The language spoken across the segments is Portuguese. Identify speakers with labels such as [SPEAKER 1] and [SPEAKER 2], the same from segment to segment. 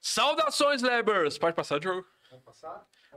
[SPEAKER 1] Saudações, Lebers! Pode passar, Diogo?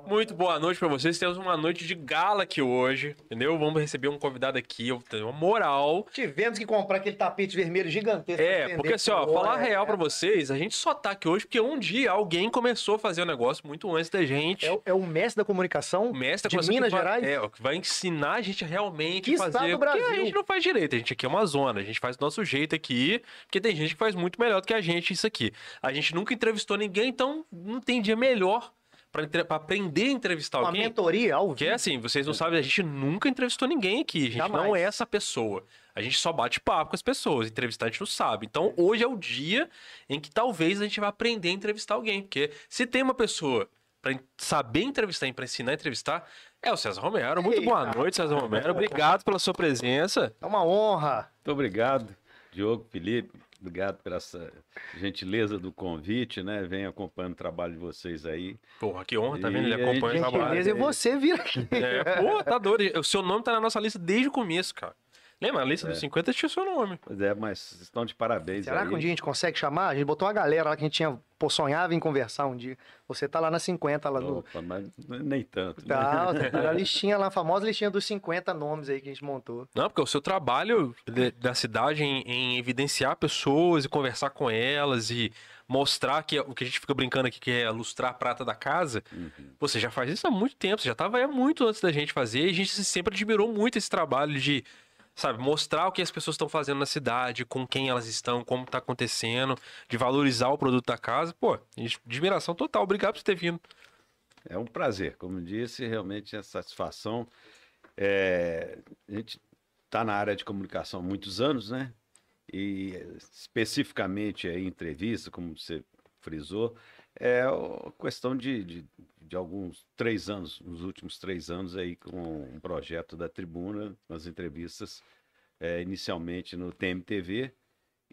[SPEAKER 1] Muito boa noite pra vocês. Temos uma noite de gala aqui hoje, entendeu? Vamos receber um convidado aqui, eu tenho uma moral.
[SPEAKER 2] Tivemos que comprar aquele tapete vermelho gigantesco. pra
[SPEAKER 1] É,
[SPEAKER 2] estender
[SPEAKER 1] porque assim, ó,
[SPEAKER 2] por hora,
[SPEAKER 1] falar real
[SPEAKER 2] é.
[SPEAKER 1] pra vocês, a gente só tá aqui hoje porque um dia alguém começou a fazer o negócio muito antes da gente.
[SPEAKER 2] É, o- é o mestre da comunicação.
[SPEAKER 1] O mestre é
[SPEAKER 2] Então, De
[SPEAKER 1] coisa que
[SPEAKER 2] Minas
[SPEAKER 1] vai-
[SPEAKER 2] Gerais?
[SPEAKER 1] É, o que vai ensinar a gente a realmente
[SPEAKER 2] Que
[SPEAKER 1] fazer.
[SPEAKER 2] estado do
[SPEAKER 1] Porque a
[SPEAKER 2] Brasil?
[SPEAKER 1] gente não faz direito, a gente aqui é uma zona, a gente faz do nosso jeito aqui, porque tem gente que faz muito melhor do que a gente isso aqui. A gente nunca entrevistou ninguém, então não tem dia melhor pra, entre- pra aprender a entrevistar
[SPEAKER 2] Uma
[SPEAKER 1] alguém.
[SPEAKER 2] mentoria ao
[SPEAKER 1] Porque é
[SPEAKER 2] vivo.
[SPEAKER 1] assim, vocês não sabem, a gente nunca entrevistou ninguém aqui. A gente
[SPEAKER 2] Jamais.
[SPEAKER 1] não é essa pessoa. A gente só bate papo com as pessoas. Entrevistar a gente não sabe. Então hoje é o dia em que talvez a gente vai aprender a entrevistar alguém. Porque se tem uma pessoa pra en- saber entrevistar e pra ensinar a entrevistar, é o César Romero. Muito boa
[SPEAKER 2] Eita.
[SPEAKER 1] noite, César Romero. Obrigado pela sua presença.
[SPEAKER 2] É uma honra.
[SPEAKER 3] Muito obrigado, Diogo, Felipe. Obrigado por essa gentileza do convite, né? Venho acompanhando o trabalho de vocês aí.
[SPEAKER 1] Porra, que honra, tá vendo? Ele
[SPEAKER 3] E aí,
[SPEAKER 1] acompanha o trabalho.
[SPEAKER 2] Gentileza, e você vira aqui.
[SPEAKER 1] É, porra, tá doido. O seu nome tá na nossa lista desde o começo, cara. Lembra? A lista dos 50 tinha o seu nome.
[SPEAKER 3] Pois é, mas estão de parabéns
[SPEAKER 2] Será
[SPEAKER 3] aí.
[SPEAKER 2] que um dia a gente consegue chamar? A gente botou uma galera lá que a gente tinha, pô, sonhava em conversar um dia. Você tá lá na 50, lá no.
[SPEAKER 3] Opa, mas nem tanto. né?
[SPEAKER 2] Tá, você tá na listinha lá, a famosa listinha dos 50 nomes aí que a gente montou.
[SPEAKER 1] Não, porque o seu trabalho de- da cidade em, em evidenciar pessoas e conversar com elas e mostrar que é- o que a gente fica brincando aqui, que é lustrar a prata da casa,
[SPEAKER 3] Uhum.
[SPEAKER 1] você já faz isso há muito tempo, você já estava aí há muito antes da gente fazer, e a gente se- sempre admirou muito esse trabalho de, sabe, mostrar o que as pessoas estão fazendo na cidade, com quem elas estão, como tá acontecendo, de valorizar o produto da casa. Pô, admiração total, obrigado por você ter vindo.
[SPEAKER 3] É um prazer, como disse, realmente é satisfação. É, a gente está na área de comunicação há muitos anos, né? E especificamente aí, entrevista, como você frisou, é o- questão de, de, de alguns três anos, nos últimos três anos aí com um projeto da Tribuna, nas entrevistas, é, inicialmente no TMTV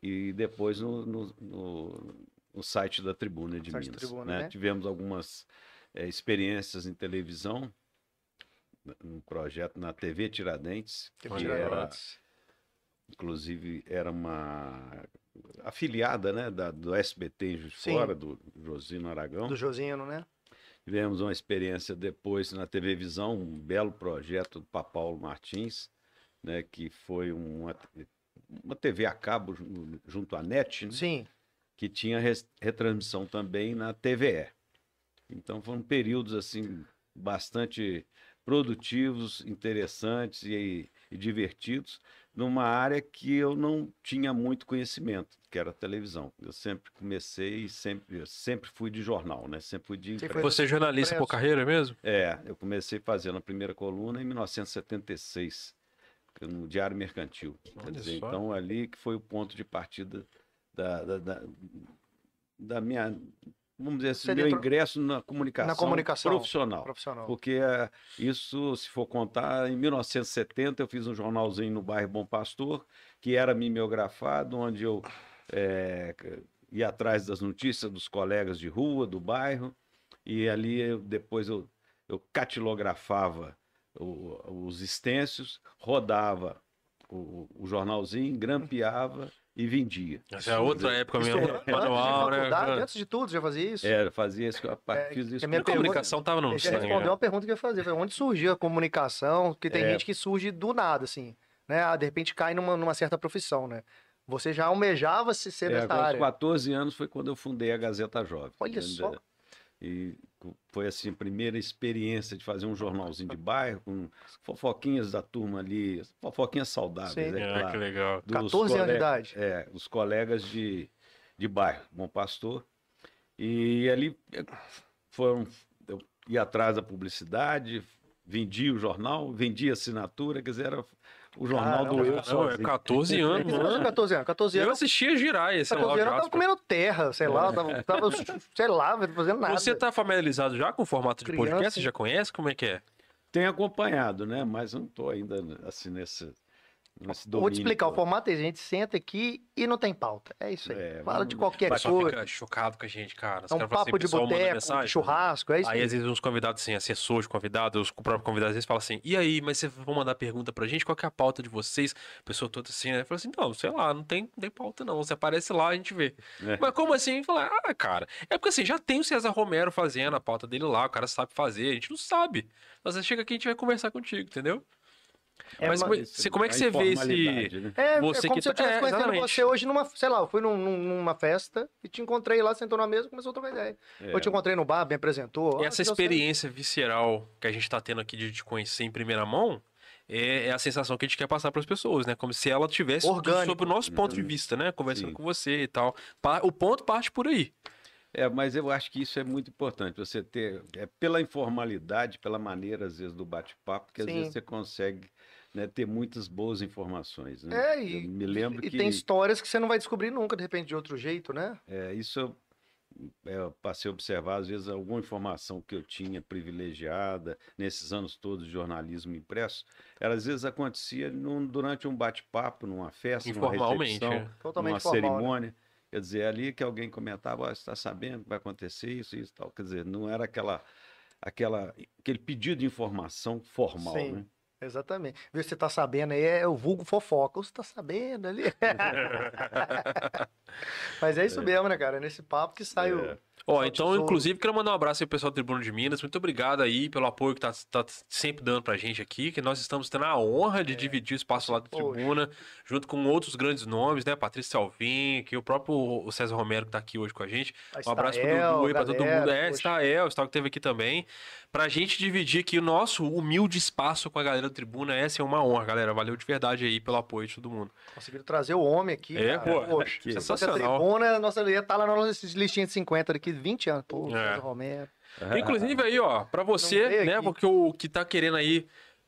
[SPEAKER 3] e depois no, no- no- no site da Tribuna de
[SPEAKER 2] Site da
[SPEAKER 3] Minas.
[SPEAKER 2] Tribuna,
[SPEAKER 3] né?
[SPEAKER 2] né?
[SPEAKER 3] Tivemos algumas é, experiências em televisão, n- um projeto na TV Tiradentes,
[SPEAKER 2] Teve
[SPEAKER 1] Olha,
[SPEAKER 3] que era,
[SPEAKER 2] Tiradentes.
[SPEAKER 3] inclusive era uma afiliada né, da, do SBT em Juiz de
[SPEAKER 2] Sim.
[SPEAKER 3] Fora, do Josino Aragão.
[SPEAKER 2] Do Josino, né?
[SPEAKER 3] Tivemos uma experiência depois na TV Visão, um belo projeto do Papaulo Martins, né, que foi uma, uma TV a cabo jun- junto à
[SPEAKER 1] Uhum.
[SPEAKER 3] NET, né,
[SPEAKER 2] Sim.
[SPEAKER 3] que tinha res- retransmissão também na TVE. Então foram períodos assim bastante produtivos, interessantes e, e divertidos numa área que eu não tinha muito conhecimento, que era a televisão. Eu sempre comecei e sempre eu sempre fui de jornal, né? Sempre fui de
[SPEAKER 2] Sempre
[SPEAKER 3] imprensa.
[SPEAKER 2] foi-
[SPEAKER 1] Você é jornalista por
[SPEAKER 2] Impresso.
[SPEAKER 1] carreira mesmo?
[SPEAKER 3] É, eu comecei fazendo a primeira coluna em 1976, no Diário Mercantil. Quer
[SPEAKER 1] Olha
[SPEAKER 3] dizer,
[SPEAKER 1] só.
[SPEAKER 3] então, ali que foi o ponto de partida da, da, da- da minha, vamos dizer assim,
[SPEAKER 2] Você
[SPEAKER 3] meu
[SPEAKER 2] entrou-
[SPEAKER 3] ingresso na comunicação,
[SPEAKER 2] comunicação.
[SPEAKER 3] profissional.
[SPEAKER 2] Profissional.
[SPEAKER 3] Porque eh, isso, se for contar, em 1970 eu fiz um jornalzinho no bairro Bom Pastor, que era mimeografado, onde eu eh, c- ia atrás das notícias dos colegas de rua, do bairro, e ali eu- depois eu, eu catilografava o- os extensos, rodava o, o jornalzinho, grampeava e vendia.
[SPEAKER 1] Essa é outra época
[SPEAKER 2] Isso
[SPEAKER 1] mesmo.
[SPEAKER 2] antes de
[SPEAKER 1] manual, né,
[SPEAKER 2] faculdade,
[SPEAKER 1] cara?
[SPEAKER 2] antes de tudo, você já fazia isso?
[SPEAKER 3] É, eu fazia isso, a partir
[SPEAKER 2] que
[SPEAKER 3] disso.
[SPEAKER 2] a minha
[SPEAKER 1] A comunicação tava no
[SPEAKER 2] Ele já
[SPEAKER 1] sangue.
[SPEAKER 2] respondeu
[SPEAKER 1] né?
[SPEAKER 2] uma pergunta que eu ia fazer. foi onde surgiu a comunicação? Porque tem
[SPEAKER 3] É.
[SPEAKER 2] gente que surge do nada, assim. Né? Ah, de repente cai numa, numa certa profissão, né? Você já almejava se ser
[SPEAKER 3] É,
[SPEAKER 2] dessa
[SPEAKER 3] com os
[SPEAKER 2] área.
[SPEAKER 3] 14 anos foi quando eu fundei a Gazeta Jovem.
[SPEAKER 2] Olha só.
[SPEAKER 3] E co- foi assim a primeira experiência de fazer um jornalzinho de bairro com fofoquinhas da turma ali, fofoquinhas saudáveis,
[SPEAKER 2] Sim.
[SPEAKER 3] é
[SPEAKER 1] Ah, que
[SPEAKER 3] claro.
[SPEAKER 1] legal.
[SPEAKER 3] dos
[SPEAKER 2] 14 anos de
[SPEAKER 3] colegas-
[SPEAKER 2] idade.
[SPEAKER 3] é, os colegas de, de bairro, Bom Pastor. E ali eh, foram. Eu ia atrás da publicidade, vendia o jornal, vendia assinatura, quer dizer, era o jornal do
[SPEAKER 2] Caramba,
[SPEAKER 3] eu
[SPEAKER 1] Não, é
[SPEAKER 3] sozinho.
[SPEAKER 1] 14
[SPEAKER 2] Por que
[SPEAKER 1] anos,
[SPEAKER 2] você fazia
[SPEAKER 1] mano.
[SPEAKER 2] 14 anos? 14
[SPEAKER 1] Eu
[SPEAKER 2] anos.
[SPEAKER 1] assistia girar esse
[SPEAKER 2] 14 anos eu tava
[SPEAKER 1] Jasper.
[SPEAKER 2] comendo terra, sei lá, eu tava, tava, sei lá, fazendo nada.
[SPEAKER 1] Você tá familiarizado já com o formato de
[SPEAKER 2] Criança.
[SPEAKER 1] podcast? Você já conhece como é que é?
[SPEAKER 3] Tenho acompanhado, né? Mas não estou ainda assim nesse Nesse
[SPEAKER 2] Vou te
[SPEAKER 3] domínio
[SPEAKER 2] explicar o
[SPEAKER 3] todo.
[SPEAKER 2] formato, é a gente senta aqui e não tem pauta. É isso aí.
[SPEAKER 3] É,
[SPEAKER 2] Fala
[SPEAKER 3] vamos-
[SPEAKER 2] de qualquer
[SPEAKER 1] O pessoal
[SPEAKER 2] coisa.
[SPEAKER 1] fica chocado com a gente, cara. Os
[SPEAKER 2] É um
[SPEAKER 1] caras falam assim,
[SPEAKER 2] papo de
[SPEAKER 1] pessoal manda
[SPEAKER 2] boteco,
[SPEAKER 1] mensagem,
[SPEAKER 2] de churrasco, é isso
[SPEAKER 1] Aí,
[SPEAKER 2] aí.
[SPEAKER 1] às vezes, uns convidados, assim, assessores, convidados, os próprios convidados, às vezes falam assim: e aí, mas vocês vão mandar pergunta pra gente? Qual que é a pauta de vocês? A pessoa toda assim, né? Fala assim: não, sei lá, não tem, não tem pauta não. Você aparece lá, a gente vê.
[SPEAKER 3] É.
[SPEAKER 1] Mas como assim? Fala, ah, cara. É porque assim, já tem o César Romero fazendo a pauta dele lá, o cara sabe fazer, a gente não sabe. Mas você chega aqui a gente vai conversar contigo, entendeu?
[SPEAKER 2] É
[SPEAKER 1] mas
[SPEAKER 2] uma-
[SPEAKER 1] como é- você- como é que você vê esse-
[SPEAKER 3] informalidade, né?
[SPEAKER 2] É,
[SPEAKER 1] Você
[SPEAKER 2] é como
[SPEAKER 1] que
[SPEAKER 2] se eu
[SPEAKER 1] tá-
[SPEAKER 2] estivesse
[SPEAKER 1] é,
[SPEAKER 2] conhecendo
[SPEAKER 1] exatamente.
[SPEAKER 2] você hoje numa, sei lá, eu fui num- num- numa festa e te encontrei lá, sentou na mesa, começou a trocar ideia.
[SPEAKER 3] É.
[SPEAKER 2] Eu te encontrei no bar, me apresentou.
[SPEAKER 1] Essa
[SPEAKER 2] ah, você-
[SPEAKER 1] experiência visceral que a gente tá tendo aqui de te conhecer em primeira mão é, é a sensação que a gente quer passar para as pessoas, né? Como se ela tivesse tudo
[SPEAKER 2] Orgânico.
[SPEAKER 1] sob o nosso ponto de
[SPEAKER 3] Uhum.
[SPEAKER 1] vista, né? Conversando
[SPEAKER 3] Sim.
[SPEAKER 1] com você e tal. Pa- O ponto parte por aí.
[SPEAKER 3] É, mas eu acho que isso é muito importante. Você ter, é pela informalidade, pela maneira, às vezes, do bate-papo, que às
[SPEAKER 2] Sim.
[SPEAKER 3] vezes você consegue né, ter muitas boas informações. Né?
[SPEAKER 2] É, e,
[SPEAKER 3] eu me lembro
[SPEAKER 2] e
[SPEAKER 3] que
[SPEAKER 2] tem histórias que você não vai descobrir nunca, de repente, de outro jeito, né?
[SPEAKER 3] é, isso eu, é, eu passei a observar, às vezes, alguma informação que eu tinha privilegiada nesses anos todos de jornalismo impresso, ela às vezes acontecia num- durante um bate-papo, numa festa, numa
[SPEAKER 1] Informalmente.
[SPEAKER 3] Assim, recepção.
[SPEAKER 1] né?
[SPEAKER 2] Totalmente
[SPEAKER 3] numa
[SPEAKER 2] formal. né?
[SPEAKER 3] cerimônia. Quer dizer, ali que alguém comentava, "Ó, você está sabendo que vai acontecer isso, isso, tal. Quer dizer, não era aquela, aquela, aquele pedido de informação formal,
[SPEAKER 2] Sim.
[SPEAKER 3] né?
[SPEAKER 2] Exatamente. Viu, você tá sabendo aí, é o vulgo fofoca. Você tá sabendo ali. Mas é isso mesmo, né, cara? É nesse papo que sai o.
[SPEAKER 3] É.
[SPEAKER 1] Ó,
[SPEAKER 2] Só
[SPEAKER 1] então,
[SPEAKER 2] tesouro.
[SPEAKER 1] inclusive, quero mandar um abraço aí pro pessoal do Tribuno de Minas. Muito obrigado aí pelo apoio que tá, tá sempre dando pra gente aqui, que nós estamos tendo a honra de dividir o espaço lá do
[SPEAKER 2] É, Poxa.
[SPEAKER 1] Tribuna, junto com outros grandes nomes, né? Patrícia Salvin, que o próprio César Romero que tá aqui hoje com a gente. Um abraço pro Dudu aí, pra todo mundo. É, Estael, Estael que teve aqui também. Pra gente dividir aqui o nosso humilde espaço com a galera do Tribuna, essa é uma honra, galera. Valeu de verdade aí pelo apoio de todo mundo.
[SPEAKER 2] Conseguiram trazer o homem aqui.
[SPEAKER 1] É,
[SPEAKER 2] cara.
[SPEAKER 1] pô,
[SPEAKER 2] Poxa,
[SPEAKER 3] que
[SPEAKER 2] se fosse a
[SPEAKER 1] sensacional.
[SPEAKER 2] tribuna, né? a nossa ia estar lá na nossa listinha de 50 daqui 20 anos. Pô,
[SPEAKER 1] É.
[SPEAKER 2] César Romero.
[SPEAKER 1] Inclusive aí, ó, pra você,
[SPEAKER 2] É, veio
[SPEAKER 1] né,
[SPEAKER 2] aqui.
[SPEAKER 1] porque o que tá querendo aí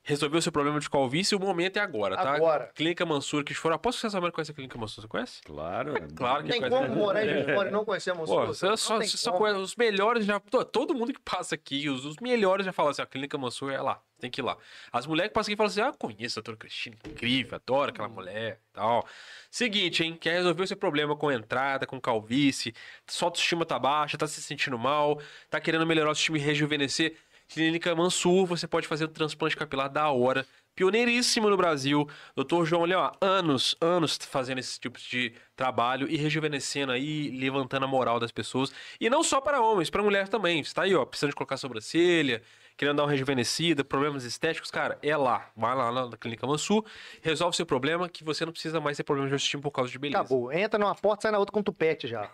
[SPEAKER 1] resolver o seu problema de calvície, o momento é agora, tá?
[SPEAKER 2] Agora.
[SPEAKER 1] Clínica Mansur, que for. Aposto que você sabe conhece a Clínica Mansur, você conhece?
[SPEAKER 3] Claro. é
[SPEAKER 1] Claro que
[SPEAKER 2] Tem
[SPEAKER 1] coisa,
[SPEAKER 2] como
[SPEAKER 1] né?
[SPEAKER 2] morar em Juiz de Fora e não conhecer a
[SPEAKER 1] Pô,
[SPEAKER 2] Monsura?
[SPEAKER 1] você só, é você só conhece os melhores já. Pô, Todo mundo que passa aqui, os, os melhores já falam assim: a Clínica Mansur é lá, tem que ir lá. As mulheres que passam aqui falam assim: ah, conheço a doutora Cristina, incrível, adoro
[SPEAKER 2] Hum.
[SPEAKER 1] aquela mulher tal. Seguinte, hein? Quer resolver o seu problema com entrada, com calvície, sua autoestima tá baixa, tá se sentindo mal, tá querendo melhorar o seu time e rejuvenescer. Clínica Mansur, você pode fazer um transplante capilar da hora. Pioneiríssimo no Brasil. Doutor João, olha, ó, anos, anos fazendo esse tipo de trabalho e rejuvenescendo aí, levantando a moral das pessoas. E não só para homens, para mulheres também. Você tá aí, ó, precisando de colocar sobrancelha, querendo dar uma rejuvenescida, problemas estéticos, cara, é lá. Vai lá na Clínica Mansur, resolve seu problema que você não precisa mais ter problema de autoestima por causa de beleza.
[SPEAKER 2] Acabou. Entra numa porta, sai na outra com um tupete já.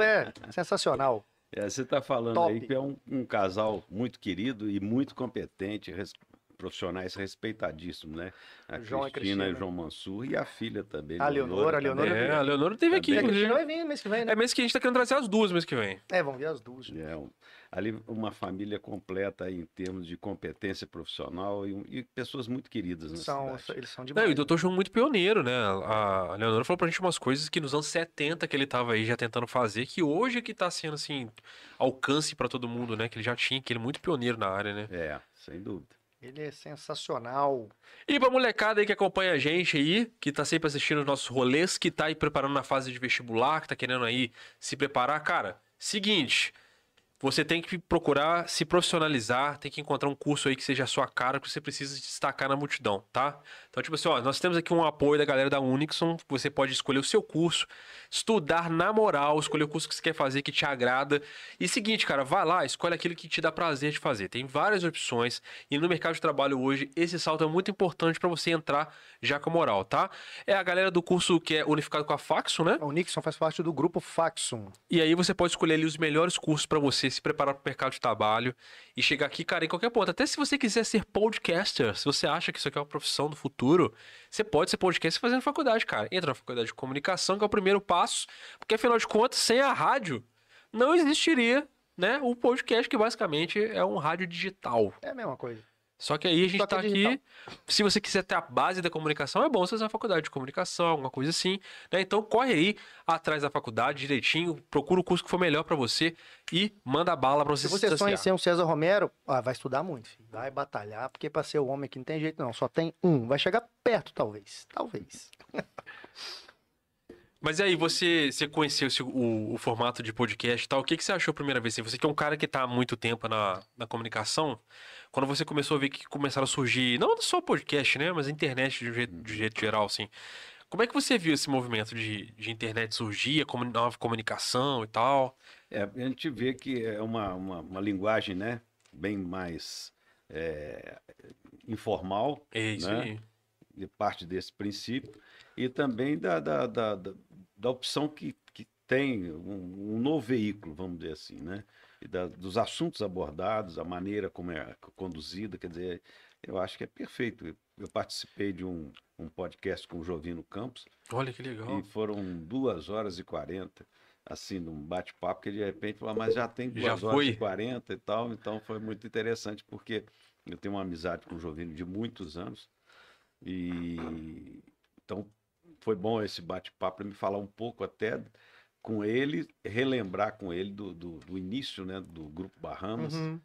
[SPEAKER 2] é sensacional.
[SPEAKER 3] É, você está falando
[SPEAKER 2] Top.
[SPEAKER 3] aí que é um, um casal muito querido e muito competente, res- profissionais respeitadíssimos, né? A
[SPEAKER 2] João e
[SPEAKER 3] Cristina e
[SPEAKER 2] Cristina.
[SPEAKER 3] o João Mansur e a filha também.
[SPEAKER 2] A Leonora, a
[SPEAKER 3] também.
[SPEAKER 2] Leonora
[SPEAKER 1] É, a Leonora teve aqui,
[SPEAKER 2] É,
[SPEAKER 3] Tá bem.
[SPEAKER 1] inclusive.
[SPEAKER 2] Cristina vai vir mês que vem, né?
[SPEAKER 1] É mês que a gente tá querendo trazer as duas mês que vem.
[SPEAKER 2] É, vão vir as duas.
[SPEAKER 3] É, um- ali uma família completa aí em termos de competência profissional e, um- e pessoas muito queridas na
[SPEAKER 2] São,
[SPEAKER 3] cidade.
[SPEAKER 2] eles são
[SPEAKER 1] Não,
[SPEAKER 2] demais. né?
[SPEAKER 1] e o Dr. João é muito pioneiro, né? A a Leonora falou pra gente umas coisas que nos anos 70 que ele tava aí já tentando fazer, que hoje é que tá sendo, assim, alcance pra todo mundo, né? Que ele já tinha, que ele é muito pioneiro na área, né?
[SPEAKER 3] É, sem dúvida.
[SPEAKER 2] Ele é sensacional.
[SPEAKER 1] E pra molecada aí que acompanha a gente aí, que tá sempre assistindo os nossos rolês, que tá aí preparando na fase de vestibular, que tá querendo aí se preparar, cara, seguinte. Você tem que procurar se profissionalizar, tem que encontrar um curso aí que seja a sua cara, que você precisa se destacar na multidão, tá? Então, tipo assim, ó, nós temos aqui um apoio da galera da Unixon, você pode escolher o seu curso, estudar na moral, escolher o curso que você quer fazer, que te agrada. E seguinte, cara, vai lá, escolhe aquilo que te dá prazer de fazer. Tem várias opções e no mercado de trabalho hoje, esse salto é muito importante pra você entrar já com moral, tá? É a galera do curso que é unificado com a Faxo, né?
[SPEAKER 2] O Nixon faz parte do grupo Faxum.
[SPEAKER 1] E aí você pode escolher ali os melhores cursos pra você se preparar pro mercado de trabalho e chegar aqui, cara, em qualquer ponto. Até se você quiser ser podcaster, se você acha que isso aqui é uma profissão do futuro, você pode ser podcaster fazendo faculdade, cara. Entra na faculdade de comunicação, que é o primeiro passo, porque afinal de contas, sem a rádio, não existiria, né, o podcast que basicamente é um rádio digital.
[SPEAKER 2] É a mesma coisa.
[SPEAKER 1] Só que aí a gente
[SPEAKER 2] Só que é
[SPEAKER 1] está
[SPEAKER 2] digital.
[SPEAKER 1] aqui. Se você quiser ter a base da comunicação, é bom você fazer uma faculdade de comunicação, alguma coisa assim. né? Então corre aí atrás da faculdade direitinho, procura o curso que for melhor para você e manda bala para você
[SPEAKER 2] Se
[SPEAKER 1] se
[SPEAKER 2] você sonha em
[SPEAKER 1] distanciar.
[SPEAKER 2] ser um César Romero, ah, vai estudar muito, filho. vai batalhar, porque pra ser o homem que não tem jeito não, só tem um. Vai chegar perto, talvez. Talvez.
[SPEAKER 1] Mas e aí, você, você conheceu esse- o, o formato de podcast e tal, o que, que você achou a primeira vez? Assim, Você que é um cara que tá há muito tempo na, na comunicação, quando você começou a ver que começaram a surgir, não só podcast, né, mas a internet de um jeito, de um jeito geral, assim. Como é que você viu esse movimento de, de internet surgir, a comu- nova comunicação e tal?
[SPEAKER 3] É, a gente vê que é uma, uma, uma linguagem, né? Bem mais é, informal,
[SPEAKER 1] É isso
[SPEAKER 3] Né?
[SPEAKER 1] aí.
[SPEAKER 3] de parte desse princípio, e também da, da, da, da, da opção que, que tem um, um novo veículo, vamos dizer assim, né? E da- dos assuntos abordados, a maneira como é conduzida, quer dizer, eu acho que é perfeito. Eu- Eu participei de um, um podcast com o Jovino Campos,
[SPEAKER 1] Olha que legal.
[SPEAKER 3] e foram duas horas e quarenta, assim, num bate-papo, que de repente falou, "Ah, mas já tem duas
[SPEAKER 1] Já
[SPEAKER 3] horas
[SPEAKER 1] foi?
[SPEAKER 3] e quarenta e tal. Então foi muito interessante, porque eu tenho uma amizade com o Jovino de muitos anos. E então foi bom esse bate-papo para me falar um pouco até com ele, relembrar com ele do, do, do início né, do Grupo Bahamas.
[SPEAKER 2] Uhum.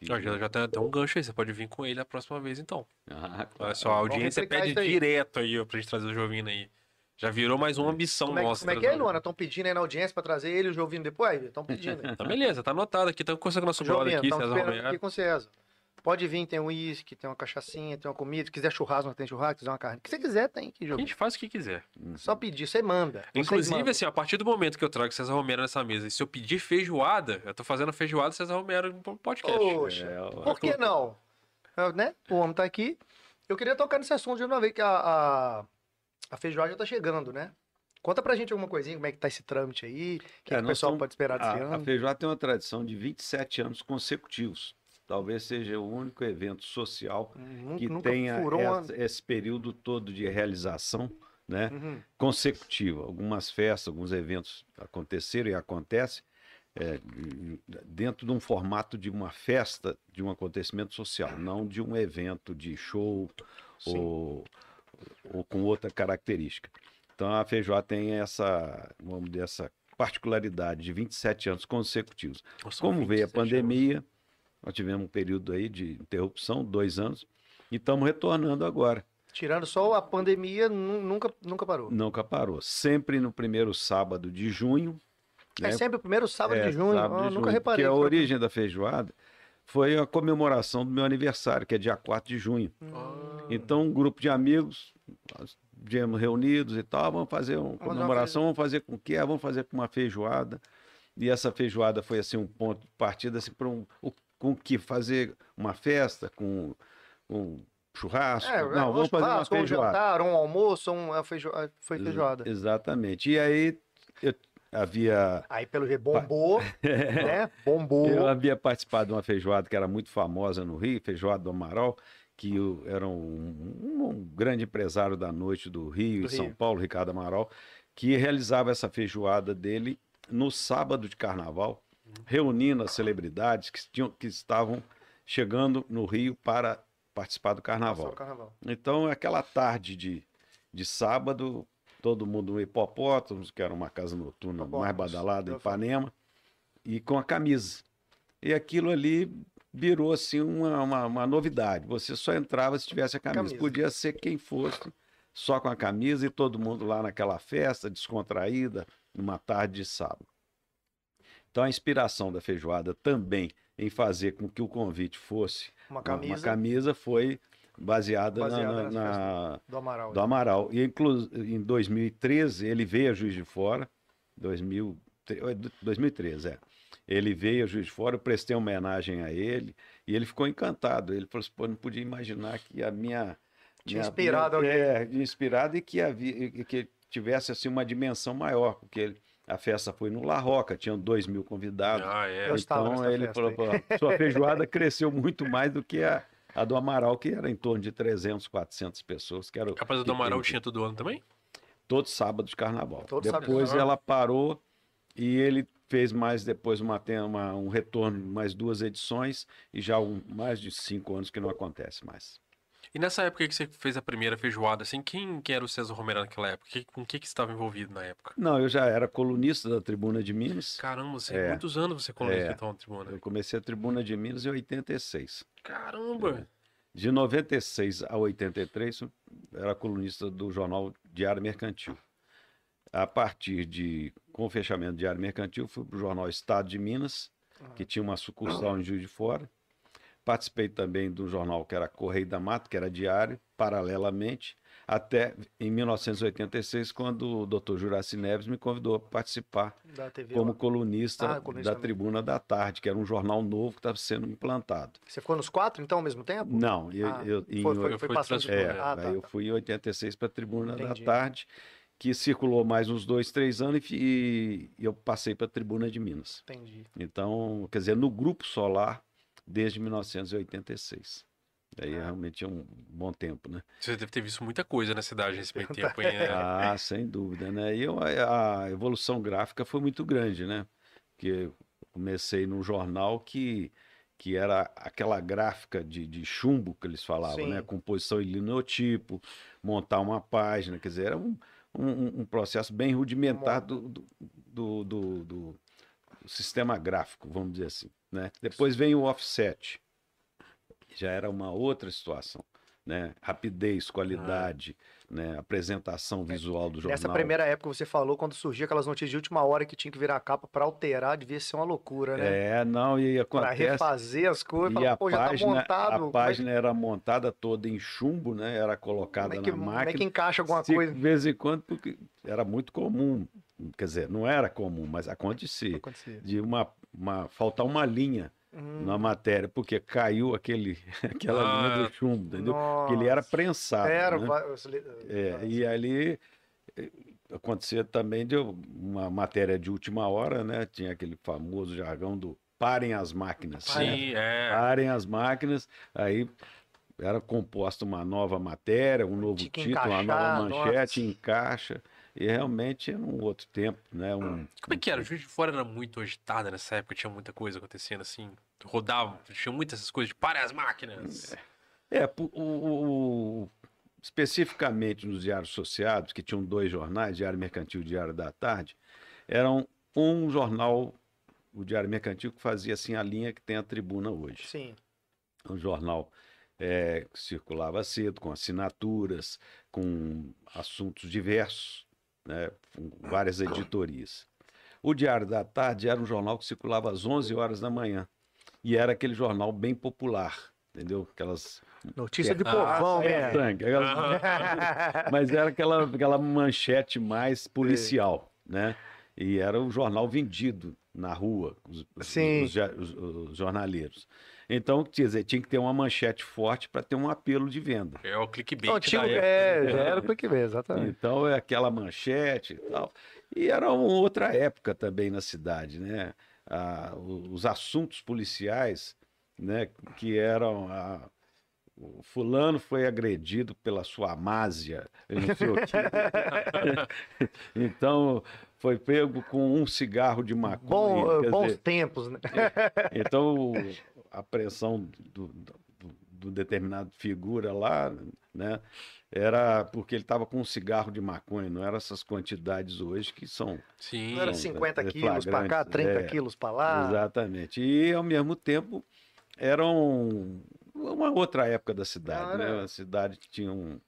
[SPEAKER 3] que-
[SPEAKER 1] Ó, já já tem até um gancho aí, você pode vir com ele a próxima vez, então.
[SPEAKER 3] Ah, claro.
[SPEAKER 1] Olha só, a audiência
[SPEAKER 2] replicar
[SPEAKER 1] pede
[SPEAKER 2] isso aí.
[SPEAKER 1] direto aí, ó, pra gente trazer o Jovino aí. Já virou mais uma ambição
[SPEAKER 2] Como é, que-
[SPEAKER 1] nossa.
[SPEAKER 2] como é que é,
[SPEAKER 1] trazer o
[SPEAKER 2] Luana? Estão pedindo aí na audiência pra trazer ele e o Jovino depois? Estão pedindo. aí.
[SPEAKER 1] Tá beleza, tá anotado aqui, tá conseguindo nosso brother
[SPEAKER 2] Jovino,
[SPEAKER 1] aqui,
[SPEAKER 2] estão
[SPEAKER 1] César
[SPEAKER 2] esperando
[SPEAKER 1] Romero.
[SPEAKER 2] aqui com o César. Pode vir, tem um uísque, tem uma cachaçinha, tem uma comida. Se quiser churrasco, não tem churrasco, se quiser uma carne. O que você quiser, tem aqui,
[SPEAKER 1] A
[SPEAKER 2] Jovino.
[SPEAKER 1] gente faz o que quiser.
[SPEAKER 3] Hum.
[SPEAKER 2] Só pedir, você manda. Vocês
[SPEAKER 1] Inclusive,
[SPEAKER 2] mandam.
[SPEAKER 1] assim, a partir do momento que eu trago César Romero nessa mesa, e se eu pedir feijoada, eu tô fazendo feijoada e César Romero no podcast.
[SPEAKER 2] Poxa,
[SPEAKER 3] É, ó,
[SPEAKER 2] por que não? Eu, né? O homem tá aqui. Eu queria tocar nesse assunto de uma vez que a, a, a feijoada já tá chegando, né? Conta pra gente alguma coisinha, como é que tá esse trâmite aí, o que que,
[SPEAKER 3] É,
[SPEAKER 2] o
[SPEAKER 3] nós
[SPEAKER 2] pessoal
[SPEAKER 3] estamos-
[SPEAKER 2] pode esperar desse
[SPEAKER 3] A, a
[SPEAKER 2] ano.
[SPEAKER 3] feijoada tem uma tradição de 27 anos consecutivos. Talvez seja o único evento social
[SPEAKER 2] Nun-
[SPEAKER 3] que
[SPEAKER 2] Uhum, Nunca,
[SPEAKER 3] tenha
[SPEAKER 2] furou um ano.
[SPEAKER 3] essa- esse período todo de realização né,
[SPEAKER 2] Uhum.
[SPEAKER 3] consecutiva. Algumas festas, alguns eventos aconteceram e acontecem é, de- dentro de um formato de uma festa, de um acontecimento social, não de um evento de show
[SPEAKER 2] Sim.
[SPEAKER 3] ou, ou com outra característica. Então a feijoada tem essa, vamos dizer, essa particularidade de 27 anos consecutivos.
[SPEAKER 1] Nossa,
[SPEAKER 3] Como veio
[SPEAKER 1] 27
[SPEAKER 3] a
[SPEAKER 1] anos.
[SPEAKER 3] pandemia, nós tivemos um período aí de interrupção, dois anos, e estamos retornando agora.
[SPEAKER 2] Tirando só a pandemia, nu- nunca, nunca parou.
[SPEAKER 3] Nunca parou. Sempre no primeiro sábado de junho.
[SPEAKER 2] É
[SPEAKER 3] né?
[SPEAKER 2] sempre o primeiro sábado
[SPEAKER 3] É,
[SPEAKER 2] de junho.
[SPEAKER 3] sábado
[SPEAKER 2] Ah,
[SPEAKER 3] de
[SPEAKER 2] eu nunca
[SPEAKER 3] junho,
[SPEAKER 2] reparei.
[SPEAKER 3] Porque é a
[SPEAKER 2] que foi-
[SPEAKER 3] origem da feijoada foi a comemoração do meu aniversário, que é dia 4 de junho.
[SPEAKER 2] Hum.
[SPEAKER 1] Ah,
[SPEAKER 3] Então, um grupo de amigos, nós viemos reunidos e tal, vamos fazer uma
[SPEAKER 2] fazer uma
[SPEAKER 3] comemoração, vamos fazer com o quê? Ah, Vamos fazer com uma feijoada. E essa feijoada foi assim um ponto de partida assim, para um, o- com o que fazer uma festa, com um churrasco.
[SPEAKER 2] É,
[SPEAKER 3] Não, vamos fazer uma
[SPEAKER 2] churrasco, um
[SPEAKER 3] feijoada.
[SPEAKER 2] jantar, um almoço, um, a feijo... a- foi
[SPEAKER 3] Ex-
[SPEAKER 2] feijoada.
[SPEAKER 3] Exatamente. E aí eu havia
[SPEAKER 2] Aí pelo jeito bombou, né? Bombou.
[SPEAKER 3] Eu havia participado de uma feijoada que era muito famosa no Rio, feijoada do Amaral, que o- era um, um- um grande empresário da noite do Rio
[SPEAKER 2] Do
[SPEAKER 3] e São
[SPEAKER 2] Rio.
[SPEAKER 3] Paulo, Ricardo Amaral, que realizava essa feijoada dele no sábado de carnaval,
[SPEAKER 2] Uhum.
[SPEAKER 3] reunindo as celebridades que, tinham- que estavam chegando no Rio para participar do
[SPEAKER 2] Passou o
[SPEAKER 3] carnaval.
[SPEAKER 2] carnaval.
[SPEAKER 3] Então, aquela tarde de, de sábado, todo mundo no hipopótamo, que era uma casa noturna mais
[SPEAKER 2] Hipopótamos,
[SPEAKER 3] badalada em
[SPEAKER 2] já falei.
[SPEAKER 3] Ipanema, e com a camisa. E aquilo ali virou assim uma, uma, uma novidade. Você só entrava se tivesse a camisa.
[SPEAKER 2] Camisa.
[SPEAKER 3] Podia ser quem fosse, só com a camisa e todo mundo lá naquela festa, descontraída, numa tarde de sábado. Então a inspiração da feijoada também em fazer com que o convite fosse
[SPEAKER 2] Uma
[SPEAKER 3] uma-
[SPEAKER 2] camisa
[SPEAKER 3] Uma camisa foi baseada, na-
[SPEAKER 2] Baseada
[SPEAKER 3] na,
[SPEAKER 2] nas
[SPEAKER 3] na-
[SPEAKER 2] do Amaral.
[SPEAKER 3] do Amaral. E inclu- em 2013 ele veio a Juiz de Fora, 2003, ou é do- 2013 é. Ele veio a Juiz de Fora, eu prestei homenagem a ele e ele ficou encantado. Ele falou assim, pô, não podia imaginar que a minha
[SPEAKER 2] Tinha
[SPEAKER 3] minha-
[SPEAKER 2] inspirado
[SPEAKER 3] minha, é, inspirado e que havia e que tivesse assim uma dimensão maior, porque ele- a festa foi no La Roca, tinham dois mil convidados.
[SPEAKER 1] ah, é.
[SPEAKER 2] Eu estava
[SPEAKER 3] Então
[SPEAKER 2] nessa
[SPEAKER 3] ele
[SPEAKER 2] festa
[SPEAKER 3] falou, "Pô, sua feijoada cresceu muito mais do que a, a do Amaral, que era em torno de 300, 400 pessoas. Que era, o-
[SPEAKER 1] Capaz
[SPEAKER 3] que
[SPEAKER 1] do Amaral
[SPEAKER 3] tem
[SPEAKER 1] tinha todo ano também?
[SPEAKER 3] Todo sábado de carnaval.
[SPEAKER 2] Todo sábado de
[SPEAKER 3] Depois
[SPEAKER 2] carnaval.
[SPEAKER 3] ela parou e ele fez mais depois uma, tem uma- um retorno, mais duas edições, e já há um- mais de cinco anos que não acontece mais.
[SPEAKER 1] E nessa época que você fez a primeira feijoada, assim, quem que era o César Romero naquela época? Que- Com o que, que você estava envolvido na época?
[SPEAKER 3] Não, eu já era colunista da Tribuna de Minas.
[SPEAKER 1] Caramba, você,
[SPEAKER 3] É.
[SPEAKER 1] muitos anos você colunista
[SPEAKER 3] É.
[SPEAKER 1] então na tribuna.
[SPEAKER 3] Eu comecei a Tribuna de Minas em 86.
[SPEAKER 1] Caramba!
[SPEAKER 3] De 96 a 83, eu era colunista do jornal Diário Mercantil. A partir de, com o fechamento do Diário Mercantil, fui para o jornal Estado de Minas, que tinha uma sucursal em Juiz de Fora. Participei também do jornal que era Correio da Mata, que era diário, paralelamente, até em 1986, quando o Dr. Juraci Neves me convidou a participar
[SPEAKER 2] Ah, Da TV.
[SPEAKER 3] como
[SPEAKER 2] lá.
[SPEAKER 3] colunista
[SPEAKER 2] Ah, colunista
[SPEAKER 3] da
[SPEAKER 2] também.
[SPEAKER 3] Tribuna da Tarde, que era um jornal novo que estava sendo implantado.
[SPEAKER 2] Você ficou nos quatro, então, ao mesmo tempo?
[SPEAKER 3] Não, eu,
[SPEAKER 2] Ah,
[SPEAKER 3] eu- em
[SPEAKER 2] foi, foi,
[SPEAKER 1] eu
[SPEAKER 2] foi
[SPEAKER 1] fui
[SPEAKER 2] passando de
[SPEAKER 1] transfer-
[SPEAKER 3] é,
[SPEAKER 1] Tipo,
[SPEAKER 2] Ah,
[SPEAKER 3] aí
[SPEAKER 2] tá.
[SPEAKER 3] eu fui em 86 para a Tribuna
[SPEAKER 2] Entendi.
[SPEAKER 3] da Tarde, que circulou mais uns dois, três anos e fi- e eu passei para a Tribuna de Minas.
[SPEAKER 2] Entendi.
[SPEAKER 3] Então, quer dizer, no Grupo Solar desde 1986. Aí
[SPEAKER 2] Ah.
[SPEAKER 3] realmente é um bom tempo, né?
[SPEAKER 1] Você deve ter visto muita coisa na cidade nesse meio tempo, hein? É.
[SPEAKER 3] Ah, sem dúvida, né? E eu, a evolução gráfica foi muito grande, né? Porque eu comecei num jornal que, que era aquela gráfica de, de chumbo que eles falavam,
[SPEAKER 2] Sim.
[SPEAKER 3] né? Composição e linotipo, montar uma página, quer dizer, era um, um, um processo bem rudimentar do, do, do, do- do sistema gráfico, vamos dizer assim, né? Depois vem o offset, já era uma outra situação. Né? Rapidez, qualidade, né? apresentação visual do jornal.
[SPEAKER 2] Nessa primeira época que você falou, quando surgia aquelas notícias de última hora que tinha que virar a capa pra alterar, devia ser uma loucura, né?
[SPEAKER 3] É, não, e
[SPEAKER 2] Pra
[SPEAKER 3] acontece.
[SPEAKER 2] refazer as coisas,
[SPEAKER 3] e
[SPEAKER 2] falar,
[SPEAKER 3] a
[SPEAKER 2] pô, já tá
[SPEAKER 3] página,
[SPEAKER 2] montado. como
[SPEAKER 3] a
[SPEAKER 2] é
[SPEAKER 3] página era montada toda em chumbo, né? Era
[SPEAKER 2] que-
[SPEAKER 3] colocada
[SPEAKER 2] como é que,
[SPEAKER 3] na
[SPEAKER 2] como é que
[SPEAKER 3] máquina.
[SPEAKER 2] encaixa alguma
[SPEAKER 3] Se-
[SPEAKER 2] coisa?
[SPEAKER 3] De vez em quando, porque era muito comum. Quer dizer, não era comum, mas acontecia.
[SPEAKER 2] Acontecia.
[SPEAKER 3] De uma, uma- faltar uma linha
[SPEAKER 2] Hum,
[SPEAKER 3] na matéria, porque caiu aquele, aquela linha
[SPEAKER 1] Ah,
[SPEAKER 3] do chumbo, entendeu? Porque ele
[SPEAKER 2] nossa.
[SPEAKER 3] era prensado.
[SPEAKER 2] Era,
[SPEAKER 3] né?
[SPEAKER 2] va- os le- eh,
[SPEAKER 3] É, e ali eh, acontecia também de uma matéria de última hora, né? Tinha aquele famoso jargão do parem as máquinas. né?
[SPEAKER 1] Sim, é.
[SPEAKER 3] Parem as máquinas, aí era composta uma nova matéria, um novo
[SPEAKER 2] Tinha que
[SPEAKER 3] título, uma nova
[SPEAKER 2] encaixar,
[SPEAKER 3] manchete,
[SPEAKER 2] nossa.
[SPEAKER 3] encaixa. E realmente era um outro tempo, né?
[SPEAKER 2] Hum.
[SPEAKER 3] Um,
[SPEAKER 1] Como é que era? O Juiz de Fora era muito agitada nessa época, tinha muita coisa acontecendo, assim. Rodava, tinha muitas essas coisas de pare as máquinas.
[SPEAKER 3] É, pu- o, o- o- especificamente nos diários associados, que tinham dois jornais, Diário Mercantil e Diário da Tarde, eram um jornal, o Diário Mercantil, que fazia assim a linha que tem a tribuna hoje.
[SPEAKER 2] Sim.
[SPEAKER 3] Um jornal é, que circulava cedo, com assinaturas, com assuntos diversos, né, com várias editorias. O Diário da Tarde era um jornal que circulava às 11 horas da manhã. E era aquele jornal bem popular, entendeu? Aquelas
[SPEAKER 2] Notícia de
[SPEAKER 1] Ah,
[SPEAKER 2] povão,
[SPEAKER 3] é,
[SPEAKER 2] né?
[SPEAKER 3] sangue, aquelas- Mas era aquela, aquela manchete mais policial, né? E era o jornal vendido na rua, os, os-
[SPEAKER 2] Sim.
[SPEAKER 3] os ja- os- os jornaleiros. Então, quer dizer, tinha que ter uma manchete forte para ter um apelo de venda.
[SPEAKER 1] É o clickbait
[SPEAKER 2] Não,
[SPEAKER 3] um
[SPEAKER 2] tinha,
[SPEAKER 1] da época. né?
[SPEAKER 2] é, já era o clique B, exatamente.
[SPEAKER 3] Então, é aquela manchete e tal. E era uma outra época também na cidade, né? Ah, o- os assuntos policiais, né? Que eram... a- o fulano foi agredido pela sua amásia, eu não sei o quê. Então, foi pego com um cigarro de maconha.
[SPEAKER 2] Bom, eh,
[SPEAKER 3] quer
[SPEAKER 2] bons
[SPEAKER 3] dizer,
[SPEAKER 2] tempos, né?
[SPEAKER 3] então, o- a pressão do, do, do determinado figura lá, né? Era porque ele estava com um cigarro de maconha, não eram essas quantidades hoje que são.
[SPEAKER 1] Sim.
[SPEAKER 2] Não era
[SPEAKER 3] Sim,
[SPEAKER 2] 50
[SPEAKER 3] é
[SPEAKER 2] quilos pra cá,
[SPEAKER 3] flagrante,
[SPEAKER 2] 30
[SPEAKER 3] é.
[SPEAKER 2] quilos pra
[SPEAKER 1] Ah.
[SPEAKER 2] lá.
[SPEAKER 3] Exatamente. E, ao mesmo tempo, eram uma outra época da cidade,
[SPEAKER 2] Não, era-
[SPEAKER 3] né? A cidade tinha um,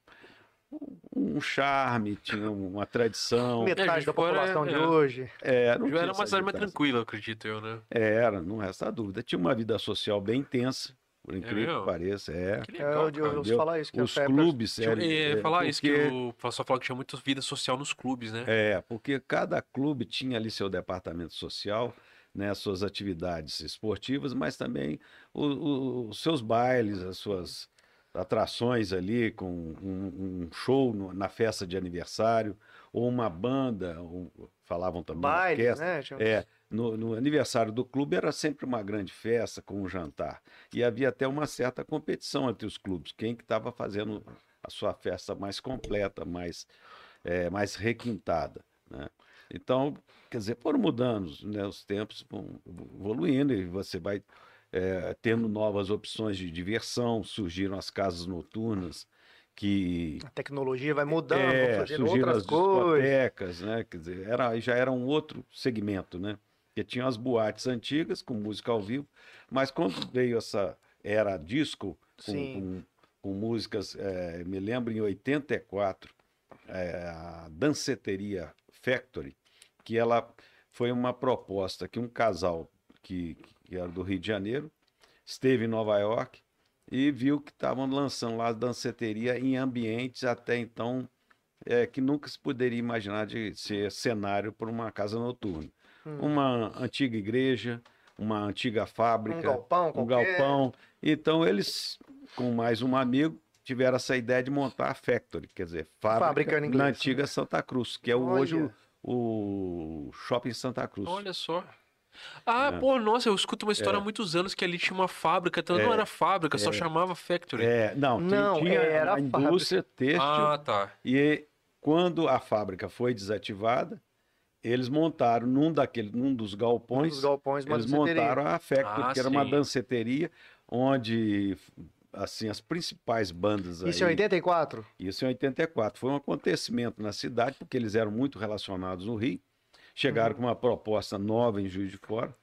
[SPEAKER 3] um charme, tinha uma tradição.
[SPEAKER 1] É,
[SPEAKER 2] Metade
[SPEAKER 1] gente,
[SPEAKER 2] da
[SPEAKER 1] fora,
[SPEAKER 2] população de
[SPEAKER 1] é.
[SPEAKER 2] hoje.
[SPEAKER 3] É, não
[SPEAKER 1] Juiz Era
[SPEAKER 3] tinha
[SPEAKER 1] uma
[SPEAKER 3] essa
[SPEAKER 1] cidade mais
[SPEAKER 3] agitação.
[SPEAKER 1] tranquila, eu acredito eu, né?
[SPEAKER 3] Era, não resta dúvida. Tinha uma vida social bem intensa, por incrível
[SPEAKER 1] mesmo?
[SPEAKER 3] que pareça. É.
[SPEAKER 1] Que
[SPEAKER 2] É,
[SPEAKER 1] legal,
[SPEAKER 2] eu, eu,
[SPEAKER 1] cara.
[SPEAKER 2] eu ouço
[SPEAKER 3] Entendeu?
[SPEAKER 2] falar isso. Que
[SPEAKER 3] Os
[SPEAKER 1] é
[SPEAKER 2] essa época-
[SPEAKER 3] clubes.
[SPEAKER 1] Tinha-
[SPEAKER 3] era-
[SPEAKER 1] é,
[SPEAKER 3] é,
[SPEAKER 1] falar isso, que
[SPEAKER 3] porque-
[SPEAKER 1] o pessoal falou que tinha muita vida social nos clubes, né?
[SPEAKER 3] É, porque cada clube tinha ali seu departamento social, né, as suas atividades esportivas, mas também o- o- os seus bailes, as suas atrações ali, com um, um show no- na festa de aniversário, ou uma banda, ou- falavam também
[SPEAKER 2] Baile,
[SPEAKER 3] orquestra.
[SPEAKER 2] né? Tinha-
[SPEAKER 3] É, no, no aniversário do clube era sempre uma grande festa com um jantar. E havia até uma certa competição entre os clubes, quem que estava fazendo a sua festa mais completa, mais, é, mais requintada. né? Então, quer dizer, foram mudando, né? Os tempos vão evoluindo e você vai é, tendo novas opções de diversão, surgiram as casas noturnas que
[SPEAKER 2] A tecnologia vai mudando, vão
[SPEAKER 3] é,
[SPEAKER 2] surgindo
[SPEAKER 3] surgiram
[SPEAKER 2] outras
[SPEAKER 3] as
[SPEAKER 2] coisas.
[SPEAKER 3] discotecas, né? Quer dizer, era, já era um outro segmento, né? Porque tinha as boates antigas com música ao vivo, mas quando veio essa era disco com,
[SPEAKER 2] Sim.
[SPEAKER 3] com- com músicas, eh, me lembro em 84, eh, a Danceteria Factory, que ela foi uma proposta que um casal que, que era do Rio de Janeiro esteve em Nova York e viu que estavam lançando lá a danceteria em ambientes até então eh, que nunca se poderia imaginar de ser cenário para uma casa noturna.
[SPEAKER 2] Hum.
[SPEAKER 3] Uma antiga igreja, uma antiga fábrica,
[SPEAKER 2] Um galpão
[SPEAKER 3] um
[SPEAKER 2] qualquer.
[SPEAKER 3] galpão. Então eles, com mais um amigo, tiveram essa ideia de montar a Factory, quer dizer, fábrica,
[SPEAKER 2] Fábrica em inglês. né?
[SPEAKER 3] na antiga Santa Cruz, que é o- hoje
[SPEAKER 2] Olha.
[SPEAKER 3] o, o Shopping Santa Cruz.
[SPEAKER 1] Olha só. Ah,
[SPEAKER 3] É.
[SPEAKER 1] pô, nossa, eu escuto uma história há muitos anos que ali tinha uma fábrica, então não
[SPEAKER 3] É.
[SPEAKER 1] era fábrica, só chamava Factory.
[SPEAKER 3] É, não, ti-
[SPEAKER 2] Não,
[SPEAKER 3] tinha
[SPEAKER 2] era
[SPEAKER 3] a indústria têxtil
[SPEAKER 1] Ah, tá.
[SPEAKER 3] e quando a fábrica foi desativada, eles montaram num daquele, num dos galpões,
[SPEAKER 2] Os galpões, uma
[SPEAKER 3] eles
[SPEAKER 2] danceteria.
[SPEAKER 3] montaram a Factory,
[SPEAKER 1] Ah,
[SPEAKER 3] que era uma
[SPEAKER 1] sim.
[SPEAKER 3] danceteria onde assim as principais bandas
[SPEAKER 2] Isso é em
[SPEAKER 3] aí
[SPEAKER 2] 84?
[SPEAKER 3] Isso em 84. Foi um acontecimento na cidade, porque eles eram muito relacionados no Rio. Chegaram com uma proposta nova em Juiz de Fora.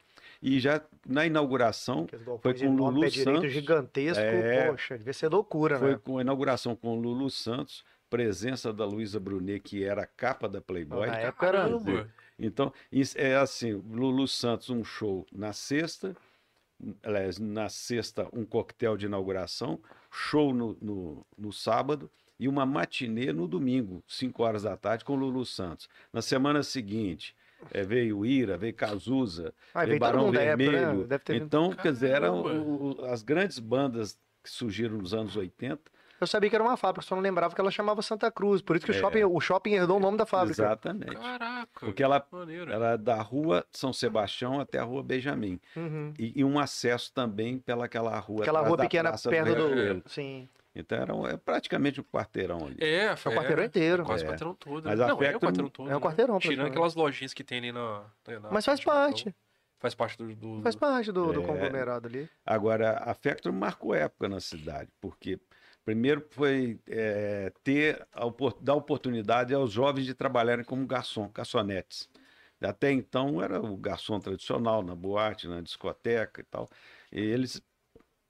[SPEAKER 3] E já na inauguração,
[SPEAKER 2] Que os galpões
[SPEAKER 3] com o
[SPEAKER 2] enormes,
[SPEAKER 3] Lulu
[SPEAKER 2] pé direito
[SPEAKER 3] Santos.
[SPEAKER 2] gigantesco,
[SPEAKER 3] É.
[SPEAKER 2] poxa, devia ser loucura,
[SPEAKER 3] foi
[SPEAKER 2] né?
[SPEAKER 3] com a inauguração com o Lulu Santos, presença da Luísa Brunet, que era a capa da Playboy.
[SPEAKER 2] Na época era-
[SPEAKER 1] Caramba.
[SPEAKER 3] Então, isso é assim, Lulu Santos, um show na sexta, aliás, na sexta, um coquetel de inauguração, show no, no, no sábado e uma matinê no domingo, 5 horas da tarde, com Lulu Santos. Na semana seguinte, eh, veio Ira, veio Cazuza,
[SPEAKER 2] Ah,
[SPEAKER 3] veio
[SPEAKER 2] veio todo
[SPEAKER 3] Barão
[SPEAKER 2] mundo da época, né?
[SPEAKER 3] Vermelho.
[SPEAKER 2] Deve ter vindo.
[SPEAKER 3] então, quer dizer, eram
[SPEAKER 1] Caramba.
[SPEAKER 3] o- o- as grandes bandas que surgiram nos anos 80,
[SPEAKER 2] Eu sabia que era uma fábrica, só não lembrava que ela chamava Santa Cruz. Por isso que o,
[SPEAKER 3] É.
[SPEAKER 2] shopping, o shopping herdou o nome da fábrica.
[SPEAKER 3] exatamente.
[SPEAKER 1] Caraca.
[SPEAKER 3] é Porque ela
[SPEAKER 1] Maneiro.
[SPEAKER 3] era da rua São Sebastião até a rua Benjamin.
[SPEAKER 2] Uhum.
[SPEAKER 3] e, e um acesso também pela aquela rua.
[SPEAKER 2] Aquela
[SPEAKER 3] atrás
[SPEAKER 2] rua
[SPEAKER 3] da
[SPEAKER 2] pequena
[SPEAKER 3] Praça
[SPEAKER 2] perto
[SPEAKER 3] Rio
[SPEAKER 2] do.
[SPEAKER 3] Janeiro.
[SPEAKER 2] Sim.
[SPEAKER 3] Então era um- é praticamente um quarteirão ali.
[SPEAKER 1] É,
[SPEAKER 2] É o quarteirão inteiro.
[SPEAKER 1] Quase o
[SPEAKER 3] É.
[SPEAKER 1] quarteirão todo.
[SPEAKER 3] Mas
[SPEAKER 1] né?
[SPEAKER 3] a
[SPEAKER 1] não, é o
[SPEAKER 3] Factory-
[SPEAKER 1] quarteirão todo.
[SPEAKER 2] É um
[SPEAKER 1] né?
[SPEAKER 2] quarteirão,
[SPEAKER 1] Tirando
[SPEAKER 2] praticamente.
[SPEAKER 1] aquelas lojinhas que tem ali na. na-
[SPEAKER 2] Mas faz
[SPEAKER 1] na-
[SPEAKER 2] parte.
[SPEAKER 1] Faz parte do. do-
[SPEAKER 2] Faz parte do, do
[SPEAKER 3] É.
[SPEAKER 2] conglomerado ali.
[SPEAKER 3] Agora, a Factor marcou época na cidade, porque primeiro foi é, ter a opor- dar oportunidade aos jovens de trabalharem como garçom, garçonetes. Até então era o garçom tradicional na boate, na discoteca e tal. E eles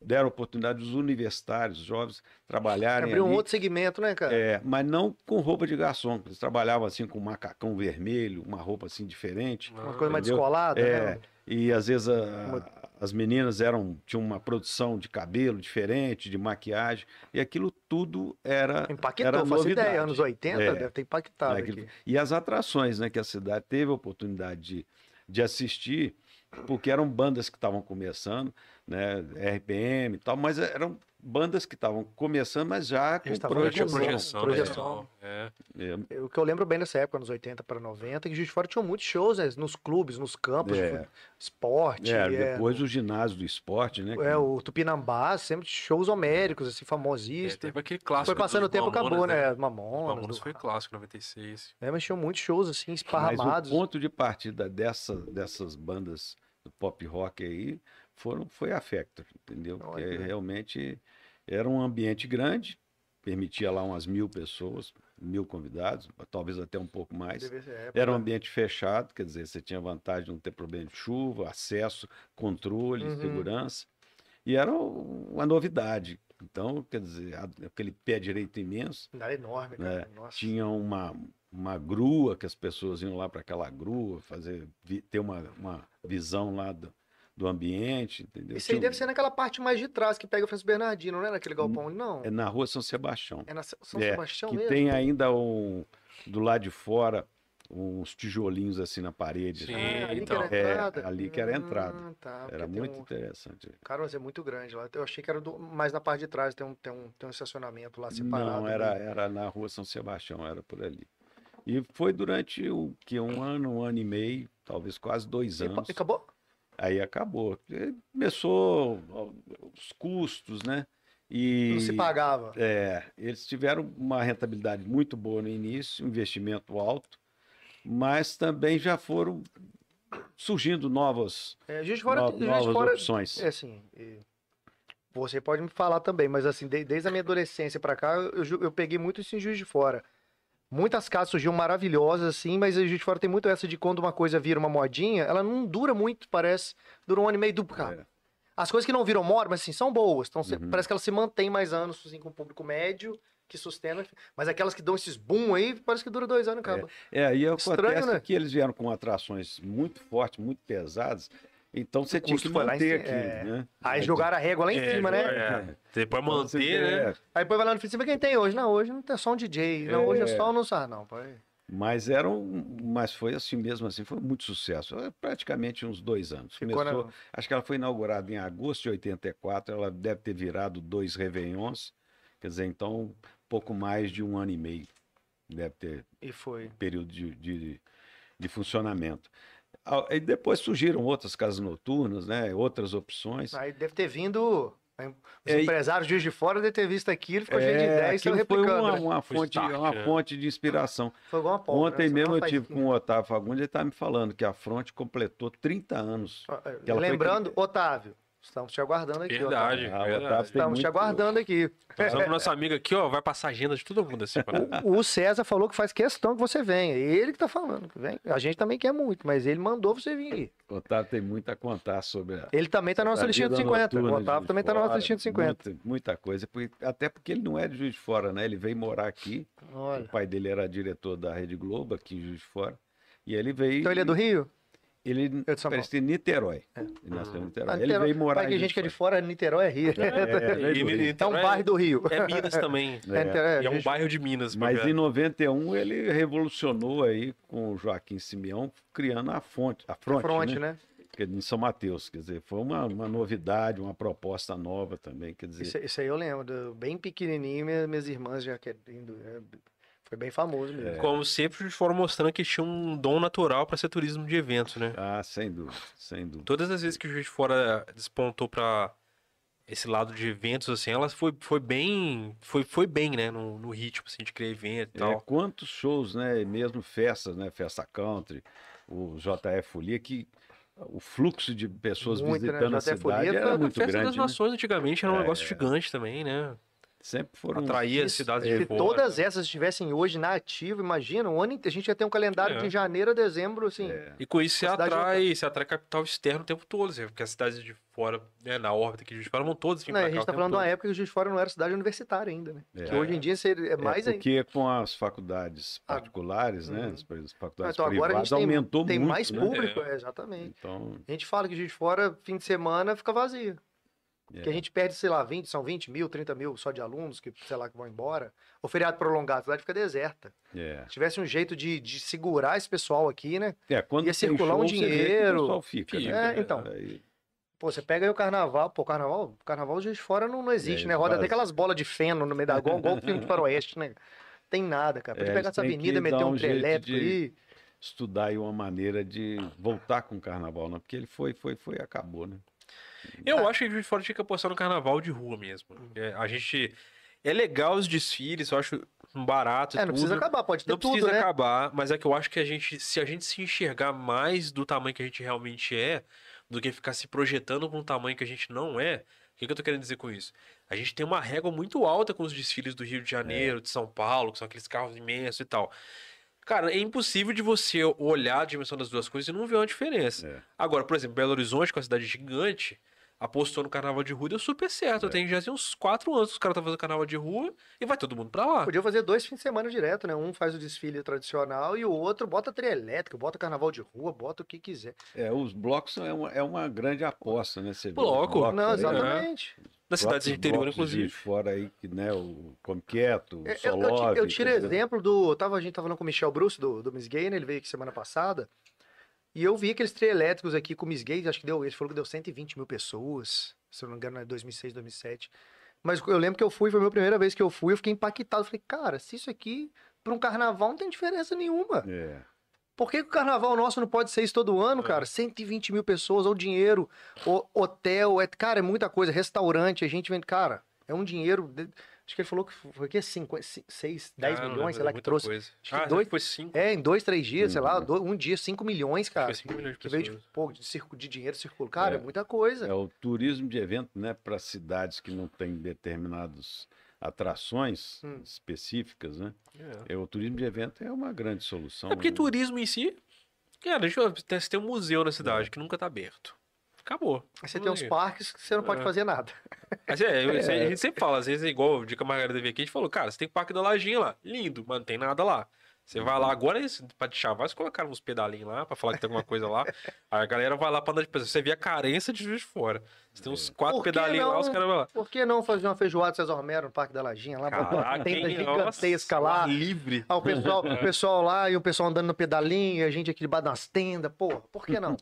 [SPEAKER 3] deram oportunidade aos universitários, os jovens, trabalharem
[SPEAKER 2] Abriu um
[SPEAKER 3] ali.
[SPEAKER 2] outro segmento, né, cara?
[SPEAKER 3] É, mas não com roupa de garçom. Eles trabalhavam assim com macacão vermelho, uma roupa assim diferente.
[SPEAKER 1] Ah,
[SPEAKER 2] Uma coisa mais
[SPEAKER 3] Entendeu?
[SPEAKER 2] descolada,
[SPEAKER 3] É,
[SPEAKER 2] né?
[SPEAKER 3] e às vezes a-
[SPEAKER 2] Uma-
[SPEAKER 3] as meninas eram tinham uma produção de cabelo diferente, de maquiagem, e aquilo tudo era
[SPEAKER 2] Impactou,
[SPEAKER 3] era
[SPEAKER 2] faz
[SPEAKER 3] novidade.
[SPEAKER 2] ideia. Anos 80
[SPEAKER 3] É.
[SPEAKER 2] deve ter impactado
[SPEAKER 3] né,
[SPEAKER 2] aqui.
[SPEAKER 3] aquilo- E as atrações né, que a cidade teve a oportunidade de, de assistir, porque eram bandas que estavam começando, né, RPM e tal, mas eram bandas que estavam começando, mas já com
[SPEAKER 2] Já estavam
[SPEAKER 1] Já É, tinha
[SPEAKER 3] projeção.
[SPEAKER 1] projeção.
[SPEAKER 2] projeção.
[SPEAKER 1] né? É.
[SPEAKER 3] É,
[SPEAKER 2] O que eu lembro bem nessa época, anos 80 para 90, que Juiz de Fora tinha muitos shows né, nos clubes, nos campos,
[SPEAKER 3] É.
[SPEAKER 2] de fu- esporte,
[SPEAKER 3] É,
[SPEAKER 2] é,
[SPEAKER 3] depois o ginásio do esporte, né?
[SPEAKER 2] é,
[SPEAKER 3] que-
[SPEAKER 2] o Tupinambá, sempre shows homéricos,
[SPEAKER 1] É,
[SPEAKER 2] assim, famosíssimos.
[SPEAKER 1] teve aquele clássico.
[SPEAKER 2] foi passando o
[SPEAKER 1] dos
[SPEAKER 2] tempo,
[SPEAKER 1] Mamonas,
[SPEAKER 2] acabou, né?
[SPEAKER 1] Os
[SPEAKER 2] Mamonas.
[SPEAKER 1] Mamonas
[SPEAKER 2] do-
[SPEAKER 1] foi clássico, 96.
[SPEAKER 2] É, mas tinham muitos shows, assim,
[SPEAKER 3] Mas
[SPEAKER 2] esparramados.
[SPEAKER 3] o ponto de partida dessa, dessas bandas do pop rock aí foram, foi a Factor, entendeu? Porque
[SPEAKER 2] Olha.
[SPEAKER 3] realmente era um ambiente grande, permitia lá umas mil pessoas, mil convidados, talvez até um pouco mais.
[SPEAKER 2] Deve é. ser época. né?
[SPEAKER 3] Era um ambiente fechado, quer dizer, você tinha vantagem de não ter problema de chuva, acesso, controle,
[SPEAKER 2] Uhum.
[SPEAKER 3] segurança. E era uma novidade. Então, quer dizer, a- aquele pé direito imenso
[SPEAKER 2] Era enorme, cara. Nossa.
[SPEAKER 3] É, tinha uma, uma grua que as pessoas iam lá para aquela grua fazer vi- ter uma, uma visão lá do, do ambiente entendeu?
[SPEAKER 2] Isso aí
[SPEAKER 3] Tinha um-
[SPEAKER 2] deve ser naquela parte mais de trás que pega o Francisco Bernardino, não é naquele galpão ali, não.
[SPEAKER 3] é na rua São Sebastião
[SPEAKER 2] É na São São
[SPEAKER 3] É,
[SPEAKER 2] Sebastião
[SPEAKER 3] que
[SPEAKER 2] mesmo.
[SPEAKER 3] tem ainda um do lado de fora uns tijolinhos assim na parede
[SPEAKER 1] Sim,
[SPEAKER 2] Ah,
[SPEAKER 3] assim.
[SPEAKER 2] ali
[SPEAKER 1] então.
[SPEAKER 2] que era a
[SPEAKER 3] É,
[SPEAKER 2] entrada?
[SPEAKER 3] ali que era a entrada.
[SPEAKER 2] Ah, tá, porque
[SPEAKER 3] era
[SPEAKER 2] tem
[SPEAKER 3] muito
[SPEAKER 2] um-
[SPEAKER 3] interessante
[SPEAKER 2] Cara, mas é muito grande lá. Eu achei que era do- mais na parte de trás, tem um, tem um, tem um estacionamento lá separado.
[SPEAKER 3] não era
[SPEAKER 2] né?
[SPEAKER 3] era na rua São Sebastião era por ali e foi durante o que um ano um ano e meio talvez quase dois
[SPEAKER 2] E, pa-
[SPEAKER 3] anos
[SPEAKER 2] e acabou?
[SPEAKER 3] Aí acabou. E Começou ó, os custos, né? E
[SPEAKER 2] Não se pagava.
[SPEAKER 3] é, eles tiveram uma rentabilidade muito boa no início, um investimento alto, mas também já foram surgindo novas,
[SPEAKER 2] É, Juiz de Fora,
[SPEAKER 3] no-
[SPEAKER 2] Juiz de
[SPEAKER 3] novas
[SPEAKER 2] Fora-
[SPEAKER 3] opções.
[SPEAKER 2] É assim, e você pode me falar também, mas assim, de- desde a minha adolescência pra cá, eu, ju- eu peguei muito isso em Juiz de Fora. Muitas casas surgiam maravilhosas, assim, mas em Juiz de Fora tem muito essa de quando uma coisa vira uma modinha, ela não dura muito, parece. Dura um ano e meio do cara.
[SPEAKER 3] É.
[SPEAKER 2] As coisas que não viram moda, mas assim, são boas. Então, você-
[SPEAKER 3] Uhum.
[SPEAKER 2] parece que elas se mantêm mais anos, assim, com o público médio, que sustenta. Mas aquelas que dão esses boom aí, parece que dura dois anos e acaba.
[SPEAKER 3] É, aí acontece
[SPEAKER 2] Estranho, né?
[SPEAKER 3] que eles vieram com atrações muito fortes, muito pesadas, então você tinha
[SPEAKER 2] custo
[SPEAKER 3] que
[SPEAKER 2] foi lá em
[SPEAKER 3] manter
[SPEAKER 2] ci-
[SPEAKER 3] aquilo,
[SPEAKER 2] é.
[SPEAKER 3] né?
[SPEAKER 2] Aí jogaram a régua lá em
[SPEAKER 1] É,
[SPEAKER 2] cima, né?
[SPEAKER 1] é. Depois
[SPEAKER 3] Então, você
[SPEAKER 1] manter, né?
[SPEAKER 3] quer-
[SPEAKER 2] Aí depois vai lá no fim de semana, quem tem hoje? Não, hoje não tem só um DJ. Não, hoje é
[SPEAKER 3] É.
[SPEAKER 2] só um ah, não, pai.
[SPEAKER 3] Mas era um, mas foi assim mesmo assim, foi muito sucesso. É Praticamente uns dois anos.
[SPEAKER 2] Ficou né?
[SPEAKER 3] Começou,
[SPEAKER 2] na...
[SPEAKER 3] acho que ela foi inaugurada em agosto de 84, ela deve ter virado dois Réveillons, quer dizer, então pouco mais de um ano e meio deve ter
[SPEAKER 2] E foi.
[SPEAKER 3] período de, de, de funcionamento. Ah, E depois surgiram outras casas noturnas, né? Outras opções.
[SPEAKER 2] Aí deve ter vindo. aí Os
[SPEAKER 3] É, e-
[SPEAKER 2] empresários Juiz de fora deve ter visto aquilo, ficou cheio de
[SPEAKER 3] É,
[SPEAKER 2] ideia e saiu
[SPEAKER 3] aquilo foi
[SPEAKER 2] replicando.
[SPEAKER 3] uma,
[SPEAKER 2] né?
[SPEAKER 3] uma
[SPEAKER 1] Foi
[SPEAKER 3] fonte,
[SPEAKER 1] start,
[SPEAKER 3] uma
[SPEAKER 1] né?
[SPEAKER 3] fonte de inspiração.
[SPEAKER 2] Foi igual uma pólvora, né?
[SPEAKER 3] Ontem
[SPEAKER 2] só uma
[SPEAKER 3] mesmo eu tive
[SPEAKER 2] faísquinha.
[SPEAKER 3] com o Otávio Fagundes, ele estava me falando que a fronte completou 30 anos.
[SPEAKER 2] Ah, é,
[SPEAKER 3] ela foi
[SPEAKER 2] Lembrando, Otávio, estamos te aguardando aqui. Otávio.
[SPEAKER 1] Verdade, Tá
[SPEAKER 3] Ah, o
[SPEAKER 1] É verdade.
[SPEAKER 3] Otávio tem
[SPEAKER 2] Estamos te
[SPEAKER 3] muito-
[SPEAKER 2] aguardando aqui.
[SPEAKER 1] Passando pro nosso amigo aqui, ó, vai passar a agenda de todo mundo assim. pra-
[SPEAKER 2] O César falou que faz questão que você venha. Ele que tá falando que vem. A gente também quer muito, mas ele mandou você vir aqui.
[SPEAKER 3] O Otávio tem muito a contar sobre a.
[SPEAKER 2] Ele também tá na nossa
[SPEAKER 3] a
[SPEAKER 2] listinha
[SPEAKER 3] vida
[SPEAKER 2] de 50. O
[SPEAKER 3] noturna de
[SPEAKER 2] Otávio
[SPEAKER 3] Juiz
[SPEAKER 2] também
[SPEAKER 3] de
[SPEAKER 2] tá na nossa
[SPEAKER 3] Fora,
[SPEAKER 2] listinha de 50.
[SPEAKER 3] muita- muita coisa, porque- até porque ele não é de Juiz de Fora, né? Ele veio morar aqui. O
[SPEAKER 2] Olha.
[SPEAKER 3] pai dele era diretor da Rede Globo aqui em Juiz de Fora. E ele veio.
[SPEAKER 2] Então ele é do Rio?
[SPEAKER 3] Ele
[SPEAKER 2] Eu de São Paulo. É.
[SPEAKER 3] parece de Niterói. Ele nasceu em Niterói.
[SPEAKER 2] Ah,
[SPEAKER 3] Ele veio morar
[SPEAKER 2] Vai que a
[SPEAKER 3] em
[SPEAKER 2] gente que é
[SPEAKER 3] Juiz
[SPEAKER 2] de fora, Niterói é Rio.
[SPEAKER 3] Fora. É, veio
[SPEAKER 1] E
[SPEAKER 3] do Rio.
[SPEAKER 2] É um
[SPEAKER 1] Niterói
[SPEAKER 2] bairro do Rio.
[SPEAKER 1] É Minas também.
[SPEAKER 3] É.
[SPEAKER 2] É, Niterói,
[SPEAKER 1] E é um
[SPEAKER 2] Juiz-
[SPEAKER 1] bairro de Minas. pra
[SPEAKER 3] Mas
[SPEAKER 1] ver.
[SPEAKER 3] em 91 ele revolucionou aí com o Joaquim Simeão, criando a fonte, a fronte,
[SPEAKER 2] fronte,
[SPEAKER 3] né?
[SPEAKER 2] né?
[SPEAKER 3] Que é Em São Mateus, quer dizer, foi uma, uma novidade, uma proposta nova também, quer dizer,
[SPEAKER 2] Isso, isso aí eu lembro, do- bem pequenininho, minha- minhas irmãs já querendo. é, Foi bem famoso mesmo.
[SPEAKER 1] Como sempre, eles foram mostrando que tinha um dom natural pra ser turismo de eventos, né?
[SPEAKER 3] ah, sem dúvida, sem dúvida.
[SPEAKER 1] Todas as vezes que o Juiz de Fora despontou pra esse lado de eventos, assim, ela foi, foi bem. Foi, foi bem, né? No, no ritmo, assim, de criar evento e
[SPEAKER 3] É,
[SPEAKER 1] tal.
[SPEAKER 3] quantos shows, né, e mesmo festas, né, festa country, o JF Folia que o fluxo de pessoas
[SPEAKER 2] Muito, né?
[SPEAKER 3] visitando a
[SPEAKER 2] JF Folia
[SPEAKER 3] cidade
[SPEAKER 2] foi
[SPEAKER 3] era
[SPEAKER 2] a
[SPEAKER 3] muito
[SPEAKER 1] a festa das
[SPEAKER 3] grande, né?
[SPEAKER 1] nações antigamente era um
[SPEAKER 3] É.
[SPEAKER 1] negócio gigante também, né?
[SPEAKER 3] sempre foram
[SPEAKER 1] Atraía
[SPEAKER 2] Isso,
[SPEAKER 1] cidades
[SPEAKER 2] Se
[SPEAKER 1] de né? fora.
[SPEAKER 2] É, todas essas estivessem hoje na ativa, imagina, um ano inte- a gente ia ter um calendário
[SPEAKER 1] É.
[SPEAKER 2] de janeiro a dezembro, assim.
[SPEAKER 3] É,
[SPEAKER 1] E com isso você
[SPEAKER 2] A cidade
[SPEAKER 1] atrai, você atrai capital externo o tempo todo, assim, porque as cidades de fora, né, na órbita aqui de Juiz de Fora, vão todas vir
[SPEAKER 2] Não,
[SPEAKER 1] pra
[SPEAKER 2] a
[SPEAKER 1] cá
[SPEAKER 2] gente
[SPEAKER 1] o
[SPEAKER 2] tá
[SPEAKER 1] tempo
[SPEAKER 2] falando de
[SPEAKER 1] todo.
[SPEAKER 2] uma época que o Juiz de Fora não era cidade universitária ainda, né?
[SPEAKER 3] é.
[SPEAKER 2] Que hoje em dia seria- é mais
[SPEAKER 3] é
[SPEAKER 2] ainda.
[SPEAKER 3] porque com as faculdades
[SPEAKER 2] Ah,
[SPEAKER 3] particulares, né?
[SPEAKER 2] uhum.
[SPEAKER 3] As pre- as faculdades
[SPEAKER 2] Então, agora a
[SPEAKER 3] privadas
[SPEAKER 2] gente tem-
[SPEAKER 3] aumentou
[SPEAKER 2] Tem
[SPEAKER 3] muito.
[SPEAKER 2] mais
[SPEAKER 3] né?
[SPEAKER 2] público, é, exatamente.
[SPEAKER 3] Então,
[SPEAKER 2] A gente fala que Juiz de Fora, fim de semana, fica vazio.
[SPEAKER 3] é.
[SPEAKER 2] Que a gente perde, sei lá, 20, são 20 mil, 30 mil só de alunos que, sei lá, que vão embora. O feriado prolongado, a cidade fica deserta.
[SPEAKER 3] é.
[SPEAKER 2] Se tivesse um jeito de, de segurar esse pessoal aqui, né?
[SPEAKER 3] É, quando
[SPEAKER 2] Ia
[SPEAKER 3] tem
[SPEAKER 2] circular um
[SPEAKER 3] show, você vê que
[SPEAKER 2] dinheiro.
[SPEAKER 3] O pessoal fica,
[SPEAKER 1] Fica,
[SPEAKER 3] né?
[SPEAKER 2] É, então.
[SPEAKER 3] Aí,
[SPEAKER 2] Pô, você pega aí o carnaval, pô, carnaval, carnaval de fora não, não existe,
[SPEAKER 3] É,
[SPEAKER 2] né? Roda até
[SPEAKER 3] quase.
[SPEAKER 2] aquelas bolas de feno no meio da gola, igual o filme de faroeste, né? Tem nada, cara. Pode
[SPEAKER 3] É,
[SPEAKER 2] pegar
[SPEAKER 3] eles
[SPEAKER 2] essa
[SPEAKER 3] têm que
[SPEAKER 2] avenida, meter
[SPEAKER 3] dar
[SPEAKER 2] um,
[SPEAKER 3] um
[SPEAKER 2] trem
[SPEAKER 3] jeito
[SPEAKER 2] elétrico
[SPEAKER 3] de-
[SPEAKER 2] aí.
[SPEAKER 3] estudar aí uma maneira de voltar com o carnaval, não? Porque ele foi, foi, foi e acabou, né?
[SPEAKER 2] tá.
[SPEAKER 1] Eu acho que Juiz de Fora tinha que apostar no carnaval de rua mesmo.
[SPEAKER 2] Uhum.
[SPEAKER 1] É, a gente. É legal os desfiles, eu acho barato.
[SPEAKER 2] É, não precisa
[SPEAKER 1] tudo.
[SPEAKER 2] acabar, pode ter
[SPEAKER 1] Não
[SPEAKER 2] tudo,
[SPEAKER 1] precisa
[SPEAKER 2] né?
[SPEAKER 1] acabar, mas é que eu acho que a gente, se a gente se enxergar mais do tamanho que a gente realmente é, do que ficar se projetando para um tamanho que a gente não é, o que, que eu tô querendo dizer com isso? A gente tem uma régua muito alta com os desfiles do Rio de
[SPEAKER 3] É.
[SPEAKER 1] Janeiro, de São Paulo, que são aqueles carros imensos e tal. Cara, é impossível de você olhar a dimensão das duas coisas e não ver uma diferença.
[SPEAKER 3] É.
[SPEAKER 1] Agora, por exemplo, Belo Horizonte, que é uma cidade gigante, apostou no carnaval de rua e deu super certo.
[SPEAKER 3] É.
[SPEAKER 1] Tem já tem uns quatro anos que os caras estão fazendo carnaval de rua e vai todo mundo pra lá.
[SPEAKER 2] Podia fazer dois fins de semana direto, né? Um faz o desfile tradicional e o outro bota trio elétrico, bota carnaval de rua, bota o que quiser.
[SPEAKER 3] É, os blocos são- é uma, é uma grande aposta, né? Você vê os
[SPEAKER 1] Bloco.
[SPEAKER 3] blocos
[SPEAKER 2] Não,
[SPEAKER 3] aí, né?
[SPEAKER 2] exatamente.
[SPEAKER 1] Nas cidades do
[SPEAKER 3] Blocos-
[SPEAKER 1] interior,
[SPEAKER 3] blocos de
[SPEAKER 1] inclusive.
[SPEAKER 3] fora aí, que, né? O Come Quieto,
[SPEAKER 2] É,
[SPEAKER 3] o
[SPEAKER 2] eu- eu, ti-
[SPEAKER 3] Solove.
[SPEAKER 2] eu tiro
[SPEAKER 3] quer dizer,
[SPEAKER 2] exemplo do. eu Tava, a gente tava falando com o Michel Bruce, do, do Miss Gay, né? Ele veio aqui semana passada. E eu vi aqueles trio elétricos aqui com o Miss Gay, acho que deu. Ele falou que deu 120 mil pessoas. Se eu não me engano, é 2006, 2007. Mas eu lembro que eu fui, foi a minha primeira vez que eu fui, eu fiquei impactado. Falei, cara, se isso aqui pra um carnaval não tem diferença nenhuma.
[SPEAKER 3] É,
[SPEAKER 2] Por que, que o carnaval nosso não pode ser isso todo ano,
[SPEAKER 1] É.
[SPEAKER 2] cara? 120 mil pessoas, ou dinheiro, ou hotel, é, cara, é muita coisa, restaurante, a gente vende, cara, é um dinheiro. de- Acho que ele falou que foi que 6, 10
[SPEAKER 1] Ah, não
[SPEAKER 2] milhões,
[SPEAKER 1] lembro,
[SPEAKER 2] sei lá,
[SPEAKER 1] muita
[SPEAKER 2] que trouxe.
[SPEAKER 1] coisa.
[SPEAKER 2] Acho que
[SPEAKER 1] Ah,
[SPEAKER 2] dois-
[SPEAKER 1] foi 5.
[SPEAKER 2] É, em dois, três dias, sei lá,
[SPEAKER 3] Uhum.
[SPEAKER 2] do- um dia, 5 milhões, cara.
[SPEAKER 1] Foi 5 milhões de
[SPEAKER 2] Que veio de,
[SPEAKER 1] é pessoas.
[SPEAKER 2] pô, de, circo- de dinheiro circulou. Cara, é,
[SPEAKER 3] É.
[SPEAKER 2] muita coisa.
[SPEAKER 3] É o turismo de evento, né, para cidades que não têm determinadas atrações
[SPEAKER 2] Hum.
[SPEAKER 3] específicas, né?
[SPEAKER 1] É.
[SPEAKER 3] É, o turismo de evento é uma grande solução.
[SPEAKER 1] É porque
[SPEAKER 3] né?
[SPEAKER 1] turismo em si. Cara, deixa eu ver, você tem um museu na cidade que nunca tá aberto. Acabou.
[SPEAKER 2] Aí você tem uns parques que você não pode
[SPEAKER 1] É.
[SPEAKER 2] fazer nada.
[SPEAKER 1] Mas é, eu- a gente sempre fala, às vezes é igual de que a Margarida veio aqui, a gente falou, cara, você tem o Parque da Lajinha lá. Lindo, mas não tem nada lá. Você vai lá agora, eles, pra te chavar, eles colocaram uns pedalinhos lá pra falar que tem alguma coisa lá. Aí a galera vai lá pra andar de pessoa. Você vê a carência de juiz de fora. Você tem uns quatro
[SPEAKER 2] Por que
[SPEAKER 1] pedalinhos lá,
[SPEAKER 2] não? Tá
[SPEAKER 1] os caras vão lá.
[SPEAKER 2] Por que não fazer uma feijoada de César Romero no Parque da Lajinha? Lá uma
[SPEAKER 1] Caraca,
[SPEAKER 2] tenda
[SPEAKER 1] hein?
[SPEAKER 2] gigantesca
[SPEAKER 1] Nossa,
[SPEAKER 2] lá.
[SPEAKER 1] ar livre.
[SPEAKER 2] Ah, o, pessoal, o pessoal lá e o pessoal andando no pedalinho, e a gente aqui debaixo das tendas. Pô, por que não?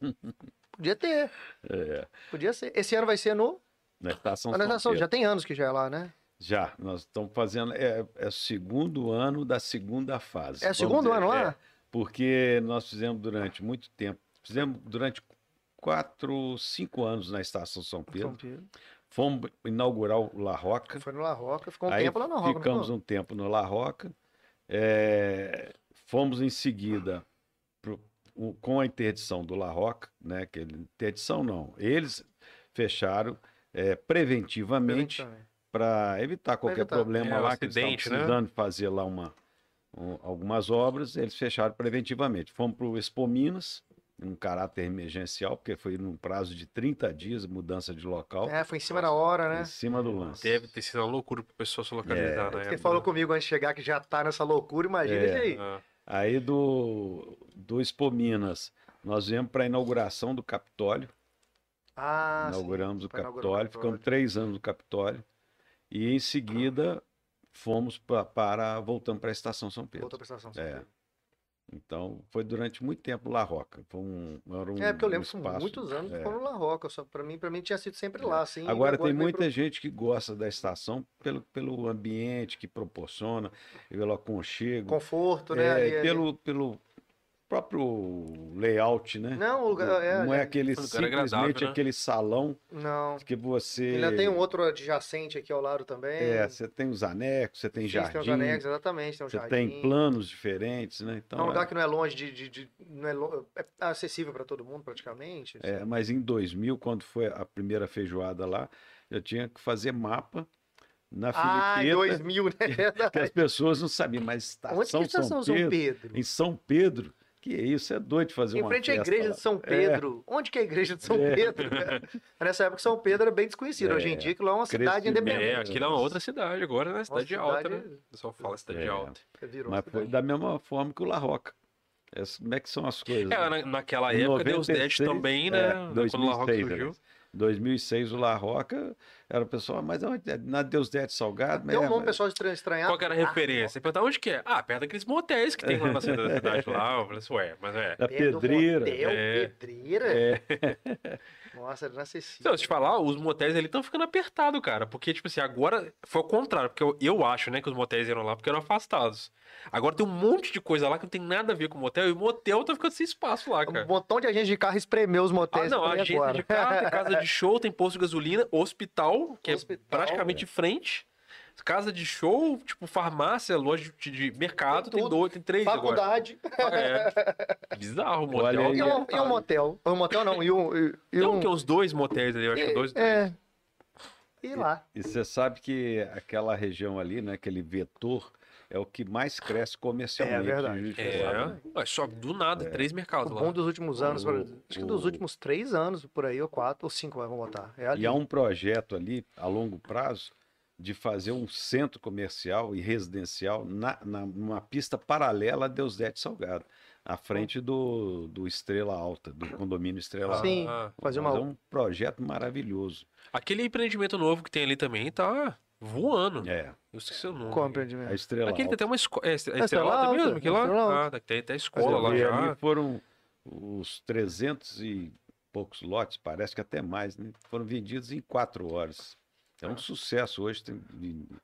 [SPEAKER 2] Podia ter,
[SPEAKER 3] É,
[SPEAKER 2] podia ser. Esse ano vai ser no.
[SPEAKER 3] na estação
[SPEAKER 2] na
[SPEAKER 3] São
[SPEAKER 2] estação,
[SPEAKER 3] Pedro.
[SPEAKER 2] já tem anos que já é lá, né?
[SPEAKER 3] Já, nós estamos fazendo. É, é o segundo ano da segunda fase.
[SPEAKER 2] É o
[SPEAKER 3] vamos
[SPEAKER 2] segundo
[SPEAKER 3] dizer,
[SPEAKER 2] ano
[SPEAKER 3] é,
[SPEAKER 2] lá?
[SPEAKER 3] porque nós fizemos durante muito tempo fizemos durante quatro, cinco anos na estação São
[SPEAKER 2] São
[SPEAKER 3] é, Pedro.
[SPEAKER 2] Pedro.
[SPEAKER 3] Fomos inaugurar o La Roca.
[SPEAKER 2] Foi no La Roca, ficou um
[SPEAKER 3] Aí
[SPEAKER 2] tempo lá na Roca. não
[SPEAKER 3] Ficamos
[SPEAKER 2] ficou?
[SPEAKER 3] um tempo no La Roca. é, fomos em seguida pro- o- com a interdição do La Roca, né? Que ele- interdição não. Eles fecharam é, preventivamente
[SPEAKER 2] Também.
[SPEAKER 3] para evitar qualquer
[SPEAKER 2] evitar.
[SPEAKER 3] problema
[SPEAKER 1] É, o
[SPEAKER 3] lá que eles estavam
[SPEAKER 1] acidente, né?
[SPEAKER 3] precisando fazer lá uma, um- algumas obras, eles fecharam preventivamente. Fomos para o Expo Minas, em caráter emergencial, porque foi num prazo de 30 dias mudança de local,
[SPEAKER 2] É, foi em cima da hora, né?
[SPEAKER 3] em cima do lance.
[SPEAKER 1] Deve ter sido uma loucura pra pessoa se localizar, né?
[SPEAKER 2] Você falou comigo antes de chegar que já tá nessa loucura, imagina
[SPEAKER 3] É.
[SPEAKER 2] isso aí.
[SPEAKER 1] Ah,
[SPEAKER 3] Aí do, do Expo Minas, nós viemos para a inauguração do Capitólio,
[SPEAKER 2] Ah, sim.
[SPEAKER 3] inauguramos o
[SPEAKER 2] pra inaugurar o
[SPEAKER 3] Capitólio,
[SPEAKER 2] Capitólio.
[SPEAKER 3] ficamos três anos no Capitólio, e em seguida fomos pra, para, voltamos para a Estação São Pedro.
[SPEAKER 2] Outra prestação.
[SPEAKER 3] É. Então, foi durante muito tempo La Roca. Foi um, era um
[SPEAKER 2] É, porque eu
[SPEAKER 3] um
[SPEAKER 2] lembro que
[SPEAKER 3] espaço,
[SPEAKER 2] por muitos anos
[SPEAKER 3] é.
[SPEAKER 2] ficou no La Roca. Só, pra, mim, pra mim tinha sido sempre
[SPEAKER 3] É.
[SPEAKER 2] lá, assim. e
[SPEAKER 3] Agora, tem
[SPEAKER 2] veio
[SPEAKER 3] muita
[SPEAKER 2] pro-
[SPEAKER 3] gente que gosta da estação pelo, pelo ambiente que proporciona, pelo aconchego,
[SPEAKER 2] Conforto, né?
[SPEAKER 3] é,
[SPEAKER 2] ali- ali.
[SPEAKER 3] pelo, pelo próprio layout, né?
[SPEAKER 2] Não, o lugar- é,
[SPEAKER 3] Não é
[SPEAKER 2] é-
[SPEAKER 3] aquele
[SPEAKER 1] um lugar
[SPEAKER 3] simplesmente
[SPEAKER 1] agradável, né?
[SPEAKER 3] aquele salão
[SPEAKER 2] Não.
[SPEAKER 3] que você.
[SPEAKER 2] Ainda tem um outro adjacente aqui ao lado também.
[SPEAKER 3] É, você tem os anexos, você tem
[SPEAKER 2] Sim,
[SPEAKER 3] jardim,
[SPEAKER 2] Tem os anexos, exatamente. Tem um
[SPEAKER 3] você
[SPEAKER 2] jardim.
[SPEAKER 3] tem planos diferentes, né? Então,
[SPEAKER 2] é um lugar
[SPEAKER 3] é-
[SPEAKER 2] que não é longe de. de- de- não é, lo- é acessível para todo mundo, praticamente.
[SPEAKER 3] É, mas em 2000, quando foi a primeira feijoada lá, eu tinha que fazer mapa na
[SPEAKER 2] ah, em
[SPEAKER 3] Filipeta,
[SPEAKER 2] 2000, né?
[SPEAKER 3] que as pessoas não sabiam, mas estação,
[SPEAKER 2] Onde que é a estação São Pedro?
[SPEAKER 3] Em São Pedro, que isso, é doido de fazer
[SPEAKER 2] Em
[SPEAKER 3] uma
[SPEAKER 2] frente à
[SPEAKER 3] festa
[SPEAKER 2] igreja
[SPEAKER 3] lá.
[SPEAKER 2] de São Pedro. Onde que é a igreja de São
[SPEAKER 3] É.
[SPEAKER 2] Pedro? né? Nessa época, São Pedro era bem desconhecido. Hoje em
[SPEAKER 3] É.
[SPEAKER 2] dia, que lá é uma cidade
[SPEAKER 3] Crescimento.
[SPEAKER 2] independente.
[SPEAKER 1] é, aqui é uma outra cidade agora, né? Cidade
[SPEAKER 2] Uma
[SPEAKER 1] alta, né?
[SPEAKER 2] cidade-
[SPEAKER 1] O pessoal fala cidade
[SPEAKER 3] É.
[SPEAKER 1] alta.
[SPEAKER 2] Virou
[SPEAKER 3] Mas
[SPEAKER 2] cidade.
[SPEAKER 3] foi da mesma forma que o La Roca. Essa- como é que são as coisas?
[SPEAKER 1] É,
[SPEAKER 3] né?
[SPEAKER 1] na- naquela
[SPEAKER 3] Em
[SPEAKER 1] época deu os 10
[SPEAKER 3] 96,
[SPEAKER 1] também, né?
[SPEAKER 3] é,
[SPEAKER 1] quando o La Roca
[SPEAKER 3] 2006,
[SPEAKER 1] surgiu.
[SPEAKER 3] aliás. 2006, o La Roca era o pessoal, mas onde é? na Deus Dete Salgado,
[SPEAKER 2] Tem um
[SPEAKER 3] é,
[SPEAKER 2] nome
[SPEAKER 3] mas-
[SPEAKER 2] pessoal Ah, estran- estranhar.
[SPEAKER 1] Qual que era a referência? Eu perguntava onde que é? Ah, perto daqueles motéis que tem lá na cidade, da cidade lá. Eu falei assim, ué, mas é.
[SPEAKER 3] na
[SPEAKER 2] Pedro
[SPEAKER 3] Pedreira.
[SPEAKER 2] Motel,
[SPEAKER 1] é.
[SPEAKER 2] Pedreira?
[SPEAKER 3] É.
[SPEAKER 2] Nossa, era
[SPEAKER 1] Não,
[SPEAKER 2] inacessível.
[SPEAKER 1] Então, se te falar, os motéis ali estão ficando apertados, cara. Porque, tipo assim, agora foi o contrário. Porque eu, eu acho, né, que os motéis eram lá porque eram afastados. Agora tem um monte de coisa lá que não tem nada a ver com o motel. E o motel tá ficando sem espaço lá,
[SPEAKER 2] Um
[SPEAKER 1] cara.
[SPEAKER 2] montão de agente de carro espremeu os
[SPEAKER 1] Ah,
[SPEAKER 2] motéis
[SPEAKER 1] não,
[SPEAKER 2] também
[SPEAKER 1] agência
[SPEAKER 2] agora.
[SPEAKER 1] de carro, tem casa de show, tem posto de gasolina, hospital, que
[SPEAKER 2] Hospital, né?
[SPEAKER 1] é praticamente de frente. Casa de show, tipo farmácia, loja de, de mercado,
[SPEAKER 2] Tem
[SPEAKER 1] tem,
[SPEAKER 2] tudo.
[SPEAKER 1] dois, tem três agora.
[SPEAKER 2] Faculdade
[SPEAKER 1] É. Bizarro o
[SPEAKER 3] Olha
[SPEAKER 1] motel. é
[SPEAKER 3] aí.
[SPEAKER 2] e um, e um motel. Um motel não, e um... E, e
[SPEAKER 1] Tem
[SPEAKER 2] um...
[SPEAKER 1] um Tá. que é uns dois motéis ali, eu acho que dois.
[SPEAKER 2] É. E lá.
[SPEAKER 3] E você sabe que aquela região ali, né, aquele vetor, é o que mais cresce comercialmente.
[SPEAKER 2] É verdade.
[SPEAKER 3] em Juiz de
[SPEAKER 1] É,
[SPEAKER 3] Fora, né?
[SPEAKER 1] ué, só do nada, três
[SPEAKER 2] O
[SPEAKER 1] mercados lá.
[SPEAKER 2] bom dos últimos anos,
[SPEAKER 3] O-
[SPEAKER 2] por- acho que dos
[SPEAKER 3] o-
[SPEAKER 2] últimos três anos, por aí, ou quatro, ou cinco, vamos botar. É ali.
[SPEAKER 3] E há um projeto ali, a longo prazo, de fazer um centro comercial e residencial na, na- numa pista paralela a Deusdete Salgado, à frente do, do Estrela Alta, do condomínio Estrela Alta.
[SPEAKER 2] Sim.
[SPEAKER 1] Ah,
[SPEAKER 2] Fazer
[SPEAKER 3] Mas
[SPEAKER 2] uma...
[SPEAKER 3] É um projeto maravilhoso.
[SPEAKER 1] aquele empreendimento novo que tem ali também tá voando.
[SPEAKER 3] É,
[SPEAKER 1] Eu esqueci o nome.
[SPEAKER 2] Qual empreendimento?
[SPEAKER 3] a Estrela
[SPEAKER 1] Aquele tem
[SPEAKER 3] Alta.
[SPEAKER 1] até uma escola. É, é Estrela
[SPEAKER 2] Estrela
[SPEAKER 1] Alta
[SPEAKER 2] Alta,
[SPEAKER 1] mesmo? Aquilo lá?
[SPEAKER 2] Estrela Alta.
[SPEAKER 1] Ah, tem até
[SPEAKER 3] Mas
[SPEAKER 1] escola
[SPEAKER 3] eu
[SPEAKER 1] lá
[SPEAKER 3] vi
[SPEAKER 1] já.
[SPEAKER 3] ali foram os 300 e poucos lotes, parece que até mais, né? Foram vendidos em quatro horas. É um sucesso hoje. Tem...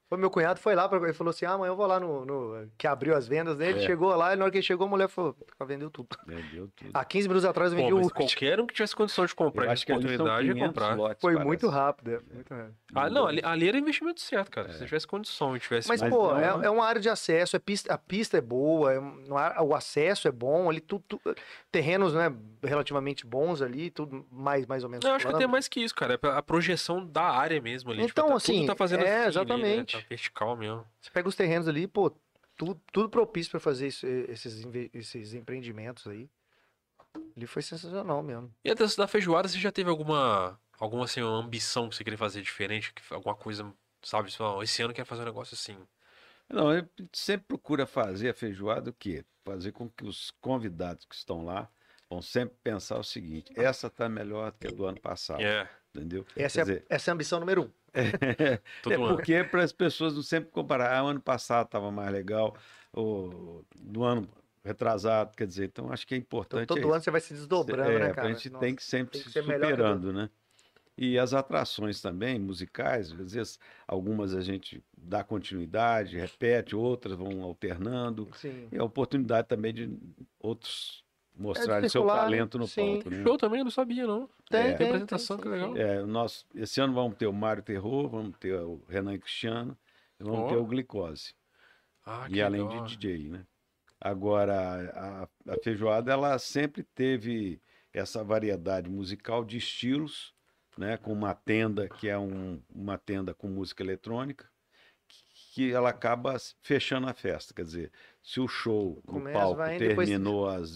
[SPEAKER 2] Foi meu cunhado foi lá, pra- ele falou assim: ah, amanhã eu vou lá no. no- que abriu as vendas dele,
[SPEAKER 3] É.
[SPEAKER 2] chegou lá, e na hora que ele chegou, a mulher falou: "Pô, vendeu tudo.
[SPEAKER 3] Vendeu né, tudo.
[SPEAKER 1] Ah,
[SPEAKER 2] Há 15 minutos atrás eu
[SPEAKER 1] Pô,
[SPEAKER 2] vendi um.
[SPEAKER 1] mas qualquer um que tivesse condição de comprar essa
[SPEAKER 3] ali são
[SPEAKER 1] oportunidade ia
[SPEAKER 3] 500
[SPEAKER 1] comprar.
[SPEAKER 3] lotes,
[SPEAKER 2] Foi
[SPEAKER 3] parece.
[SPEAKER 2] muito rápido, é, muito rápido.
[SPEAKER 1] Ah, não, ali, ali era o investimento certo, cara. Se
[SPEAKER 3] É.
[SPEAKER 1] você tivesse condição e tivesse.
[SPEAKER 2] Mas,
[SPEAKER 3] Mas
[SPEAKER 2] pô,
[SPEAKER 3] não,
[SPEAKER 2] é,
[SPEAKER 3] né?
[SPEAKER 2] é uma área de acesso, é pista- a pista é boa, é um- não há- o acesso é bom, ali tudo, tu- terrenos, né, relativamente bons ali, tudo mais, mais ou menos.
[SPEAKER 1] Não, eu acho que
[SPEAKER 2] plano.
[SPEAKER 1] até mais que isso, cara. É a projeção da área mesmo ali.
[SPEAKER 2] Então,
[SPEAKER 1] tipo, tá-
[SPEAKER 2] assim,
[SPEAKER 1] tudo tá fazendo
[SPEAKER 2] é,
[SPEAKER 1] assim ali, né?
[SPEAKER 2] exatamente.
[SPEAKER 1] Tá vertical mesmo.
[SPEAKER 2] Você pega os terrenos ali, pô, tudo, tudo propício pra fazer isso- eh, esses, inve- esses empreendimentos aí. Ali foi sensacional mesmo.
[SPEAKER 1] E antes da feijoada, você já teve alguma alguma assim, uma ambição que você queria fazer diferente? Que- Alguma coisa, sabe? Só, esse ano eu quero fazer um negócio assim.
[SPEAKER 3] Não, eu sempre procura fazer a feijoada o quê? Fazer com que os convidados que estão lá vão sempre pensar o seguinte: essa tá melhor do que a do ano passado,
[SPEAKER 1] É,
[SPEAKER 3] entendeu?
[SPEAKER 2] Essa é, a-
[SPEAKER 3] Quer dizer,
[SPEAKER 2] essa é a ambição número um.
[SPEAKER 1] todo
[SPEAKER 3] é
[SPEAKER 1] ano.
[SPEAKER 3] porque para as pessoas não sempre comparar, ah, o ano passado estava mais legal, ou no ano retrasado, quer dizer, então acho que é
[SPEAKER 2] Então,
[SPEAKER 3] importante. é
[SPEAKER 2] todo
[SPEAKER 3] isso.
[SPEAKER 2] ano você vai se desdobrando,
[SPEAKER 3] é,
[SPEAKER 2] né,
[SPEAKER 3] pra
[SPEAKER 2] cara?
[SPEAKER 3] A gente
[SPEAKER 2] Nossa.
[SPEAKER 3] tem que sempre
[SPEAKER 2] tem que
[SPEAKER 3] se
[SPEAKER 2] ser melhor que o
[SPEAKER 3] superando, né? E as atrações também, musicais, às vezes algumas a gente dá continuidade, repete, outras vão alternando.
[SPEAKER 2] Sim.
[SPEAKER 3] E a oportunidade também de outros mostrarem seu
[SPEAKER 2] circular, né?
[SPEAKER 3] talento no
[SPEAKER 2] Sim.
[SPEAKER 3] palco, né?
[SPEAKER 1] Show também, eu não sabia, não.
[SPEAKER 2] Tem,
[SPEAKER 3] É.
[SPEAKER 2] tem, tem,
[SPEAKER 1] Apresentação,
[SPEAKER 2] sim,
[SPEAKER 1] que legal.
[SPEAKER 2] sim.
[SPEAKER 3] É, o nosso, esse ano vamos ter o Mário Terror, vamos ter o Renan Cristiano, e vamos
[SPEAKER 1] Ó.
[SPEAKER 3] ter o Glicose.
[SPEAKER 1] Ah, que
[SPEAKER 3] e além
[SPEAKER 1] legal.
[SPEAKER 3] de DJ, né? Agora, a, a feijoada, ela sempre teve essa variedade musical de estilos, né? Com uma tenda que é um- uma tenda com música eletrônica, que, que ela acaba s- fechando a festa. Quer dizer, se o show no
[SPEAKER 2] Começa,
[SPEAKER 3] palco
[SPEAKER 2] vai indo, depois-
[SPEAKER 3] terminou às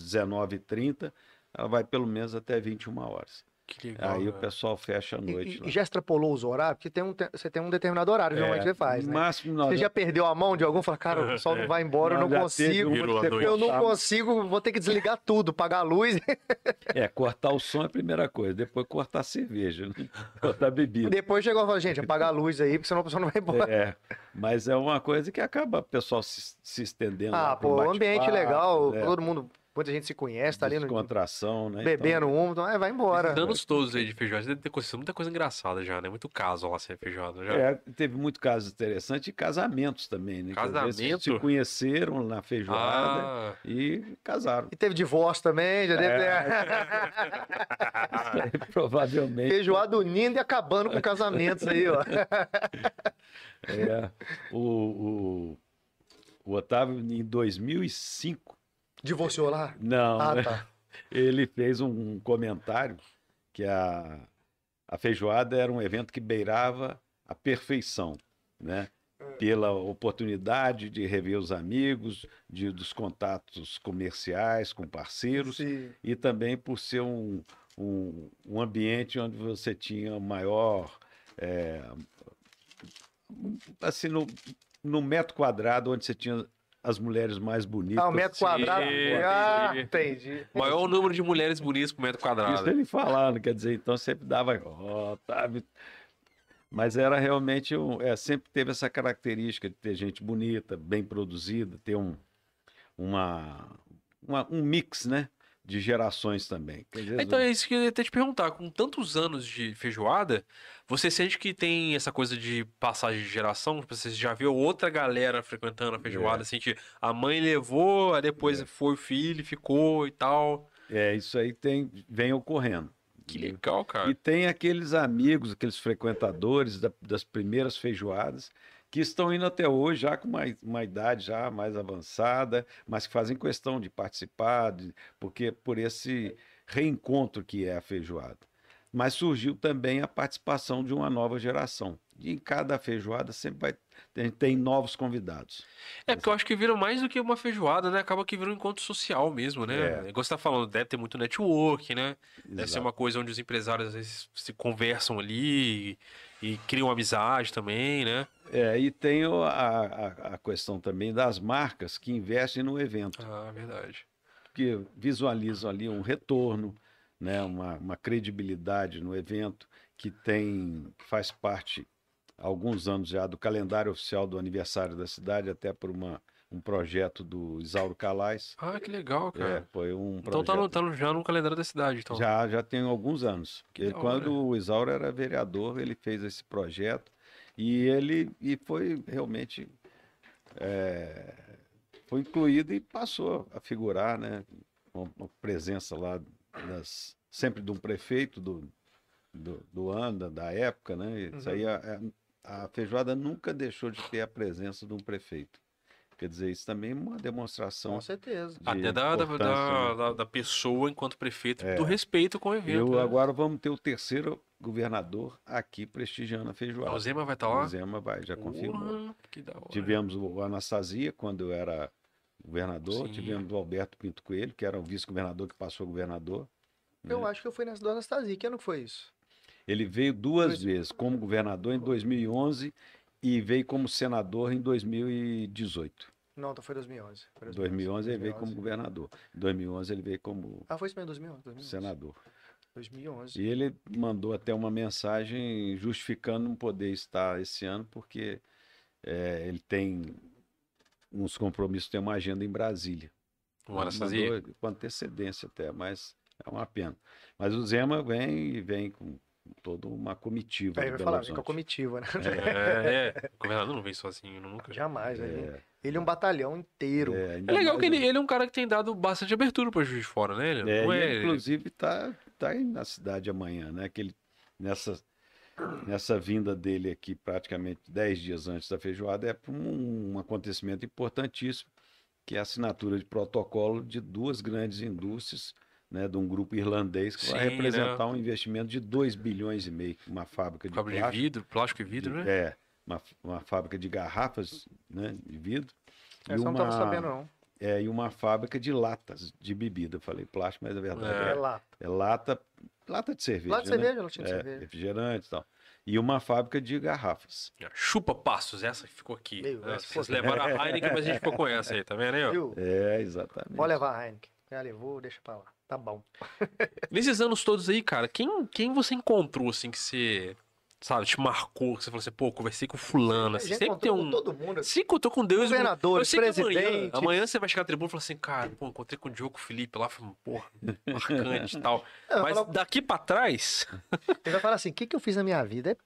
[SPEAKER 3] 19h30, ela vai pelo menos até 21 horas.
[SPEAKER 1] Que legal. né?
[SPEAKER 3] Aí o
[SPEAKER 1] cara.
[SPEAKER 3] pessoal fecha a
[SPEAKER 2] é. E-
[SPEAKER 3] noite É.
[SPEAKER 2] E,
[SPEAKER 3] lá.
[SPEAKER 2] e já extrapolou os horários? Porque tem um, te- você tem um determinado horário, geralmente você faz,
[SPEAKER 3] no
[SPEAKER 2] né?
[SPEAKER 3] máximo
[SPEAKER 2] Você
[SPEAKER 3] nós
[SPEAKER 2] já perdeu a mão de algum? Fala, cara, o pessoal não vai embora, eu não
[SPEAKER 3] nós É. já teve um
[SPEAKER 2] consigo.
[SPEAKER 3] uma que
[SPEAKER 1] Virou a
[SPEAKER 3] você
[SPEAKER 1] noite.
[SPEAKER 2] Eu não
[SPEAKER 3] cortava-
[SPEAKER 2] consigo, vou ter que desligar tudo, pagar a luz.
[SPEAKER 3] É, cortar o som é a primeira coisa, depois cortar a cerveja, né? cortar a bebida.
[SPEAKER 2] Depois chegou e falou, gente, apaga a luz aí, porque senão a pessoa não vai embora.
[SPEAKER 3] É, mas é uma coisa que acaba o pessoal se, se estendendo.
[SPEAKER 2] ah,
[SPEAKER 3] lá pro
[SPEAKER 2] pô, um ambiente
[SPEAKER 3] bate-papo,
[SPEAKER 2] legal,
[SPEAKER 3] né?
[SPEAKER 2] todo mundo, muita gente se conhece, tá ali no,
[SPEAKER 3] Descontração, né?
[SPEAKER 2] bebendo um, então, é, vai embora.
[SPEAKER 1] Esses anos todos aí de feijoada, você deve ter conhecido muita coisa engraçada já, né? Muito caso lá sem feijoada já.
[SPEAKER 3] Então, é, teve muito caso interessante e casamentos também, né? Que às vezes
[SPEAKER 1] Casamento?
[SPEAKER 3] Se conheceram na feijoada
[SPEAKER 1] ah,
[SPEAKER 3] e casaram.
[SPEAKER 2] E teve divórcio também, já deve
[SPEAKER 3] É,
[SPEAKER 1] Ah.
[SPEAKER 2] ter...
[SPEAKER 3] Provavelmente.
[SPEAKER 2] Feijoada unindo e acabando com casamentos aí, ó.
[SPEAKER 3] é, o, o, o Otávio, em 2005,
[SPEAKER 2] Divorciou lá?
[SPEAKER 3] não, né?
[SPEAKER 2] Ah, tá.
[SPEAKER 3] ele fez um comentário que a, a feijoada era um evento que beirava a perfeição, né? Pela oportunidade de rever os amigos, de, dos contatos comerciais com parceiros
[SPEAKER 2] Sim.
[SPEAKER 3] e também por ser um, um, um ambiente onde você tinha maior. é, assim, no, no metro quadrado, onde você tinha as mulheres mais bonitas.
[SPEAKER 2] Ah, o metro
[SPEAKER 3] Sim.
[SPEAKER 2] quadrado.
[SPEAKER 1] entendi.
[SPEAKER 2] Ah, entendi.
[SPEAKER 1] maior número de mulheres bonitas por metro
[SPEAKER 3] Isso
[SPEAKER 1] quadrado.
[SPEAKER 3] ele falando, quer dizer, então sempre dava, ó, tá, Mas era realmente um, é, sempre teve essa característica de ter gente bonita, bem produzida, ter um uma, uma- um mix, né, de gerações também. Quer dizer,
[SPEAKER 1] Então é isso que eu ia até te perguntar. Com tantos anos de feijoada, você sente que tem essa coisa de passagem de geração? Tipo, Você já viu outra galera frequentando a feijoada, assim, que a mãe levou, aí depois foi o filho, e ficou e tal.
[SPEAKER 3] é isso aí tem vem ocorrendo.
[SPEAKER 1] Que
[SPEAKER 3] entendeu?
[SPEAKER 1] legal,
[SPEAKER 3] E
[SPEAKER 1] cara.
[SPEAKER 3] tem aqueles amigos, aqueles frequentadores da- das primeiras feijoadas que estão indo até hoje já com uma, uma idade já mais avançada, mas que fazem questão de participar, de- porque por esse reencontro que é a feijoada. Mas surgiu também a participação de uma nova geração. E em cada feijoada sempre vai tem, tem novos convidados.
[SPEAKER 1] É porque eu acho que vira mais do que uma feijoada, né? Acaba que vira um encontro social mesmo, né? Igual você tá falando, deve ter muito network, né? Deve ser
[SPEAKER 3] Exato.
[SPEAKER 1] uma coisa onde os empresários às vezes se conversam ali e, e criam amizade também, né?
[SPEAKER 3] É, e tem o- a, a, a questão também das marcas que investem no evento.
[SPEAKER 1] Ah, verdade.
[SPEAKER 3] porque visualizam ali um retorno, né, uma, uma credibilidade no evento que tem que faz parte há alguns anos já do calendário oficial do aniversário da cidade, até por uma, um projeto do Isauro Calais.
[SPEAKER 1] Ah, que legal,
[SPEAKER 3] É,
[SPEAKER 1] cara.
[SPEAKER 3] foi um
[SPEAKER 1] então
[SPEAKER 3] projeto.
[SPEAKER 1] tá, no, tá no- já no calendário da cidade, então.
[SPEAKER 3] Já, já tem alguns anos.
[SPEAKER 1] Que
[SPEAKER 3] Ele-
[SPEAKER 1] da hora.
[SPEAKER 3] quando o Isauro era vereador, ele fez esse projeto E ele e foi realmente é, foi incluído e passou a figurar, né? Uma, uma presença lá das, sempre de um prefeito do, do, do ANDA, da época, né? Isso
[SPEAKER 1] Uhum.
[SPEAKER 3] aí, a, a- a feijoada nunca deixou de ter a presença de um prefeito. Quer dizer, isso também é uma demonstração
[SPEAKER 2] Com certeza.
[SPEAKER 3] de
[SPEAKER 1] Até da, da,
[SPEAKER 3] importância, né?
[SPEAKER 1] da, da- da pessoa enquanto prefeito, do respeito com o
[SPEAKER 3] E
[SPEAKER 1] evento.
[SPEAKER 3] o-
[SPEAKER 1] né?
[SPEAKER 3] agora vamos ter o terceiro governador aqui prestigiando a feijoada.
[SPEAKER 1] O Zema vai estar lá?
[SPEAKER 3] O Zema vai, já confirmou.
[SPEAKER 1] Porra, que da hora.
[SPEAKER 3] Tivemos o Anastasia, quando eu era governador.
[SPEAKER 1] Sim.
[SPEAKER 3] Tivemos o Alberto Pinto Coelho, que era o vice-governador que passou a governador. É.
[SPEAKER 2] Eu acho que eu fui nessa do Anastasia, que ano que foi isso?
[SPEAKER 3] Ele veio duas
[SPEAKER 2] Dois-
[SPEAKER 3] vezes, como governador em 2011 e veio como senador em 2018.
[SPEAKER 2] Não, então foi 2011. Foi
[SPEAKER 3] Em 2011 ele veio
[SPEAKER 2] 2011.
[SPEAKER 3] como governador. Em 2011 ele veio como
[SPEAKER 2] Ah, foi isso mesmo, 2011? 2011.
[SPEAKER 3] senador.
[SPEAKER 2] 2011.
[SPEAKER 3] E ele mandou até uma mensagem justificando não poder estar esse ano, porque eh, ele tem uns compromissos, tem uma agenda em Brasília.
[SPEAKER 1] O Anastasia.
[SPEAKER 3] Mandou Com antecedência até, mas é uma pena. Mas o Zema vem e vem com toda uma comitiva.
[SPEAKER 2] Aí
[SPEAKER 3] de
[SPEAKER 2] vai
[SPEAKER 3] Belo
[SPEAKER 2] falar, vem com a
[SPEAKER 3] Horizonte.
[SPEAKER 2] comitiva, né?
[SPEAKER 1] É, é. O governador não vem sozinho, nunca.
[SPEAKER 2] Jamais, né?
[SPEAKER 3] É,
[SPEAKER 2] Ele é um batalhão inteiro.
[SPEAKER 3] é, ainda
[SPEAKER 1] É legal
[SPEAKER 3] mais
[SPEAKER 1] que
[SPEAKER 3] o-
[SPEAKER 1] ele, ele é um cara que tem dado bastante abertura para juiz de fora, né? Ele
[SPEAKER 3] É,
[SPEAKER 1] não
[SPEAKER 3] e
[SPEAKER 1] é.
[SPEAKER 3] ele, inclusive, está tá aí na cidade amanhã, né? Que ele, nessa, nessa vinda dele aqui, praticamente 10 dias antes da feijoada, é pra um, um acontecimento importantíssimo, que é a assinatura de protocolo de duas grandes indústrias, né? De um grupo irlandês que vai
[SPEAKER 1] Sim, né?
[SPEAKER 3] representar um investimento de 2 bilhões e meio, uma fábrica de
[SPEAKER 1] Cabo de
[SPEAKER 3] plástico,
[SPEAKER 1] vidro, plástico e vidro,
[SPEAKER 3] de-
[SPEAKER 1] né?
[SPEAKER 3] É, uma, uma fábrica de garrafas né, de vidro.
[SPEAKER 2] Essa eu não tava sabendo, não.
[SPEAKER 3] é, e uma fábrica de latas de bebida. Eu Falei plástico, mas é verdade.
[SPEAKER 1] É.
[SPEAKER 2] É, lá.
[SPEAKER 3] É lata, lata de cerveja.
[SPEAKER 2] Lá de
[SPEAKER 3] né?
[SPEAKER 2] cerveja, não tinha
[SPEAKER 3] É,
[SPEAKER 2] cerveja.
[SPEAKER 3] refrigerante e tal. E uma fábrica de garrafas.
[SPEAKER 1] É, Chupa passos, essa que ficou aqui.
[SPEAKER 2] Meu,
[SPEAKER 1] né?
[SPEAKER 2] essa
[SPEAKER 1] Vocês
[SPEAKER 2] foi-
[SPEAKER 1] levaram a Heineken, mas a gente ficou com essa aí, tá vendo aí? ó?
[SPEAKER 2] Viu?
[SPEAKER 3] É, exatamente.
[SPEAKER 2] Pode levar a Heineken. Já levou, deixa pra lá. Tá bom.
[SPEAKER 1] Nesses anos todos aí, cara, quem, quem você encontrou, assim, que você, sabe, te marcou, que você falou assim, pô, conversei com fulano, assim,
[SPEAKER 2] Já
[SPEAKER 1] sempre tem
[SPEAKER 2] encontrou com
[SPEAKER 1] um...
[SPEAKER 2] todo mundo.
[SPEAKER 1] Se encontrou com Deus... eu
[SPEAKER 2] Governadores,
[SPEAKER 1] sei que amanhã,
[SPEAKER 2] presidentes.
[SPEAKER 1] amanhã você vai chegar na tribuna e falar assim, cara, pô, encontrei com o Diogo Felipe lá, foi, um, porra, marcante e tal.
[SPEAKER 2] Não,
[SPEAKER 1] Mas
[SPEAKER 2] fala-
[SPEAKER 1] daqui pra trás,
[SPEAKER 2] Ele vai falar assim: o que, que eu fiz na minha vida? É,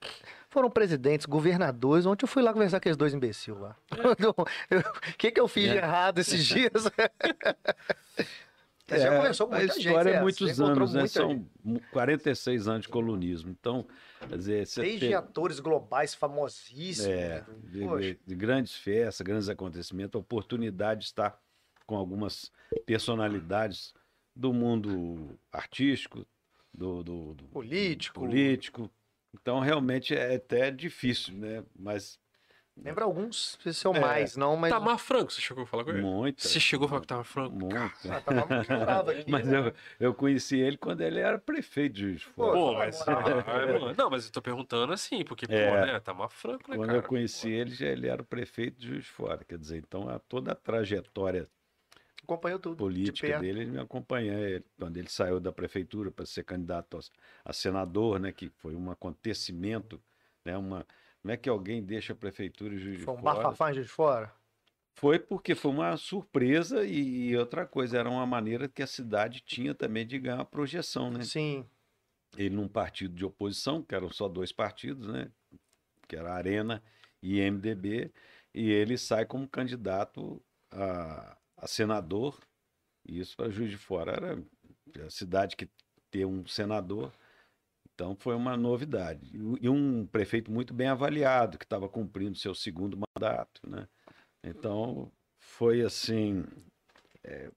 [SPEAKER 2] Foram presidentes, governadores. Ontem eu fui lá conversar com esses dois imbecil lá. O que, que eu fiz de
[SPEAKER 3] É.
[SPEAKER 2] errado esses dias? Você já conversou com
[SPEAKER 3] É, a
[SPEAKER 2] muita gente.
[SPEAKER 3] história
[SPEAKER 2] né?
[SPEAKER 3] é muitos
[SPEAKER 2] Você encontrou
[SPEAKER 3] anos, né?
[SPEAKER 2] muita gente.
[SPEAKER 3] São mu- 46 anos de colunismo. Então, quer dizer, você
[SPEAKER 2] Desde
[SPEAKER 3] tem-
[SPEAKER 2] atores globais famosíssimos.
[SPEAKER 3] É,
[SPEAKER 2] né?
[SPEAKER 3] de,
[SPEAKER 2] Poxa.
[SPEAKER 3] de- de grandes festas, grandes acontecimentos, a oportunidade de estar com algumas personalidades do mundo artístico, do, do- do-
[SPEAKER 2] Político.
[SPEAKER 3] político. Então, realmente é até difícil, né? Mas
[SPEAKER 2] Lembra alguns, se são
[SPEAKER 3] É.
[SPEAKER 2] mais, não, mas.
[SPEAKER 1] Tamar Franco, você chegou a falar com ele?
[SPEAKER 3] muito.
[SPEAKER 1] Você chegou a falar com o Tamar Franco?
[SPEAKER 3] muito.
[SPEAKER 2] Ah, tá mal misturado aqui,
[SPEAKER 3] Mas
[SPEAKER 2] né?
[SPEAKER 3] eu, eu conheci ele quando ele era prefeito de Juiz de Fora.
[SPEAKER 1] Pô,
[SPEAKER 2] Pô,
[SPEAKER 1] mas...
[SPEAKER 2] na moral.
[SPEAKER 1] Ah, é, mano. Não, mas eu tô perguntando assim, porque, pô,
[SPEAKER 3] É.
[SPEAKER 1] né, Tamar Franco, né,
[SPEAKER 3] Quando
[SPEAKER 1] cara?
[SPEAKER 3] eu conheci ele, já ele era o prefeito de Juiz de Fora. Quer dizer, então a, toda a trajetória
[SPEAKER 2] Acompanhou tudo. de
[SPEAKER 3] política
[SPEAKER 2] perto.
[SPEAKER 3] dele, ele me acompanha. Ele- Quando ele saiu da prefeitura para ser candidato a, a senador, né, que foi um acontecimento, né, uma, não é que alguém deixa a prefeitura e Juiz de
[SPEAKER 2] Foi um
[SPEAKER 3] Fora.
[SPEAKER 2] bafafá em Juiz de fora?
[SPEAKER 3] Foi porque foi uma surpresa e, e outra coisa, era uma maneira que a cidade tinha também de ganhar projeção, né?
[SPEAKER 2] Sim.
[SPEAKER 3] ele num partido de oposição, que eram só dois partidos, né? Que era Arena e MDB, e ele sai como candidato a, a senador, e isso para Juiz de Fora era a cidade que ter um senador. Então foi uma novidade. E o- E um prefeito muito bem avaliado, que estava cumprindo seu segundo mandato, né? Então foi assim, é,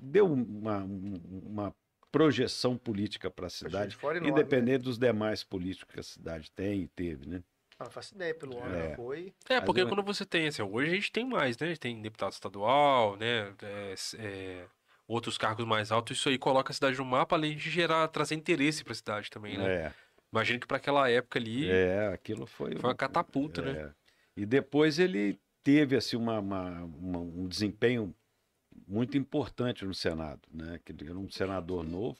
[SPEAKER 3] deu uma, uma projeção política para a
[SPEAKER 2] Juiz
[SPEAKER 3] cidade
[SPEAKER 2] de fora
[SPEAKER 1] né?
[SPEAKER 2] enorme.
[SPEAKER 3] Independente dos demais políticos que a cidade tem e teve, né?
[SPEAKER 2] Ah, Não faço ideia pelo ano
[SPEAKER 3] É.
[SPEAKER 2] que foi.
[SPEAKER 1] É,
[SPEAKER 3] Mas
[SPEAKER 1] porque
[SPEAKER 3] eu-
[SPEAKER 1] quando você tem, assim, hoje a gente tem mais, né? A gente tem deputado estadual, né? É, s- é, outros cargos mais altos, isso aí coloca a cidade no mapa, além de gerar, trazer interesse pra cidade também, né?
[SPEAKER 3] É,
[SPEAKER 1] Imagino que pra aquela época ali
[SPEAKER 3] é, aquilo foi.
[SPEAKER 1] foi uma
[SPEAKER 3] um-
[SPEAKER 1] catapulta, né?
[SPEAKER 3] é. E depois ele teve assim uma, uma- uma- um desempenho muito importante no Senado, né? Que ele era um senador novo,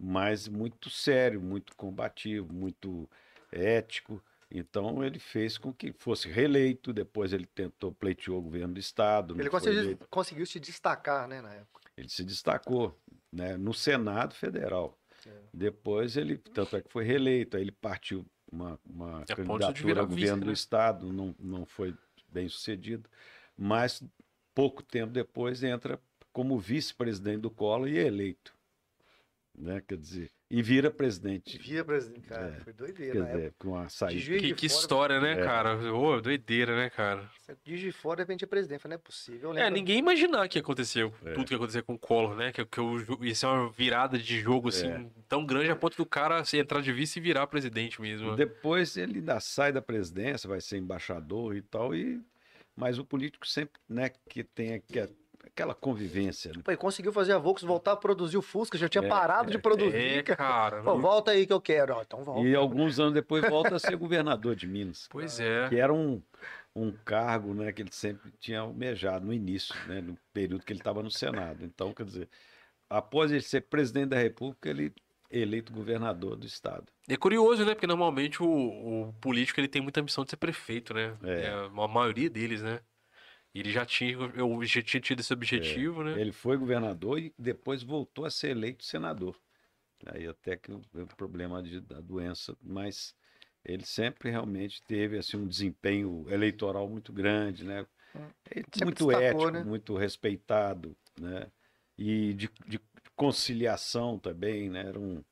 [SPEAKER 3] mas muito sério, muito combativo, muito ético. Então ele fez com que fosse reeleito. Depois ele tentou pleiteou o governo do estado. não
[SPEAKER 2] Ele
[SPEAKER 3] foi
[SPEAKER 2] conseguiu,
[SPEAKER 3] eleito.
[SPEAKER 2] conseguiu se destacar, né, na época.
[SPEAKER 3] Ele se destacou, né? No Senado Federal. Depois ele, tanto é que foi é reeleito, aí ele partiu uma, uma
[SPEAKER 1] É ponto de
[SPEAKER 3] candidatura
[SPEAKER 1] virar
[SPEAKER 3] ao governo
[SPEAKER 1] vice,
[SPEAKER 3] do
[SPEAKER 1] né?
[SPEAKER 3] Estado, não, não foi bem sucedida, mas pouco tempo depois entra como vice-presidente do Collor e é eleito. Né? Quer dizer, e vira presidente.
[SPEAKER 2] Via presidente, cara.
[SPEAKER 3] É.
[SPEAKER 2] Foi doideira
[SPEAKER 3] Quer
[SPEAKER 2] na época.
[SPEAKER 3] dizer, com a saída.
[SPEAKER 2] Juiz
[SPEAKER 1] Que,
[SPEAKER 2] de
[SPEAKER 1] que
[SPEAKER 2] fora-
[SPEAKER 1] história, né,
[SPEAKER 3] É.
[SPEAKER 1] cara? Ô, doideira, né, cara?
[SPEAKER 2] Você diz de fora, de repente é presidente. Falei, não é possível. Eu
[SPEAKER 1] É,
[SPEAKER 2] lembro-
[SPEAKER 1] ninguém imaginar que aconteceu.
[SPEAKER 3] É.
[SPEAKER 1] Tudo que aconteceu com o Collor, né? Que, que o ju- ia ser uma virada de jogo, assim,
[SPEAKER 3] É.
[SPEAKER 1] tão grande a ponto do cara assim, entrar de vice e virar presidente mesmo.
[SPEAKER 3] Depois ele ainda sai da presidência, vai ser embaixador e tal, e... mas o político sempre né, que tem aque- aquela convivência. Né?
[SPEAKER 2] Pô, e conseguiu fazer a Volks voltar a produzir o Fusca. Já tinha
[SPEAKER 3] É,
[SPEAKER 2] parado de
[SPEAKER 1] É,
[SPEAKER 2] produzir, cara.
[SPEAKER 1] cara.
[SPEAKER 2] Pô, volta aí que eu quero. Ó, então volta.
[SPEAKER 3] E alguns anos depois volta a ser governador de Minas,
[SPEAKER 1] Pois é.
[SPEAKER 3] que era um, um cargo né, que ele sempre tinha almejado no início, né, no período que ele estava no Senado. Então, quer dizer, após ele ser presidente da República, ele é eleito governador do estado.
[SPEAKER 1] É curioso, né? Porque normalmente o, o político ele tem muita ambição de ser prefeito, né?
[SPEAKER 3] É.
[SPEAKER 1] a maioria deles, né? E Ele já tinha, eu já tinha tido esse objetivo,
[SPEAKER 2] É.
[SPEAKER 1] né?
[SPEAKER 3] Ele foi governador e depois voltou a ser eleito senador. Aí até que o, o problema de- da doença, mas ele sempre realmente teve assim um desempenho eleitoral muito grande, né? E
[SPEAKER 2] É. Sempre
[SPEAKER 3] muito
[SPEAKER 2] destacou,
[SPEAKER 3] ético,
[SPEAKER 2] né?
[SPEAKER 3] muito respeitado, né? E de, de conciliação também, né? Era um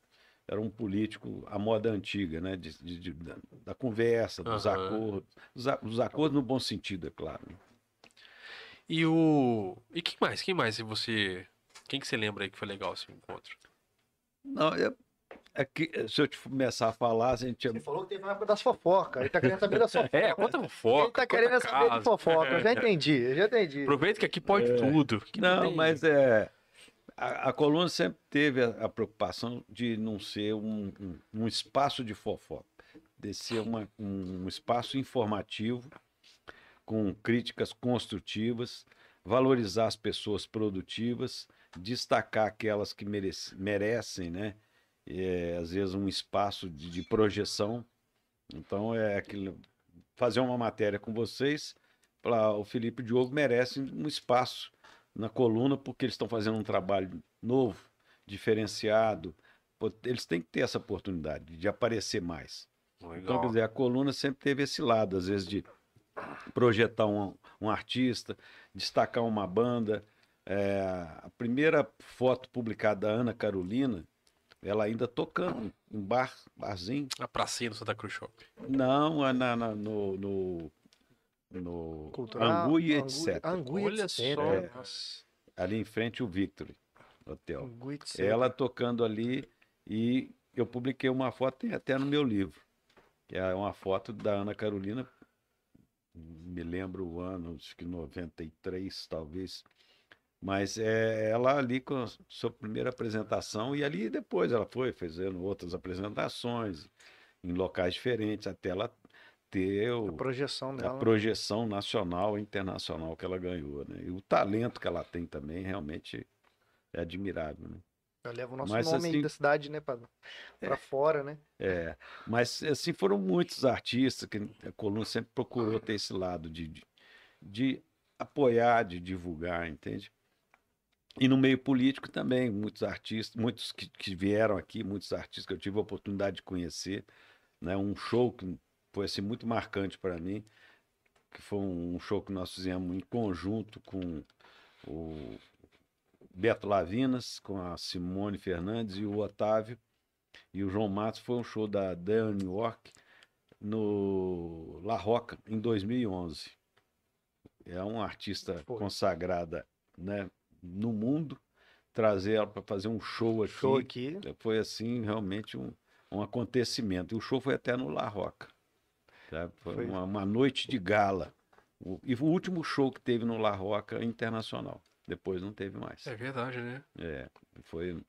[SPEAKER 3] era um político à moda antiga, né? De, de- de- da, da conversa, dos
[SPEAKER 1] Aham.
[SPEAKER 3] acordos, os, a- os acordos no bom sentido, é claro.
[SPEAKER 1] E o. E quem mais? Quem mais você. Quem que você lembra aí que foi legal esse encontro?
[SPEAKER 3] Não, eu- é que, se eu te começar a falar, a gente
[SPEAKER 2] Ele falou que teve uma época das fofocas. Ele tá querendo saber das fofocas.
[SPEAKER 1] É, conta
[SPEAKER 2] Ele
[SPEAKER 1] fofoca.
[SPEAKER 2] tá querendo saber de fofoca. Eu já entendi, eu já entendi.
[SPEAKER 1] Aproveita que aqui pode
[SPEAKER 2] É.
[SPEAKER 1] tudo. que
[SPEAKER 3] Não,
[SPEAKER 1] tem- né?
[SPEAKER 3] mas é. A, a coluna sempre teve a, a preocupação de não ser um, um- um espaço de fofoca, de ser uma- um, um espaço informativo, com críticas construtivas, valorizar as pessoas produtivas, destacar aquelas que merec- merecem, né? É, às vezes um espaço de, de projeção. Então é aquilo, fazer uma matéria com vocês, pra, o Felipe e o Diogo merecem um espaço na coluna porque eles estão fazendo um trabalho novo, diferenciado. Pô, Eles têm que ter essa oportunidade de aparecer mais. Então, quer
[SPEAKER 1] Legal.
[SPEAKER 3] dizer, a coluna sempre teve esse lado, às vezes, de projetar um, um artista, destacar uma banda. É, a primeira foto publicada da Ana Carolina, ela ainda tocando em bar, barzinho.
[SPEAKER 1] A pracinha do Santa Cruz Shopping.
[SPEAKER 3] Não, é na, na- no, no, no
[SPEAKER 2] Cultural,
[SPEAKER 3] Angu e
[SPEAKER 2] Angu-
[SPEAKER 3] etc.
[SPEAKER 2] Angu e
[SPEAKER 1] Olha
[SPEAKER 2] etc.
[SPEAKER 1] só.
[SPEAKER 2] é.
[SPEAKER 1] nossa.
[SPEAKER 3] Ali em frente, o Victory Hotel.
[SPEAKER 2] Angu e etc.
[SPEAKER 3] ela tocando ali e eu publiquei uma foto tem até no meu livro que é uma foto da Ana Carolina me lembro o ano acho que 93 talvez mas é ela ali com a sua primeira apresentação e ali depois ela foi fazendo outras apresentações em locais diferentes até ela ter
[SPEAKER 2] A
[SPEAKER 3] o,
[SPEAKER 2] projeção
[SPEAKER 3] a
[SPEAKER 2] dela.
[SPEAKER 3] projeção nacional e internacional que ela ganhou né? e o talento que ela tem também realmente é admirável né?
[SPEAKER 2] Ela leva o nosso
[SPEAKER 3] Mas,
[SPEAKER 2] nome aí
[SPEAKER 3] assim,
[SPEAKER 2] da cidade, né? Pra, pra fora, né?
[SPEAKER 3] É, mas assim foram muitos artistas que a Coluna sempre procurou ter esse lado de, de, de apoiar, de divulgar, entende? E no meio político também, muitos artistas, muitos que, que vieram aqui, muitos artistas que eu tive a oportunidade de conhecer, né? Um show que foi assim muito marcante para mim, que foi um show que nós fizemos em conjunto com o Beto Lavinas, com a Simone Fernandes e o Otávio e o João Matos foi um show da Dan New York no La Roca em 2011. É uma artista
[SPEAKER 2] Foi.
[SPEAKER 3] consagrada, né, no mundo, trazer ela para fazer um show aqui.
[SPEAKER 2] Show aqui.
[SPEAKER 3] Foi assim, realmente um, um acontecimento. E o show foi até no La Roca. tá? Foi,
[SPEAKER 2] Foi.
[SPEAKER 3] Uma, uma noite de gala. O- e o último show que teve no La Roca internacional. Depois não teve mais.
[SPEAKER 1] É verdade, né?
[SPEAKER 3] É, foi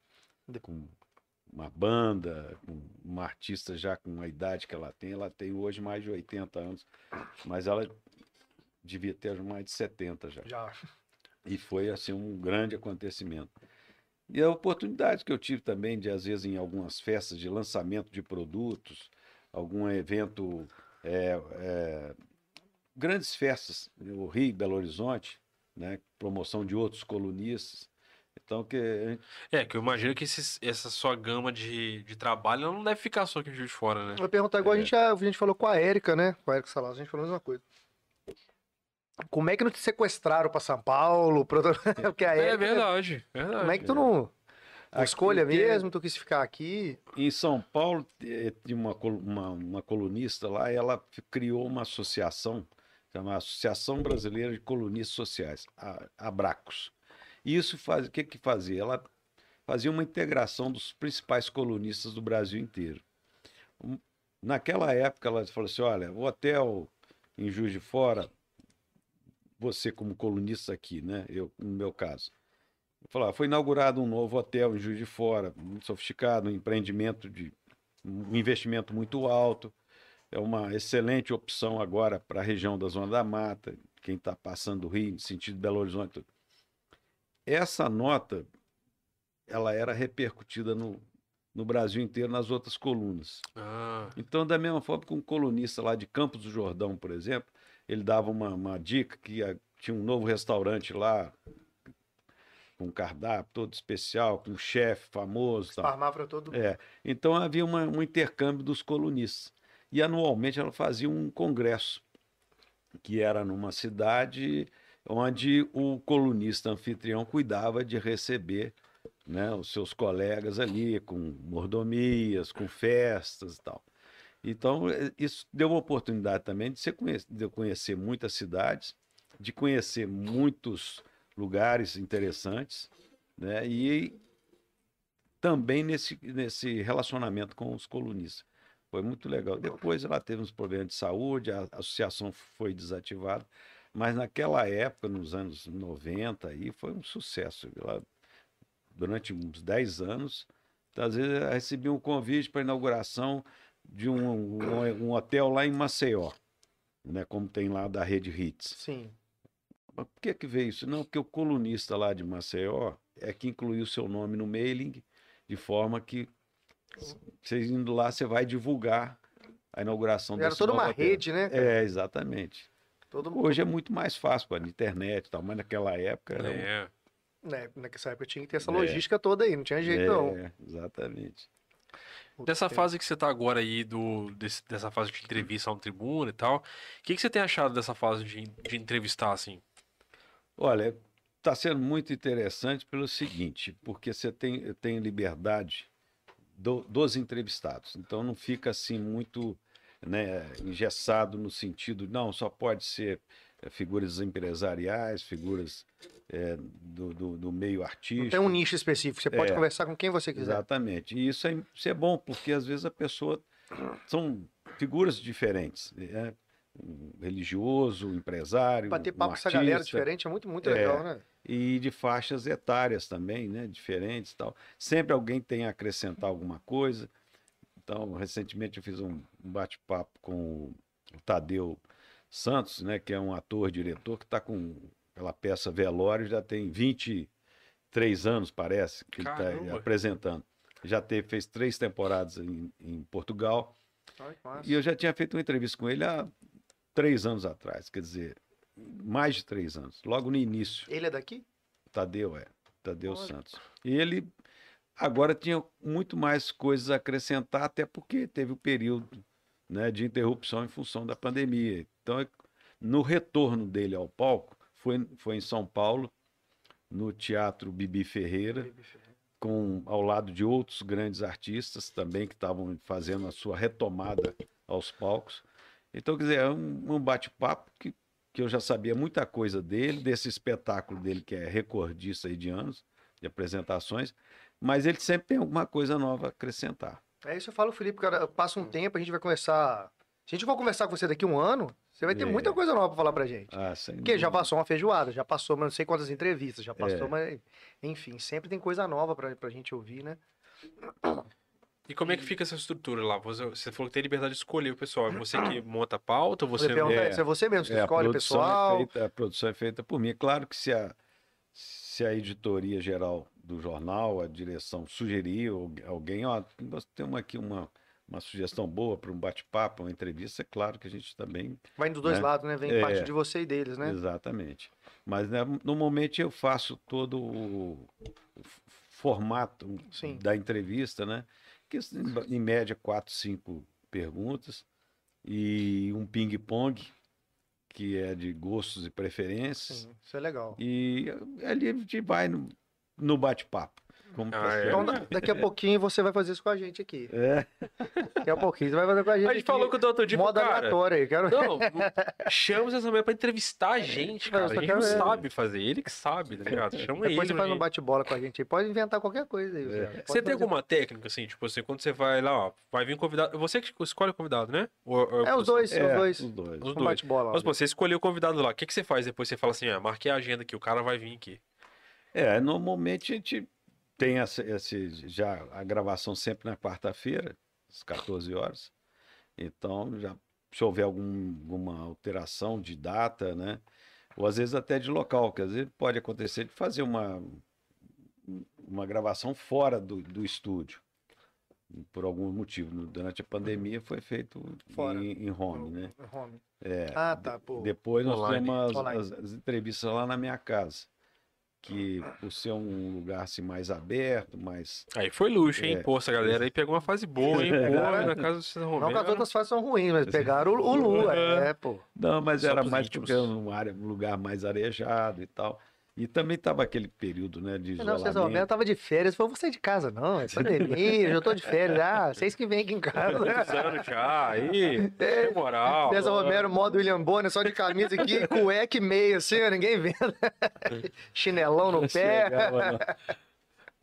[SPEAKER 2] De-
[SPEAKER 3] com uma banda, com uma artista já com a idade que ela tem. Ela tem hoje mais de 80 anos, mas ela devia ter mais de 70 já.
[SPEAKER 2] Já.
[SPEAKER 3] E foi assim um grande acontecimento. E a oportunidade que eu tive também de, às vezes, em algumas festas de lançamento de produtos, algum evento, é, é, grandes festas, o Rio e Belo Horizonte, né, promoção de outros colunistas. Então, que a gente
[SPEAKER 1] É, que eu imagino que esses- essa sua gama de, de trabalho ela não deve ficar só aqui em Juiz de Fora, né?
[SPEAKER 2] Eu Vou perguntar igual a,
[SPEAKER 3] É.
[SPEAKER 2] gente, a gente falou com a Érica, né? Com a Érica Salas, a gente falou a mesma coisa. Como é que não te sequestraram pra São Paulo? Pra... Porque a
[SPEAKER 1] É,
[SPEAKER 2] Érica, né?
[SPEAKER 1] verdade, verdade.
[SPEAKER 2] Ah, Como é que tu não... não
[SPEAKER 3] Aqui é-
[SPEAKER 2] escolha
[SPEAKER 3] tem-
[SPEAKER 2] mesmo, tu quis ficar aqui.
[SPEAKER 3] Em São Paulo, eh, tinha uma, col- uma, uma colunista lá, ela f- criou uma associação, chamada Associação Brasileira de Colunistas Sociais, a- Abracos. E isso faz, o que que fazia? Ela fazia uma integração dos principais colunistas do Brasil inteiro. Um- Naquela época, ela falou assim, olha, o hotel em Juiz de Fora, você como colunista aqui, né? Eu, no meu caso. Falar, foi inaugurado um novo hotel em Juiz de Fora, muito sofisticado, um empreendimento de um investimento muito alto. É uma excelente opção agora para a região da Zona da Mata, quem está passando do Rio, no sentido de Belo Horizonte. tudo. Essa nota, ela era repercutida no, no Brasil inteiro, nas outras colunas.
[SPEAKER 1] Ah,
[SPEAKER 3] Então, da mesma forma que um colunista lá de Campos do Jordão, por exemplo, ele dava uma, uma dica que ah, tinha um novo restaurante lá, com cardápio todo especial, com um chefe famoso. e tal.
[SPEAKER 2] Farmar pra todo mundo.
[SPEAKER 3] Tá. É. Então havia uma- um intercâmbio dos colunistas. E anualmente ela fazia um congresso, que era numa cidade onde o colunista anfitrião cuidava de receber né, os seus colegas ali, com mordomias, com festas e tal. Então, eh, isso deu uma oportunidade também de, você conhecer, de eu conhecer muitas cidades, de conhecer muitos lugares interessantes, né? E também nesse, nesse relacionamento com os colunistas. Foi muito legal. Depois ela teve uns problemas de saúde, a a associação foi desativada, mas naquela época, nos anos 90, aí, foi um sucesso. Ela, durante uns 10 anos, às vezes eu recebi um convite para a inauguração de um, um, um hotel lá em Maceió, né, como tem lá da rede Hits.
[SPEAKER 2] Sim.
[SPEAKER 3] Mas por que que veio isso? Não, porque o colunista lá de Maceió é que incluiu seu nome no mailing, de forma que
[SPEAKER 2] Hum.
[SPEAKER 3] vocês indo lá, você vai divulgar a inauguração
[SPEAKER 2] Era
[SPEAKER 3] desse
[SPEAKER 2] toda
[SPEAKER 3] novo
[SPEAKER 2] uma
[SPEAKER 3] hotel.
[SPEAKER 2] rede, né? cara?
[SPEAKER 3] Um É, exatamente.
[SPEAKER 2] Todo mundo.
[SPEAKER 3] Hoje é muito mais fácil, pô, na internet e tal, mas naquela época era um-
[SPEAKER 1] é.
[SPEAKER 2] Né? Nessa época tinha que ter essa
[SPEAKER 3] É.
[SPEAKER 2] logística toda aí, não tinha jeito,
[SPEAKER 3] É,
[SPEAKER 2] não.
[SPEAKER 3] exatamente.
[SPEAKER 2] é.
[SPEAKER 1] Dessa fase que você tá agora aí, do, desse- dessa fase de entrevista a um tribuna e tal, o que, que você tem achado dessa fase de, de entrevistar, assim?
[SPEAKER 3] Olha, está sendo muito interessante pelo seguinte, porque você tem, tem liberdade do- dos entrevistados, então não fica assim muito né, engessado no sentido, não, só pode ser eh, figuras empresariais, figuras eh, do, do- do meio
[SPEAKER 2] Não
[SPEAKER 3] artístico.
[SPEAKER 2] tem um né? nicho específico, você pode
[SPEAKER 3] É.
[SPEAKER 2] conversar com quem você quiser.
[SPEAKER 3] Exatamente. E isso é, isso é bom, porque às vezes a pessoa são figuras diferentes, né? Um religioso, um empresário,
[SPEAKER 2] Bater
[SPEAKER 3] um
[SPEAKER 2] papo com essa galera
[SPEAKER 3] artista.
[SPEAKER 2] diferente é muito, muito
[SPEAKER 3] É.
[SPEAKER 2] legal, né?
[SPEAKER 3] e de faixas etárias também, né? Diferentes e tal. Sempre alguém tem a acrescentar alguma coisa. Então, recentemente eu fiz um um bate-papo com o Tadeu Santos, né? Que é um ator, diretor, que está com pela peça Velório, já tem 23 anos, parece, que ele
[SPEAKER 1] Caramba.
[SPEAKER 3] está apresentando. Já teve, fez três temporadas em, em Portugal.
[SPEAKER 2] Ai, que massa.
[SPEAKER 3] E eu já tinha feito uma entrevista com ele há três anos atrás, quer dizer, mais de três anos, logo no início.
[SPEAKER 2] Ele é daqui?
[SPEAKER 3] Tadeu, é. Tadeu
[SPEAKER 2] Olha.
[SPEAKER 3] Santos. E ele agora tinha muito mais coisas a acrescentar, até porque teve o período né, de interrupção em função da pandemia. Então, é- no retorno dele ao palco, foi, foi em São Paulo, no Teatro Bibi Ferreira,
[SPEAKER 2] é
[SPEAKER 3] com, ao lado de outros grandes artistas também que estavam fazendo a sua retomada aos palcos. Então, quer dizer, é um, um bate-papo que, que eu já sabia muita coisa dele, desse espetáculo dele, que é recordista aí de anos, de apresentações, mas ele sempre tem alguma coisa nova a acrescentar.
[SPEAKER 2] É isso eu falo, Felipe, cara. Passa
[SPEAKER 3] Hum.
[SPEAKER 2] um tempo, a gente vai conversar. Se a gente for conversar com você daqui um ano, você vai ter
[SPEAKER 3] É.
[SPEAKER 2] muita coisa nova pra falar pra gente.
[SPEAKER 3] Ah, sem
[SPEAKER 2] Porque já
[SPEAKER 3] dúvida.
[SPEAKER 2] passou uma feijoada, já passou mas não sei quantas entrevistas, já
[SPEAKER 3] É.
[SPEAKER 2] passou, mas. Enfim, sempre tem coisa nova pra, pra gente ouvir, né?
[SPEAKER 1] E como é que fica essa estrutura lá? Você, você falou que tem liberdade de escolher o pessoal. É você que monta a pauta, ou você...
[SPEAKER 2] Você pergunta,
[SPEAKER 3] é.
[SPEAKER 2] se é você mesmo, você
[SPEAKER 3] É, a
[SPEAKER 2] escolhe o
[SPEAKER 3] produção é
[SPEAKER 2] pessoal.
[SPEAKER 3] feita- a produção é feita por mim. É Claro que se a, se a editoria geral do jornal, a direção sugerir, ou- alguém, ó, nós temos aqui uma, uma sugestão boa para um bate-papo, uma entrevista, é claro que a gente também.
[SPEAKER 2] Vai dos dois
[SPEAKER 3] né?
[SPEAKER 2] lados, né? Vem
[SPEAKER 3] É.
[SPEAKER 2] parte de você e deles, né?
[SPEAKER 3] Exatamente. Mas né, normalmente eu faço todo o o f- formato
[SPEAKER 2] Sim.
[SPEAKER 3] da entrevista, né? Que em- em média quatro, cinco perguntas e um ping-pong, que é de gostos e preferências.
[SPEAKER 2] Sim, isso é legal.
[SPEAKER 3] E eh, ali a gente vai no, no bate-papo. Como
[SPEAKER 1] Ah,
[SPEAKER 3] tá
[SPEAKER 1] é.
[SPEAKER 3] certo.
[SPEAKER 2] Então, da- daqui a pouquinho você vai fazer isso com a gente aqui.
[SPEAKER 3] É,
[SPEAKER 2] Daqui a pouquinho você vai fazer com a
[SPEAKER 1] A
[SPEAKER 2] gente.
[SPEAKER 1] gente
[SPEAKER 2] aqui,
[SPEAKER 1] falou que o outro dia,
[SPEAKER 2] modo
[SPEAKER 1] cara,
[SPEAKER 2] aleatório aí. Quero...
[SPEAKER 1] Não, chama essa mulher pra entrevistar a gente, cara.
[SPEAKER 2] eu
[SPEAKER 1] A
[SPEAKER 2] só
[SPEAKER 1] gente não
[SPEAKER 2] quero ver.
[SPEAKER 1] sabe fazer. Ele que sabe, tá ligado? Chama ele.
[SPEAKER 2] Depois você faz um
[SPEAKER 1] gente.
[SPEAKER 2] bate-bola com a gente aí. Pode inventar qualquer coisa
[SPEAKER 3] É.
[SPEAKER 2] aí. Zé. Pode
[SPEAKER 1] Você tem
[SPEAKER 2] fazer-
[SPEAKER 1] alguma técnica, assim, tipo assim, quando você vai lá, ó, vai vir um convidado. Você que escolhe o convidado, né? Ou- ou-
[SPEAKER 2] É os dois,
[SPEAKER 3] é,
[SPEAKER 2] os dois.
[SPEAKER 3] os dois.
[SPEAKER 1] Os
[SPEAKER 2] Um
[SPEAKER 1] dois.
[SPEAKER 2] bate-bola.
[SPEAKER 1] Mas, pô, você escolheu o convidado lá. O que, que você faz depois? Você fala assim, ah, marquei a agenda aqui, o cara vai vir aqui.
[SPEAKER 3] É, normalmente a gente tem essa, esse, já a gravação sempre na quarta-feira, às 14 horas. Então, já, se houver algum- alguma alteração de data, né? Ou às vezes até de local, que às vezes pode acontecer de fazer uma, uma gravação fora do, do estúdio. Por algum motivo. No- Durante a pandemia foi feito
[SPEAKER 2] Fora.
[SPEAKER 3] em, em home, né?
[SPEAKER 2] É Home. Ah, tá, pô.
[SPEAKER 3] Depois nós
[SPEAKER 1] Online.
[SPEAKER 3] temos
[SPEAKER 2] Online.
[SPEAKER 3] as, as- as entrevistas lá na minha casa. Que por ser um lugar assim, mais aberto, mais.
[SPEAKER 1] Aí foi luxo, hein?
[SPEAKER 3] É.
[SPEAKER 1] Pô, essa galera aí pegou uma fase boa, hein? Pô, na casa do César
[SPEAKER 2] Não que
[SPEAKER 3] né?
[SPEAKER 2] as
[SPEAKER 1] Romero.
[SPEAKER 2] outras fases são ruins, mas pegaram o, o Lu, é, pô.
[SPEAKER 3] Não, mas
[SPEAKER 1] Só
[SPEAKER 3] era
[SPEAKER 1] pros
[SPEAKER 3] mais
[SPEAKER 1] íntimos.
[SPEAKER 3] porque era um, área, um lugar mais arejado e tal. E também estava aquele período né,
[SPEAKER 1] É,
[SPEAKER 3] de
[SPEAKER 2] Não, César
[SPEAKER 3] isolamento.
[SPEAKER 2] Romero tava de férias, falou, você de casa não, é pandemia, eu já tô de férias, ah, vocês que vêm aqui em
[SPEAKER 1] Quantos
[SPEAKER 2] casa.
[SPEAKER 1] anos já? Aí, tem moral.
[SPEAKER 2] É. César Romero, modo William Bonner, só de camisa aqui, cueca e meia, assim, ó, ninguém vendo. Chinelão no
[SPEAKER 3] Não
[SPEAKER 2] pé.
[SPEAKER 3] chegava, não.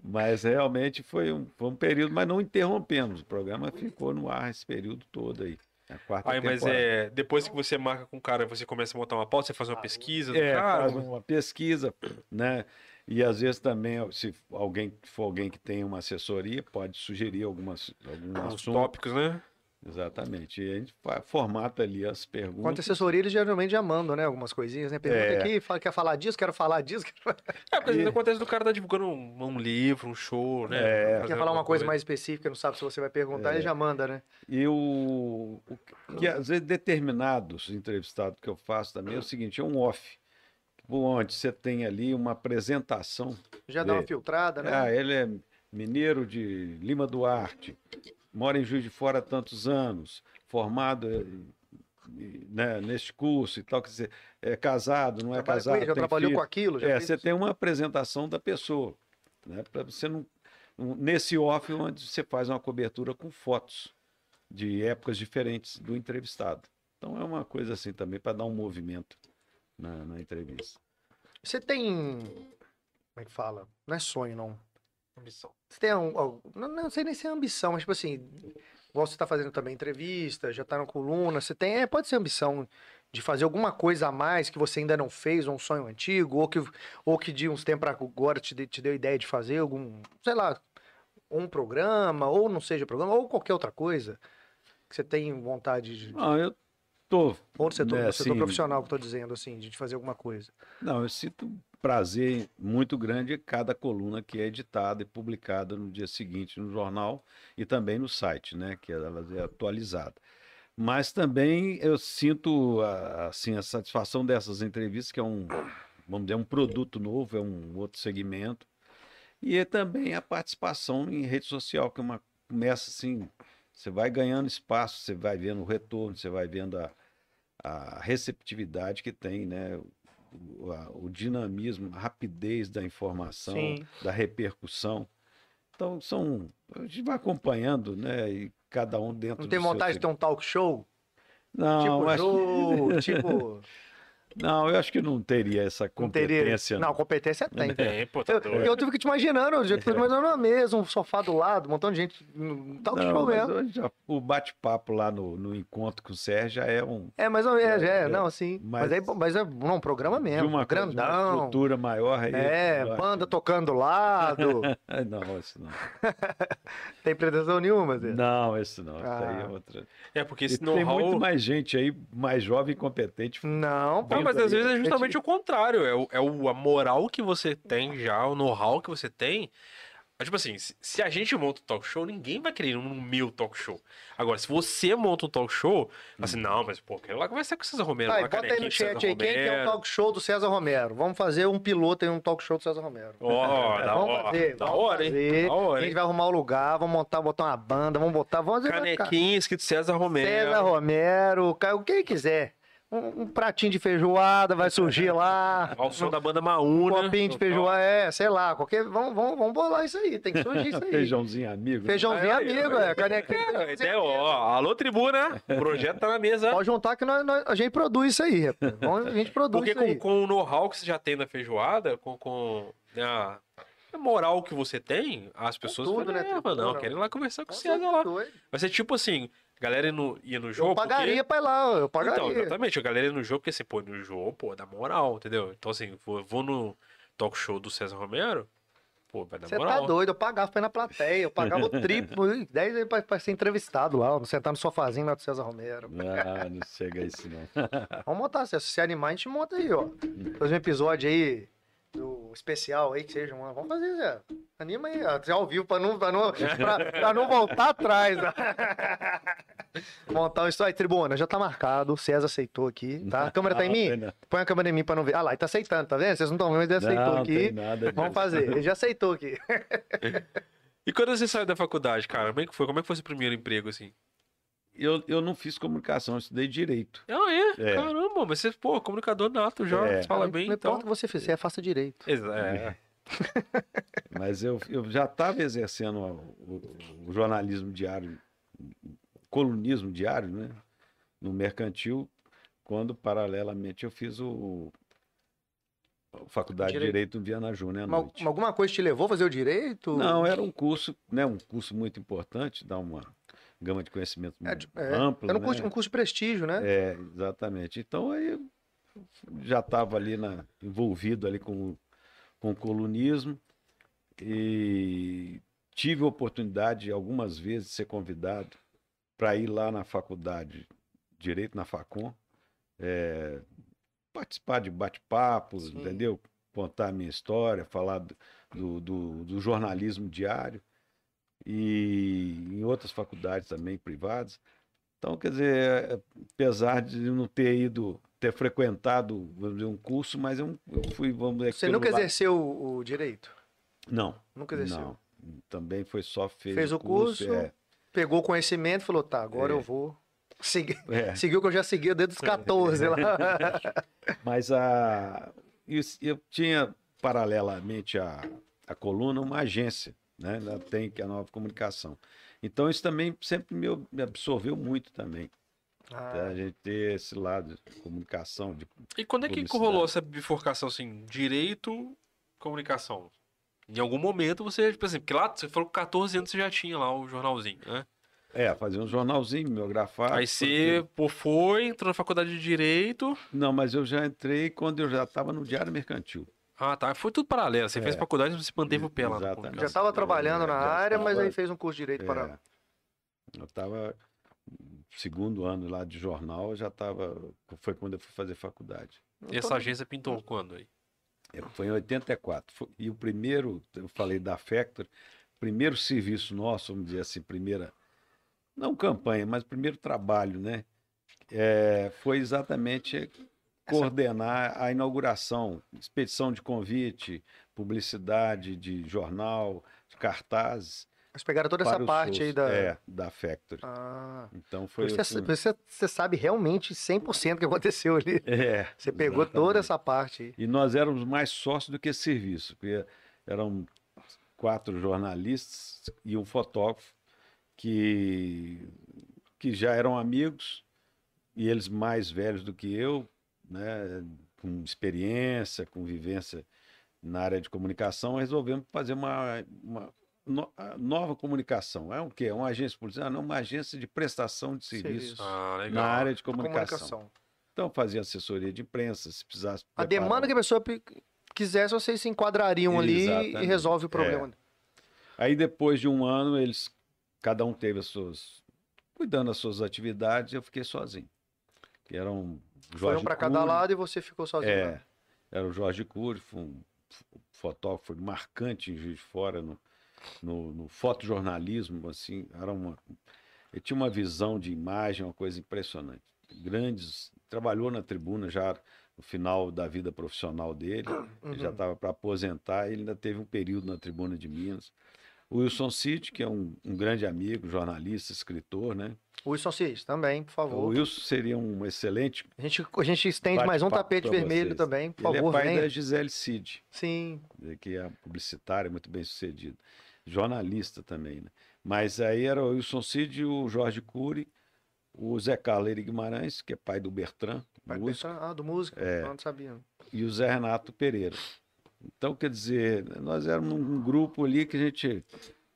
[SPEAKER 3] Mas realmente foi um, foi um período, mas não interrompemos. O programa ficou no ar esse período todo aí. A quarta
[SPEAKER 1] Aí, mas
[SPEAKER 3] temporada.
[SPEAKER 1] é, depois que você marca com o cara, você começa a montar uma pauta, você faz uma pesquisa do
[SPEAKER 3] É,
[SPEAKER 1] cara.
[SPEAKER 2] um
[SPEAKER 3] faz uma pesquisa, né? E às vezes também, se alguém for alguém que tem uma assessoria, pode sugerir algumas, algum
[SPEAKER 1] Ah, Os
[SPEAKER 3] assunto.
[SPEAKER 1] tópicos, né?
[SPEAKER 3] Exatamente. E a gente fa- formata ali as
[SPEAKER 2] Quanto
[SPEAKER 3] perguntas.
[SPEAKER 2] assessoria, eles geralmente já mandam, né, algumas coisinhas, né? Pergunta
[SPEAKER 3] É.
[SPEAKER 2] aqui, fala, quer falar disso, quero falar disso, quero falar-
[SPEAKER 1] É, porque às vezes
[SPEAKER 3] E-
[SPEAKER 1] acontece do cara tá divulgando um, um livro, um show, né?
[SPEAKER 3] É.
[SPEAKER 1] Fazendo
[SPEAKER 2] quer falar uma
[SPEAKER 1] alguma
[SPEAKER 2] coisa mais específica, não sabe se você vai perguntar, ele já manda, né?
[SPEAKER 3] E o, o que- que às vezes determinados entrevistados que eu faço também é o seguinte, é um off. Tipo, Onde você tem ali uma apresentação
[SPEAKER 2] Já dá uma
[SPEAKER 3] É.
[SPEAKER 2] filtrada, né?
[SPEAKER 3] Ah, ele é mineiro de Lima Duarte, mora em Juiz de Fora há tantos anos, formado eh, eh, né, neste curso e tal, quer dizer, é casado, não é
[SPEAKER 2] Trabalha com
[SPEAKER 3] casado,
[SPEAKER 2] ele, já
[SPEAKER 3] tem
[SPEAKER 2] trabalhou
[SPEAKER 3] filho.
[SPEAKER 2] com aquilo, já
[SPEAKER 3] É,
[SPEAKER 2] fez
[SPEAKER 3] você
[SPEAKER 2] isso.
[SPEAKER 3] tem uma apresentação da pessoa, né, para você não um- nesse off onde você faz uma cobertura com fotos de épocas diferentes do entrevistado. Então é uma coisa assim também para dar um movimento na, na entrevista.
[SPEAKER 2] Você tem. Como é que fala? Não é sonho, não.
[SPEAKER 1] Ambição.
[SPEAKER 2] Você tem um. al- Não, não sei nem se é ambição, mas tipo assim. igual Você tá fazendo também entrevista, já tá na coluna. Você tem. É, pode ser ambição de fazer alguma coisa a mais que você ainda não fez, ou um sonho antigo, ou que, ou que de uns tempos pra agora te, de- te deu ideia de fazer algum. Sei lá. Um programa, ou não seja programa, ou qualquer outra coisa que você tem vontade de.
[SPEAKER 3] Não, Ah, eu tô
[SPEAKER 2] Ou no setor,
[SPEAKER 3] É,
[SPEAKER 2] no setor
[SPEAKER 3] assim,
[SPEAKER 2] profissional que eu tô dizendo, assim, de fazer alguma coisa.
[SPEAKER 3] Não, eu sinto um prazer muito grande em cada coluna que é editada e publicada no dia seguinte no jornal e também no site, né? Que ela é atualizada. Mas também eu sinto a- assim a satisfação dessas entrevistas, que é um, vamos dizer, um produto novo, é um outro segmento. E é também a participação em rede social, que é uma começa assim, você vai ganhando espaço, você vai vendo o retorno, você vai vendo a, a receptividade que tem, né? O, a- o dinamismo, a rapidez da informação,
[SPEAKER 2] Sim.
[SPEAKER 3] da repercussão. Então, são, a gente vai acompanhando, né? E cada um dentro
[SPEAKER 2] Não tem
[SPEAKER 3] do seu
[SPEAKER 2] vontade de ter um talk show?
[SPEAKER 3] não, eu
[SPEAKER 2] tipo,
[SPEAKER 3] acho
[SPEAKER 2] jogo, tipo.
[SPEAKER 3] que, não, eu acho que não teria essa
[SPEAKER 2] Não teria.
[SPEAKER 3] competência.
[SPEAKER 2] Não, competência tem.
[SPEAKER 1] Tem, pô, tá
[SPEAKER 2] Eu,
[SPEAKER 1] doido.
[SPEAKER 2] eu tive que te imaginando, eu
[SPEAKER 3] É.
[SPEAKER 2] tive que te imaginando uma mesa, um sofá do lado, um montão de gente. Um talk
[SPEAKER 3] Não,
[SPEAKER 2] show
[SPEAKER 3] mas
[SPEAKER 2] mesmo.
[SPEAKER 3] hoje já- o bate-papo lá no, no encontro com o Sérgio já é um
[SPEAKER 2] É, mais ou menos, é,
[SPEAKER 3] É,
[SPEAKER 2] não, assim. Mas,
[SPEAKER 3] mas-
[SPEAKER 2] aí, mas é não, um programa mesmo.
[SPEAKER 3] de uma, coisa, de uma
[SPEAKER 2] grandão.
[SPEAKER 3] estrutura maior. aí,
[SPEAKER 2] é,
[SPEAKER 3] eu acho
[SPEAKER 2] banda tocando do lado.
[SPEAKER 3] que- Não, isso não.
[SPEAKER 2] tem pretensão nenhuma, Zé.
[SPEAKER 3] Não, isso não. isso aí é
[SPEAKER 2] Ah.
[SPEAKER 3] outra.
[SPEAKER 1] É, porque
[SPEAKER 3] E
[SPEAKER 1] esse
[SPEAKER 3] tem muito
[SPEAKER 1] know-how.
[SPEAKER 3] mais gente aí, mais jovem e competente.
[SPEAKER 2] Não, pô.
[SPEAKER 1] Não, mas às
[SPEAKER 3] aí.
[SPEAKER 1] vezes é justamente o contrário. É, o, é o- a moral que você tem já, o know-how que você tem. Mas, tipo assim, se- se a gente monta um talk show, ninguém vai querer ir no meu talk show. Agora, se você monta um talk show, assim, não, mas pô, quero lá conversar com o César Romero.
[SPEAKER 2] Vai,
[SPEAKER 1] uma
[SPEAKER 2] bota aí
[SPEAKER 1] canequinha
[SPEAKER 2] no
[SPEAKER 1] de César
[SPEAKER 2] chat aí, quem que é o
[SPEAKER 1] Romero.
[SPEAKER 2] talk show do César Romero? Vamos fazer um piloto em um talk show do César Romero.
[SPEAKER 1] Ó, da
[SPEAKER 2] É, vamos
[SPEAKER 1] hora,
[SPEAKER 2] fazer,
[SPEAKER 1] da
[SPEAKER 2] vamos
[SPEAKER 1] hora,
[SPEAKER 2] fazer.
[SPEAKER 1] hein? Da
[SPEAKER 2] a
[SPEAKER 1] hora,
[SPEAKER 2] gente
[SPEAKER 1] hein?
[SPEAKER 2] vai arrumar um lugar, vamos montar, botar uma banda, vamos botar, vamos fazer vai ficar.
[SPEAKER 1] Canequinha escrito César Romero.
[SPEAKER 2] César Romero, ca- o que quiser. Um, um pratinho de feijoada vai surgir lá.
[SPEAKER 1] Ao som da banda
[SPEAKER 2] Um
[SPEAKER 1] Maúna.
[SPEAKER 2] copinho de feijoada, é, sei lá, qualquer. Vamos, vamos, vamos bolar isso aí, tem que surgir isso aí.
[SPEAKER 3] Feijãozinho amigo.
[SPEAKER 2] Feijãozinho
[SPEAKER 1] Aí,
[SPEAKER 2] amigo,
[SPEAKER 1] aí.
[SPEAKER 2] é, canequinha.
[SPEAKER 1] Cara, ideia, ó, alô, tribuna. O projeto tá na mesa.
[SPEAKER 2] Pode juntar que nós- nós- a gente produz isso aí, rapaz. Vamos- A gente produz
[SPEAKER 1] Porque
[SPEAKER 2] isso aí.
[SPEAKER 1] com, com o know-how que você já tem na feijoada, com, com a a moral que você tem, as pessoas
[SPEAKER 2] tudo,
[SPEAKER 1] falam,
[SPEAKER 2] né,
[SPEAKER 1] "É,
[SPEAKER 2] tribuna,
[SPEAKER 1] não,
[SPEAKER 2] não."
[SPEAKER 1] querem ir lá conversar com o
[SPEAKER 2] Com
[SPEAKER 1] César lá.
[SPEAKER 2] certeza.
[SPEAKER 1] Vai ser tipo assim, a galera ia no, ia no jogo.
[SPEAKER 2] Eu
[SPEAKER 1] porque-
[SPEAKER 2] pagaria pra ir lá, eu pagaria.
[SPEAKER 1] Então, exatamente, a galera ia no jogo, porque assim, pô, no jogo, pô, dá moral, entendeu? Então assim, vou, vou no talk show do César Romero, pô, vai dar
[SPEAKER 2] Você tá
[SPEAKER 1] moral.
[SPEAKER 2] doido, eu pagava pra ir na plateia, eu pagava o triplo, 10 aí pra, pra ser entrevistado lá, ó, sentar no sofazinho lá do César Romero.
[SPEAKER 3] Ah, não chega a isso não.
[SPEAKER 2] Vamos montar, César, se você animar, a gente monta aí, ó.
[SPEAKER 3] Uhum.
[SPEAKER 2] Faz um episódio aí, do especial aí, que seja, mano. Vamos fazer, Zé. Anima aí, ó, já ao vivo, pra não, pra não, pra- pra não voltar atrás. né? Montar isso aí, tribuna, já tá marcado, o César aceitou aqui, tá? A câmera tá
[SPEAKER 3] Ah,
[SPEAKER 2] em mim?
[SPEAKER 3] Não,
[SPEAKER 2] Põe a câmera em mim pra não ver. Ah lá, ele tá aceitando, tá vendo? Vocês não estão vendo, mas ele aceitou
[SPEAKER 3] não tem
[SPEAKER 2] aqui.
[SPEAKER 3] nada
[SPEAKER 2] Vamos
[SPEAKER 3] disso.
[SPEAKER 2] fazer, ele já aceitou aqui.
[SPEAKER 1] E quando você saiu da faculdade, cara, como é que foi? Como é que foi seu primeiro emprego, assim?
[SPEAKER 3] Eu, eu não fiz comunicação, eu estudei direito.
[SPEAKER 1] Ah, é?
[SPEAKER 3] É.
[SPEAKER 1] Caramba, mas você, pô, comunicador nato já,
[SPEAKER 3] É.
[SPEAKER 1] você fala bem,
[SPEAKER 2] Não importa
[SPEAKER 1] então.
[SPEAKER 2] o que você fizer, faça direito.
[SPEAKER 1] Exa- é.
[SPEAKER 3] Mas eu, eu já estava exercendo o, o- o jornalismo diário, colunismo diário, né? No mercantil, quando paralelamente eu fiz o, a Faculdade
[SPEAKER 2] Direito.
[SPEAKER 3] de Direito Viana Júnior à
[SPEAKER 2] Mas-
[SPEAKER 3] noite.
[SPEAKER 2] mas alguma coisa te levou a fazer o direito?
[SPEAKER 3] Não, era um curso, né? Um curso muito importante, dá uma gama de conhecimento
[SPEAKER 2] É, de- é.
[SPEAKER 3] ampla.
[SPEAKER 2] Era um
[SPEAKER 3] né?
[SPEAKER 2] curso, um curso de prestígio, né?
[SPEAKER 3] É, exatamente. Então aí eu já estava ali na- envolvido ali com, o- com o colunismo e tive a oportunidade algumas vezes de ser convidado para ir lá na faculdade direito na Facom é, participar de bate-papos,
[SPEAKER 2] Sim.
[SPEAKER 3] entendeu? Contar a minha história, falar do- do, do, do jornalismo diário e em outras faculdades também privadas. Então, quer dizer, apesar de eu não ter ido, ter frequentado vamos dizer, um curso, mas eu, É eu fui, vamos dizer,
[SPEAKER 2] Você
[SPEAKER 3] pelo
[SPEAKER 2] nunca
[SPEAKER 3] lado-
[SPEAKER 2] exerceu o o direito?
[SPEAKER 3] Não,
[SPEAKER 2] Nunca exerceu.
[SPEAKER 3] não. Também foi só fez,
[SPEAKER 2] Fez o curso,
[SPEAKER 3] é,
[SPEAKER 2] Pegou o conhecimento e falou, tá, agora
[SPEAKER 3] É.
[SPEAKER 2] eu vou seguir.
[SPEAKER 3] é.
[SPEAKER 2] Seguiu o que eu já segui desde os 14 lá.
[SPEAKER 3] Mas a, isso- eu tinha, paralelamente à, à coluna, uma agência, né? Ainda tem que é a nova comunicação. Então, isso também sempre me ob- me absorveu muito também. Tá?
[SPEAKER 2] Ah,
[SPEAKER 3] A gente ter esse lado de comunicação. de-
[SPEAKER 1] E quando é que
[SPEAKER 3] Publicidade.
[SPEAKER 1] rolou essa bifurcação, assim, direito, comunicação? Em algum momento você, tipo assim, porque lá você falou que com 14 anos você já tinha lá o jornalzinho, né?
[SPEAKER 3] É, fazer um jornalzinho, mimeografar.
[SPEAKER 1] Aí você pô, foi, entrou na faculdade de Direito.
[SPEAKER 3] porque- Não, mas eu já entrei quando eu já estava no Diário Mercantil.
[SPEAKER 1] Ah, tá. Foi tudo paralelo. Você
[SPEAKER 3] É.
[SPEAKER 1] fez faculdade, mas você manteve o pé lá. na
[SPEAKER 3] Exatamente.
[SPEAKER 1] comunicação.
[SPEAKER 2] já estava trabalhando na
[SPEAKER 3] Já
[SPEAKER 2] área, mas
[SPEAKER 3] tava-
[SPEAKER 2] aí fez um curso de direito para.
[SPEAKER 3] É, eu estava segundo ano lá de jornal, eu já estava. Foi quando eu fui fazer faculdade.
[SPEAKER 1] E essa agência pintou quando aí?
[SPEAKER 3] É, Foi em 84. Foi- E o primeiro, eu falei da Factor, primeiro serviço nosso, vamos dizer assim, primeira, não campanha, mas primeiro trabalho, né? É, foi exatamente coordenar a inauguração, expedição de convite, publicidade de jornal, de cartazes.
[SPEAKER 2] Mas pegaram toda
[SPEAKER 3] para
[SPEAKER 2] essa
[SPEAKER 3] o
[SPEAKER 2] parte
[SPEAKER 3] SUS.
[SPEAKER 2] aí da.
[SPEAKER 3] É, da Factory.
[SPEAKER 2] Ah.
[SPEAKER 3] Então foi.
[SPEAKER 2] Por isso você,
[SPEAKER 3] assim,
[SPEAKER 2] por isso você- você sabe realmente 100% o que aconteceu ali.
[SPEAKER 3] é,
[SPEAKER 2] Você pegou toda
[SPEAKER 3] exatamente.
[SPEAKER 2] essa parte aí.
[SPEAKER 3] E nós éramos mais sócios do que serviço, porque eram quatro jornalistas e um fotógrafo que, que já eram amigos, e eles mais velhos do que eu, né, com experiência, com vivência na área de comunicação, resolvemos fazer uma, uma no- a nova comunicação. É o quê? Uma agência policial? Não, uma agência de prestação de serviço,
[SPEAKER 2] Serviço.
[SPEAKER 1] Ah, legal.
[SPEAKER 3] na área de comunicação.
[SPEAKER 2] Comunicação.
[SPEAKER 3] Então fazia assessoria de imprensa, se precisasse.
[SPEAKER 2] A
[SPEAKER 3] preparar
[SPEAKER 2] demanda que a pessoa pe- quisesse, vocês se enquadrariam ali e
[SPEAKER 3] Exatamente. É,
[SPEAKER 2] resolve o problema.
[SPEAKER 3] Aí depois de um ano, eles cada um teve as suas cuidando das suas atividades, eu fiquei sozinho. Que era um
[SPEAKER 2] Foi
[SPEAKER 3] Jorge
[SPEAKER 2] um pra cada
[SPEAKER 3] Cury,
[SPEAKER 2] lado e você ficou sozinho.
[SPEAKER 3] É.
[SPEAKER 2] né?
[SPEAKER 3] Era o Jorge Cury, foi um f- fotógrafo marcante em Juiz de Fora no, no, no fotojornalismo, assim, era uma, ele tinha uma visão de imagem, uma coisa impressionante. Grandes, trabalhou na tribuna já no final da vida profissional dele,
[SPEAKER 2] Uhum.
[SPEAKER 3] ele já estava para aposentar, ele ainda teve um período na tribuna de Minas. O Wilson City, que é um, um grande amigo, jornalista, escritor, né?
[SPEAKER 2] Wilson Cis, também, por
[SPEAKER 3] O
[SPEAKER 2] favor.
[SPEAKER 3] Wilson seria um excelente.
[SPEAKER 2] A gente, a gente estende mais um
[SPEAKER 3] Bate-papo
[SPEAKER 2] tapete
[SPEAKER 3] pra
[SPEAKER 2] vermelho
[SPEAKER 3] vocês.
[SPEAKER 2] também, por
[SPEAKER 3] ele
[SPEAKER 2] favor,
[SPEAKER 3] é pai
[SPEAKER 2] vem.
[SPEAKER 3] da Gisele Cid.
[SPEAKER 2] Sim,
[SPEAKER 3] né, que é publicitária, muito bem sucedido. Jornalista também, né? Mas aí era o Wilson Cid, o Jorge Cury, o Zé Carleiro Guimarães, que é pai do Bertrand,
[SPEAKER 2] vai
[SPEAKER 3] músico,
[SPEAKER 2] pensar. Ah, do música?
[SPEAKER 3] É.
[SPEAKER 2] Eu não sabia.
[SPEAKER 3] e o Zé Renato Pereira. Então, quer dizer, nós éramos um grupo ali que a gente,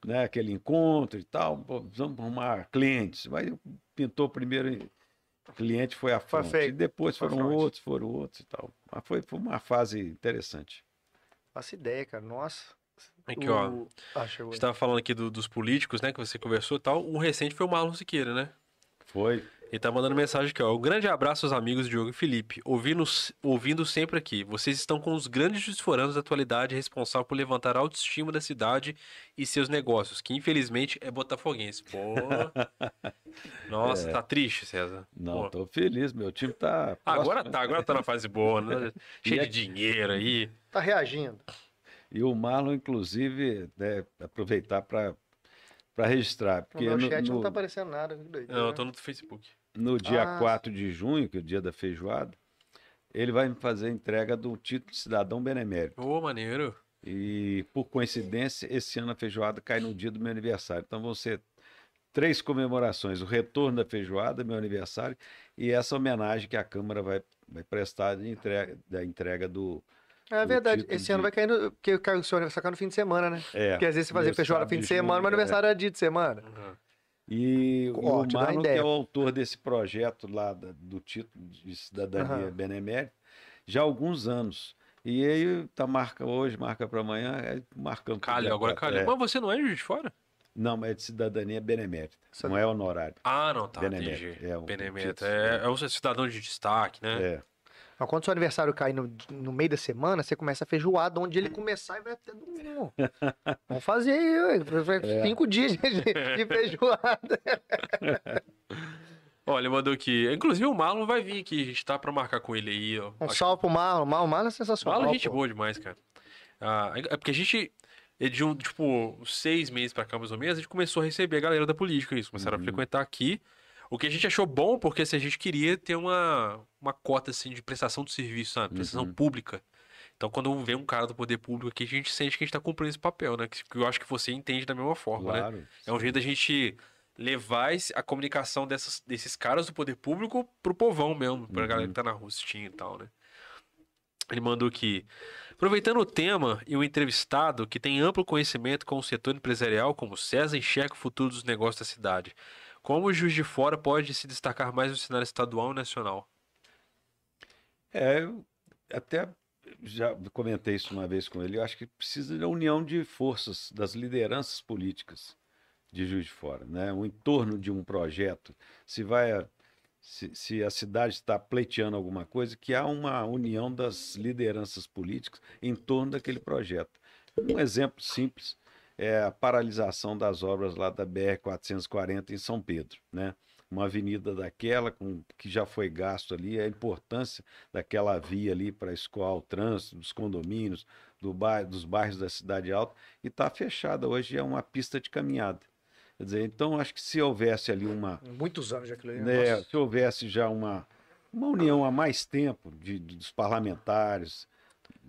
[SPEAKER 3] né, aquele encontro e tal, pô, vamos arrumar clientes. Mas pintou o primeiro cliente foi a
[SPEAKER 2] Foi a
[SPEAKER 3] fonte,
[SPEAKER 2] Fe-
[SPEAKER 3] e depois
[SPEAKER 2] foi a
[SPEAKER 3] foram
[SPEAKER 2] Fronte.
[SPEAKER 3] outros, foram outros e tal. Mas foi, foi uma fase interessante.
[SPEAKER 2] Faço ideia, cara. Nossa.
[SPEAKER 1] Aqui, ó.
[SPEAKER 2] O- Ah, chegou.
[SPEAKER 1] A gente tava falando aqui do- dos políticos, né? Que você conversou e tal. O recente foi o Marlon Siqueira, né?
[SPEAKER 3] Foi
[SPEAKER 1] Ele tá mandando mensagem aqui, ó. Um grande abraço aos amigos Diogo e Felipe. Ouvindo, ouvindo sempre aqui. Vocês estão com os grandes desforanos da atualidade responsável por levantar a autoestima da cidade e seus negócios, que infelizmente é botafoguense. Pô. Nossa, tá triste, César.
[SPEAKER 3] É. Não,
[SPEAKER 1] Pô.
[SPEAKER 3] tô feliz, meu time tá.
[SPEAKER 1] Agora
[SPEAKER 3] próximo.
[SPEAKER 1] tá, agora tá na fase boa, né? Cheio
[SPEAKER 3] E é-
[SPEAKER 1] de dinheiro aí.
[SPEAKER 2] Tá reagindo.
[SPEAKER 3] E o Marlon, inclusive, né, aproveitar para registrar,
[SPEAKER 2] No
[SPEAKER 3] porque
[SPEAKER 2] meu
[SPEAKER 3] no,
[SPEAKER 2] chat não
[SPEAKER 3] no-
[SPEAKER 2] tá aparecendo nada. Que doideira.
[SPEAKER 1] Não, eu tô no Facebook.
[SPEAKER 3] no dia
[SPEAKER 2] Ah.
[SPEAKER 3] 4 de junho, que é o dia da feijoada, ele vai me fazer a entrega do título de cidadão benemérito.
[SPEAKER 1] Ô, maneiro.
[SPEAKER 3] E, por coincidência, esse ano a feijoada cai no dia do meu aniversário. Então vão ser três comemorações: o retorno da feijoada, meu aniversário, e essa homenagem que a Câmara vai, vai prestar de entrega, da entrega do.
[SPEAKER 2] É
[SPEAKER 3] o
[SPEAKER 2] verdade.
[SPEAKER 3] título
[SPEAKER 2] Esse ano
[SPEAKER 3] de-
[SPEAKER 2] vai cair no. Porque caiu o seu aniversário cai no fim de semana, né?
[SPEAKER 3] É,
[SPEAKER 2] Porque às vezes você fazia
[SPEAKER 3] meu
[SPEAKER 2] feijoada no fim
[SPEAKER 3] sábado
[SPEAKER 2] de
[SPEAKER 3] de junho,
[SPEAKER 2] semana, mas
[SPEAKER 3] é.
[SPEAKER 2] aniversário era dia de semana.
[SPEAKER 1] Uhum.
[SPEAKER 3] E, e
[SPEAKER 2] Ó,
[SPEAKER 3] o
[SPEAKER 2] te dá uma
[SPEAKER 3] Marlon, que
[SPEAKER 2] ideia.
[SPEAKER 3] é o autor desse projeto lá da- do título de cidadania
[SPEAKER 2] Aham.
[SPEAKER 3] benemérita, já há alguns anos. E aí tá marca hoje, marca para amanhã, é, marcamos. pro
[SPEAKER 1] Calho,
[SPEAKER 3] dia
[SPEAKER 1] agora
[SPEAKER 3] quatro.
[SPEAKER 1] calho.
[SPEAKER 3] É.
[SPEAKER 1] Mas você não é de Juiz de fora?
[SPEAKER 3] Não, mas é de cidadania benemérita,
[SPEAKER 2] Só-
[SPEAKER 3] não é honorário.
[SPEAKER 1] Ah, não, tá.
[SPEAKER 3] Benemérito,
[SPEAKER 1] Entendi.
[SPEAKER 3] é um
[SPEAKER 1] Benemérito.
[SPEAKER 3] título.
[SPEAKER 1] É, é um cidadão de destaque, né?
[SPEAKER 3] É.
[SPEAKER 2] Mas quando seu aniversário cai no, no meio da semana, você começa a feijoada onde ele começar e vai até domingo. Vamos fazer aí, ué. Vai-
[SPEAKER 3] É.
[SPEAKER 2] vai cinco dias de, de feijoada.
[SPEAKER 1] Olha, ele mandou aqui. Inclusive o Marlon vai vir aqui, a gente tá pra marcar com ele aí, ó.
[SPEAKER 2] Um
[SPEAKER 1] Acho-
[SPEAKER 2] salve pro Marlon. Marlon, Marlon é sensacional.
[SPEAKER 1] Marlon é gente
[SPEAKER 2] pô.
[SPEAKER 1] boa demais, cara. Ah, é porque a gente, é de um, tipo, seis meses pra cá, mais ou menos, a gente começou a receber a galera da política, isso. Começaram a frequentar aqui. O que a gente achou bom, porque assim, a gente queria ter uma, uma cota, assim, de prestação de serviço, sabe? Prestação
[SPEAKER 3] Uhum.
[SPEAKER 1] pública. Então, quando vem um cara do poder público aqui, a gente sente que a gente tá cumprindo esse papel, né? Que que eu acho que você entende da mesma forma, né?
[SPEAKER 3] Claro.
[SPEAKER 1] É um jeito da gente levar esse- a comunicação dessas- desses caras do poder público pro povão mesmo, pra
[SPEAKER 3] Uhum.
[SPEAKER 1] galera que tá na rostinha e tal, né? Ele mandou aqui. Aproveitando o tema e o entrevistado que tem amplo conhecimento com o setor empresarial, como César enxerga o futuro dos negócios da cidade. Como o Juiz de Fora pode se destacar mais no cenário estadual e nacional?
[SPEAKER 3] É, eu até já comentei isso uma vez com ele. Eu acho que precisa da união de forças das lideranças políticas de Juiz de Fora, né? O entorno de um projeto. Se vai, a- se, se a cidade está pleiteando alguma coisa, que há uma união das lideranças políticas em torno daquele projeto. Um exemplo simples é a paralisação das obras lá da BR 440 em São Pedro, né? Uma avenida daquela com que já foi gasto ali, a importância daquela via ali para escoar o trânsito, dos condomínios, do bairro, dos bairros da Cidade Alta, e está fechada. Hoje é uma pista de caminhada. Quer dizer, então acho que se houvesse ali uma.
[SPEAKER 2] Muitos anos já que ele é.
[SPEAKER 3] né, se houvesse já uma, uma união há mais tempo de, de- dos parlamentares,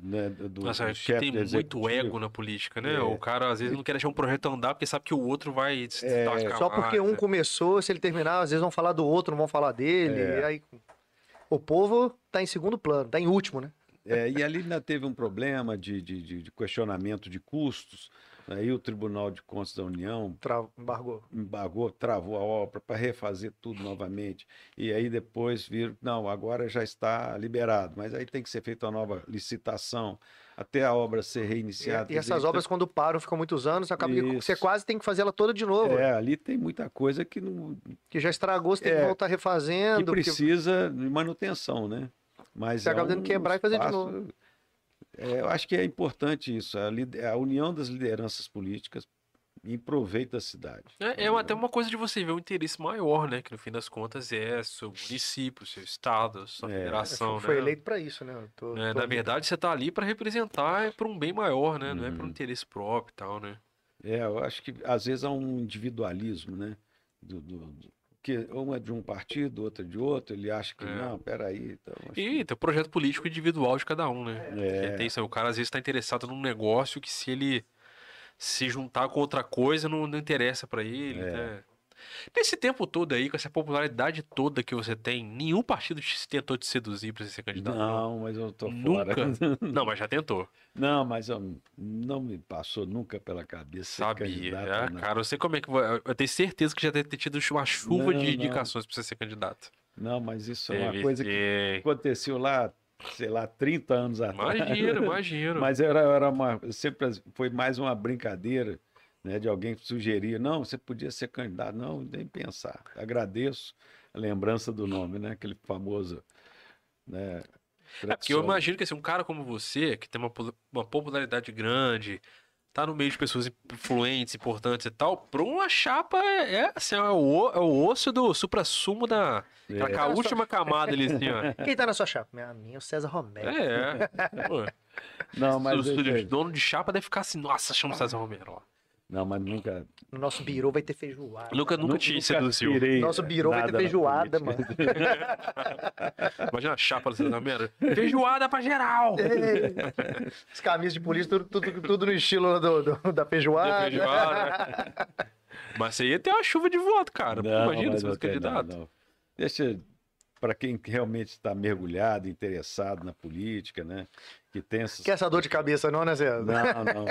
[SPEAKER 3] né, do, do
[SPEAKER 1] Nossa, acho que
[SPEAKER 3] chefe
[SPEAKER 1] tem
[SPEAKER 3] do
[SPEAKER 1] muito
[SPEAKER 3] executivo.
[SPEAKER 1] ego na política, né?
[SPEAKER 3] É.
[SPEAKER 1] O cara às vezes não quer deixar um projeto andar porque sabe que o outro vai se
[SPEAKER 3] É,
[SPEAKER 1] destacar.
[SPEAKER 2] Só porque
[SPEAKER 1] mais,
[SPEAKER 2] um
[SPEAKER 1] né?
[SPEAKER 2] começou, se ele terminar, às vezes vão falar do outro, não vão falar dele.
[SPEAKER 3] É.
[SPEAKER 2] e aí, o povo tá em segundo plano, tá em último, né?
[SPEAKER 3] É, e ali ainda teve um problema de, de, de- de questionamento de custos. Aí o Tribunal de Contas da União
[SPEAKER 2] Tra... Embargou.
[SPEAKER 3] embargou, travou a obra para refazer tudo novamente. E aí depois viram, não, agora já está liberado, mas aí tem que ser feita uma nova licitação até a obra ser
[SPEAKER 2] E,
[SPEAKER 3] reiniciada.
[SPEAKER 2] e
[SPEAKER 3] Quer
[SPEAKER 2] essas
[SPEAKER 3] dizer,
[SPEAKER 2] obras, quando param, ficam muitos anos, acaba que
[SPEAKER 3] Isso.
[SPEAKER 2] você quase tem que fazer ela toda de novo.
[SPEAKER 3] É, ali tem muita coisa que, não,
[SPEAKER 2] Que já estragou, você tem que
[SPEAKER 3] É.
[SPEAKER 2] voltar
[SPEAKER 3] que
[SPEAKER 2] refazendo. porque-
[SPEAKER 3] precisa de manutenção, né? Mas
[SPEAKER 2] Você
[SPEAKER 3] é
[SPEAKER 2] acaba tendo que quebrar e fazer de
[SPEAKER 3] é, eu acho que é importante isso, a, lide- a união das lideranças políticas em proveito da cidade.
[SPEAKER 1] É, é até uma coisa de você ver um interesse maior, né? Que no fim das contas é seu município, seu estado, sua
[SPEAKER 3] É.
[SPEAKER 1] federação,
[SPEAKER 2] Foi
[SPEAKER 1] né?
[SPEAKER 2] eleito pra isso, né? Eu tô-
[SPEAKER 1] Né,
[SPEAKER 2] tô-
[SPEAKER 1] Na verdade, você tá ali pra representar para um bem maior, né? Não é para um
[SPEAKER 3] Uhum.
[SPEAKER 1] interesse próprio e tal, né?
[SPEAKER 3] É, eu acho que às vezes há um individualismo, né? Do, do- do- que um é de um partido, outro é de outro, ele acha que
[SPEAKER 1] É.
[SPEAKER 3] não, peraí. Então, acho que-
[SPEAKER 1] E tem o projeto político individual de cada um, né?
[SPEAKER 3] É.
[SPEAKER 1] Tem isso aí, o cara às vezes tá interessado num negócio que se ele se juntar com outra coisa não, não interessa pra ele,
[SPEAKER 3] É.
[SPEAKER 1] né? Nesse tempo todo aí, com essa popularidade toda que você tem, nenhum partido te tentou te seduzir pra você ser candidato?
[SPEAKER 3] Não, mas eu tô
[SPEAKER 1] Nunca?
[SPEAKER 3] fora.
[SPEAKER 1] Não, mas já tentou.
[SPEAKER 3] Não, mas eu- não me passou nunca pela cabeça ser
[SPEAKER 1] Sabia.
[SPEAKER 3] candidato, né?
[SPEAKER 1] Ah,
[SPEAKER 3] não.
[SPEAKER 1] cara, eu sei como é que. vai- Eu tenho certeza que já deve ter tido uma chuva
[SPEAKER 3] Não,
[SPEAKER 1] de
[SPEAKER 3] não.
[SPEAKER 1] indicações pra você ser candidato.
[SPEAKER 3] Não, mas isso é
[SPEAKER 1] Teve-
[SPEAKER 3] uma coisa que
[SPEAKER 1] Ei,
[SPEAKER 3] aconteceu lá, sei lá, 30 anos atrás.
[SPEAKER 1] Imagino, imagino.
[SPEAKER 3] Mas era, era uma. Sempre foi mais uma brincadeira, né? De alguém que sugeria, não, você podia ser candidato. Não, nem pensar. Agradeço a lembrança do nome, né? Aquele famoso.
[SPEAKER 1] É
[SPEAKER 3] Né,
[SPEAKER 1] porque eu
[SPEAKER 3] tradicional.
[SPEAKER 1] imagino que assim, um cara como você, que tem uma, po- uma popularidade grande, tá no meio de pessoas influentes, importantes e tal, pra uma chapa é, é, assim, é o, é o osso do supra-sumo da, da
[SPEAKER 3] É.
[SPEAKER 1] ca- última camada ali, assim, ó.
[SPEAKER 2] Quem tá na sua chapa? Minha, minha é o César Romero.
[SPEAKER 1] É, é. Pô,
[SPEAKER 3] Não, mas, é,
[SPEAKER 1] o, o dono de chapa deve ficar assim, nossa, chama o César Romero. ó.
[SPEAKER 3] não, mas nunca.
[SPEAKER 2] No nosso birô vai ter feijoada.
[SPEAKER 1] Nunca, nunca te seduziu.
[SPEAKER 3] aspirei
[SPEAKER 2] Nosso birô vai ter
[SPEAKER 3] nada na
[SPEAKER 2] feijoada, mano.
[SPEAKER 3] política.
[SPEAKER 1] Imagina a chapa do César Romero. Feijoada pra geral!
[SPEAKER 2] Ei, É. As camisas de polícia, tudo, tudo, tudo no estilo do, do- da feijoada.
[SPEAKER 1] Da feijoada. Mas você ia ter uma chuva de voto, cara. Pô, imagina
[SPEAKER 3] mas
[SPEAKER 1] se fosse
[SPEAKER 3] não tem nada,
[SPEAKER 1] candidato.
[SPEAKER 3] não. Deixa para quem realmente está mergulhado, interessado na política, né? Que tem essas...
[SPEAKER 2] Quer essa dor de cabeça, não, né, Zé?
[SPEAKER 3] Não, não.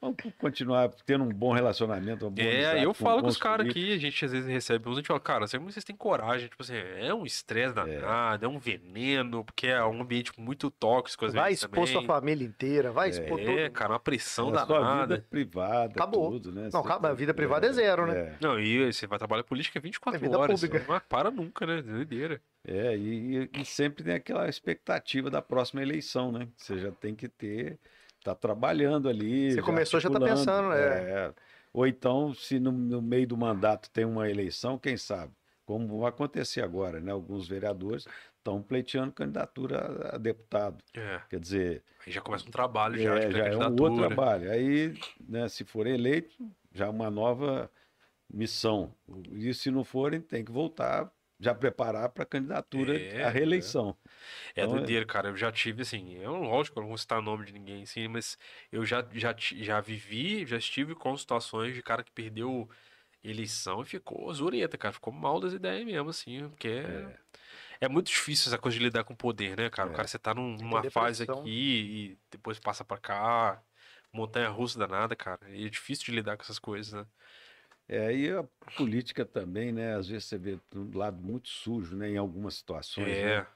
[SPEAKER 3] Vamos continuar tendo um bom relacionamento. Uma boa
[SPEAKER 1] É,
[SPEAKER 3] amizade um
[SPEAKER 1] eu falo com
[SPEAKER 3] bons
[SPEAKER 1] os caras
[SPEAKER 3] políticos.
[SPEAKER 1] aqui, a gente às vezes recebe uns, a gente fala, cara, sei como vocês têm coragem, tipo assim, é um estresse danado, é. um veneno, porque é um ambiente muito tóxico às
[SPEAKER 2] Vai
[SPEAKER 1] vezes
[SPEAKER 2] expor sua
[SPEAKER 1] também.
[SPEAKER 2] família inteira, vai expor todo
[SPEAKER 1] É, cara, uma pressão
[SPEAKER 3] É, sua vida
[SPEAKER 1] danada.
[SPEAKER 3] privada,
[SPEAKER 2] Acabou.
[SPEAKER 3] tudo, né?
[SPEAKER 2] Não,
[SPEAKER 3] Você
[SPEAKER 2] acaba- a
[SPEAKER 3] tem-
[SPEAKER 2] vida privada é zero, né?
[SPEAKER 3] é.
[SPEAKER 1] Não, e você vai trabalhar política 24
[SPEAKER 2] É vida
[SPEAKER 1] horas,
[SPEAKER 2] pública.
[SPEAKER 1] você não para nunca, né? Doideira.
[SPEAKER 3] É, e, e- e sempre tem aquela expectativa da próxima eleição, né? Você já tem que ter, tá trabalhando ali.
[SPEAKER 2] Você começou, já tá
[SPEAKER 3] articulando,
[SPEAKER 2] pensando, é.
[SPEAKER 3] é. Ou então, se no, no meio do mandato tem uma eleição, quem sabe? Como vai acontecer agora, né? Alguns vereadores estão pleiteando candidatura a, a deputado.
[SPEAKER 1] É,
[SPEAKER 3] Quer dizer,
[SPEAKER 1] aí já começa um trabalho já
[SPEAKER 3] é,
[SPEAKER 1] de
[SPEAKER 3] já é um
[SPEAKER 1] candidatura.
[SPEAKER 3] outro trabalho. Aí, né, se for eleito, já é uma nova missão. E se não forem, tem que voltar, já preparar para a candidatura
[SPEAKER 1] É,
[SPEAKER 3] à reeleição.
[SPEAKER 1] É
[SPEAKER 3] Então, é-
[SPEAKER 1] doideira, cara. Eu já tive, assim, eu, lógico, eu não vou citar nome de ninguém, assim, mas eu já, já, ti- já vivi, já estive com situações de cara que perdeu eleição e ficou zureta, cara. Ficou mal das ideias mesmo, assim, porque é, é muito difícil essa coisa de lidar com o poder, né, cara? O
[SPEAKER 3] É.
[SPEAKER 1] cara, você tá num- numa fase
[SPEAKER 2] depressão.
[SPEAKER 1] aqui e depois passa pra cá. Montanha russa danada, cara. E é difícil de lidar com essas coisas, né?
[SPEAKER 3] É, e a política também, né? Às vezes você vê um lado muito sujo, né? Em algumas situações. né?
[SPEAKER 1] É.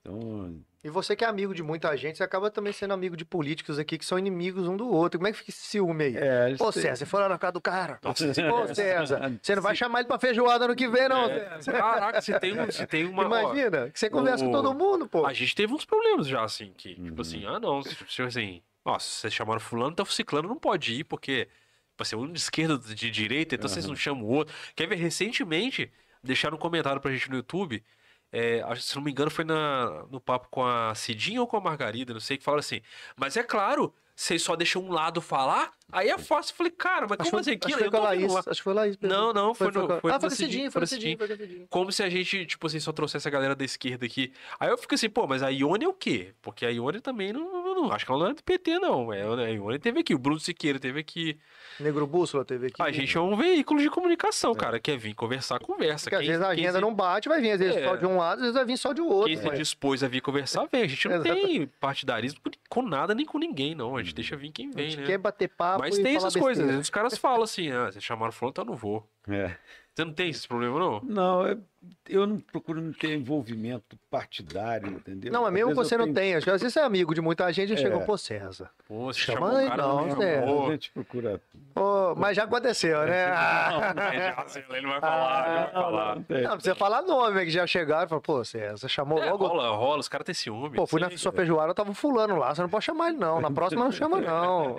[SPEAKER 3] Então,
[SPEAKER 2] E você que é amigo de muita gente, você acaba também sendo amigo de políticos aqui que são inimigos um do outro. Como é que fica esse ciúme aí?
[SPEAKER 3] é, eles
[SPEAKER 2] Ô,
[SPEAKER 3] têm-
[SPEAKER 2] César, você foi lá na casa do cara.
[SPEAKER 1] Nossa, esse-
[SPEAKER 2] Ô, César, você não vai chamar ele pra feijoada ano que vem, não, Zé.
[SPEAKER 1] É. Caraca, você tem, um, você tem uma. ó,
[SPEAKER 2] Imagina, que você conversa
[SPEAKER 1] o-
[SPEAKER 2] com todo mundo, pô.
[SPEAKER 1] A gente teve uns problemas já, assim, que, tipo
[SPEAKER 3] Uhum.
[SPEAKER 1] assim, ah, não, tipo tipo assim, nossa, vocês chamaram fulano, então o ciclano não pode ir, porque, tipo assim, um de esquerda, outro de direita, então vocês não chamam o outro. Quer ver, recentemente, deixaram um comentário pra gente no YouTube, é, acho- se não me engano foi na, no papo com a Cidinha ou com a Margarida, não sei, que falaram assim, mas é claro, vocês só deixam um lado falar, aí é fácil. Eu falei, cara, mas
[SPEAKER 2] Acho
[SPEAKER 1] como
[SPEAKER 2] que
[SPEAKER 1] assim,
[SPEAKER 2] foi- acho
[SPEAKER 1] aquilo?
[SPEAKER 2] que foi
[SPEAKER 1] Eu
[SPEAKER 2] com a
[SPEAKER 1] tô ouvindo
[SPEAKER 2] Laís.
[SPEAKER 1] lá.
[SPEAKER 2] Acho que foi Laís.
[SPEAKER 1] Não, não, foi, no,
[SPEAKER 2] com a-
[SPEAKER 1] foi
[SPEAKER 2] Ah,
[SPEAKER 1] no
[SPEAKER 2] foi no
[SPEAKER 1] Cidinho,
[SPEAKER 2] Cidinho,
[SPEAKER 1] foi
[SPEAKER 2] foi
[SPEAKER 1] no
[SPEAKER 2] no
[SPEAKER 1] Cidinho.
[SPEAKER 2] Cidinho, foi no Cidinho.
[SPEAKER 1] Como se a gente, tipo assim, só trouxesse a galera da esquerda aqui. Aí eu fico assim, pô, mas a Ione é o quê? Porque a Ione também não. não- não- acho que ela não é do PT, não. É, A Ione teve aqui, o Bruno Siqueira teve aqui.
[SPEAKER 2] Negro Bússola teve aqui.
[SPEAKER 1] A gente é um veículo de comunicação, cara. Quer vir conversar, conversa.
[SPEAKER 2] É. Porque às
[SPEAKER 1] Quem-
[SPEAKER 2] vezes a
[SPEAKER 1] quem
[SPEAKER 2] agenda
[SPEAKER 1] se-
[SPEAKER 2] não né? bate, vai vir às vezes
[SPEAKER 1] É.
[SPEAKER 2] só de um lado, às vezes vai vir só de outro.
[SPEAKER 1] Quem se
[SPEAKER 2] mas-
[SPEAKER 1] dispôs a vir conversar, vem. A gente não tem partidarismo com- com nada nem com ninguém, não. A gente deixa vir quem
[SPEAKER 2] Uhum. a
[SPEAKER 1] vem,
[SPEAKER 2] gente
[SPEAKER 1] né?
[SPEAKER 2] quer bater papo
[SPEAKER 1] Mas
[SPEAKER 2] e
[SPEAKER 1] tem
[SPEAKER 2] falar
[SPEAKER 1] essas coisas.
[SPEAKER 2] besteira.
[SPEAKER 1] Os caras falam assim, ah, vocês chamaram fulano, então eu não vou.
[SPEAKER 3] é.
[SPEAKER 1] Você não tem esse problema, não?
[SPEAKER 3] Não, é- eu não procuro não ter envolvimento partidário, entendeu?
[SPEAKER 2] Não, é
[SPEAKER 3] Às
[SPEAKER 2] mesmo
[SPEAKER 3] vezes
[SPEAKER 2] você
[SPEAKER 3] eu
[SPEAKER 2] não
[SPEAKER 3] tenho-
[SPEAKER 2] tem. Às vezes você é amigo de muita gente e
[SPEAKER 3] É.
[SPEAKER 2] chegou, pô, César.
[SPEAKER 1] Pô, você
[SPEAKER 2] Chama
[SPEAKER 1] chamou o
[SPEAKER 2] aí,
[SPEAKER 1] cara,
[SPEAKER 2] não, né?
[SPEAKER 1] não
[SPEAKER 2] Zé.
[SPEAKER 1] chamou.
[SPEAKER 3] A gente procura.
[SPEAKER 2] Ô, mas já aconteceu, né?
[SPEAKER 1] Ah, ele não vai falar, ele não vai falar.
[SPEAKER 3] tem.
[SPEAKER 2] Não, precisa falar nome, é que já chegaram e falaram, pô, César, chamou
[SPEAKER 1] É,
[SPEAKER 2] logo.
[SPEAKER 1] rola, rola, os caras têm ciúme.
[SPEAKER 2] Pô, fui na
[SPEAKER 1] Sim.
[SPEAKER 2] sua feijoada, eu tava um fulano lá, você não pode chamar ele, não. Na próxima não chama, não.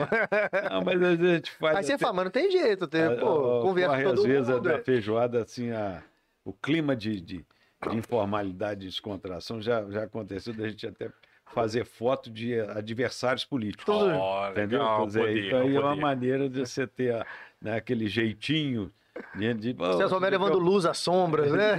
[SPEAKER 3] Não, mas a gente faz.
[SPEAKER 2] Aí você
[SPEAKER 3] até-
[SPEAKER 2] fala, mas não tem jeito, tem,
[SPEAKER 3] Ah,
[SPEAKER 2] É, pô,
[SPEAKER 3] ah,
[SPEAKER 2] conversa
[SPEAKER 3] corre,
[SPEAKER 2] com todo
[SPEAKER 3] às vezes a-
[SPEAKER 2] mundo.
[SPEAKER 3] da
[SPEAKER 2] é.
[SPEAKER 3] feijoada, assim, a- o clima de, de- de informalidade, de descontração, já, já aconteceu da gente até fazer foto de adversários políticos.
[SPEAKER 1] Ó,
[SPEAKER 3] Entendeu?
[SPEAKER 1] legal,
[SPEAKER 3] Quer dizer,
[SPEAKER 1] poder,
[SPEAKER 3] então, aí é uma
[SPEAKER 1] poder.
[SPEAKER 3] maneira de você ter a- né, aquele jeitinho de. de
[SPEAKER 2] Vocês
[SPEAKER 3] "Oh,
[SPEAKER 2] souberam levando luz às sombras, né?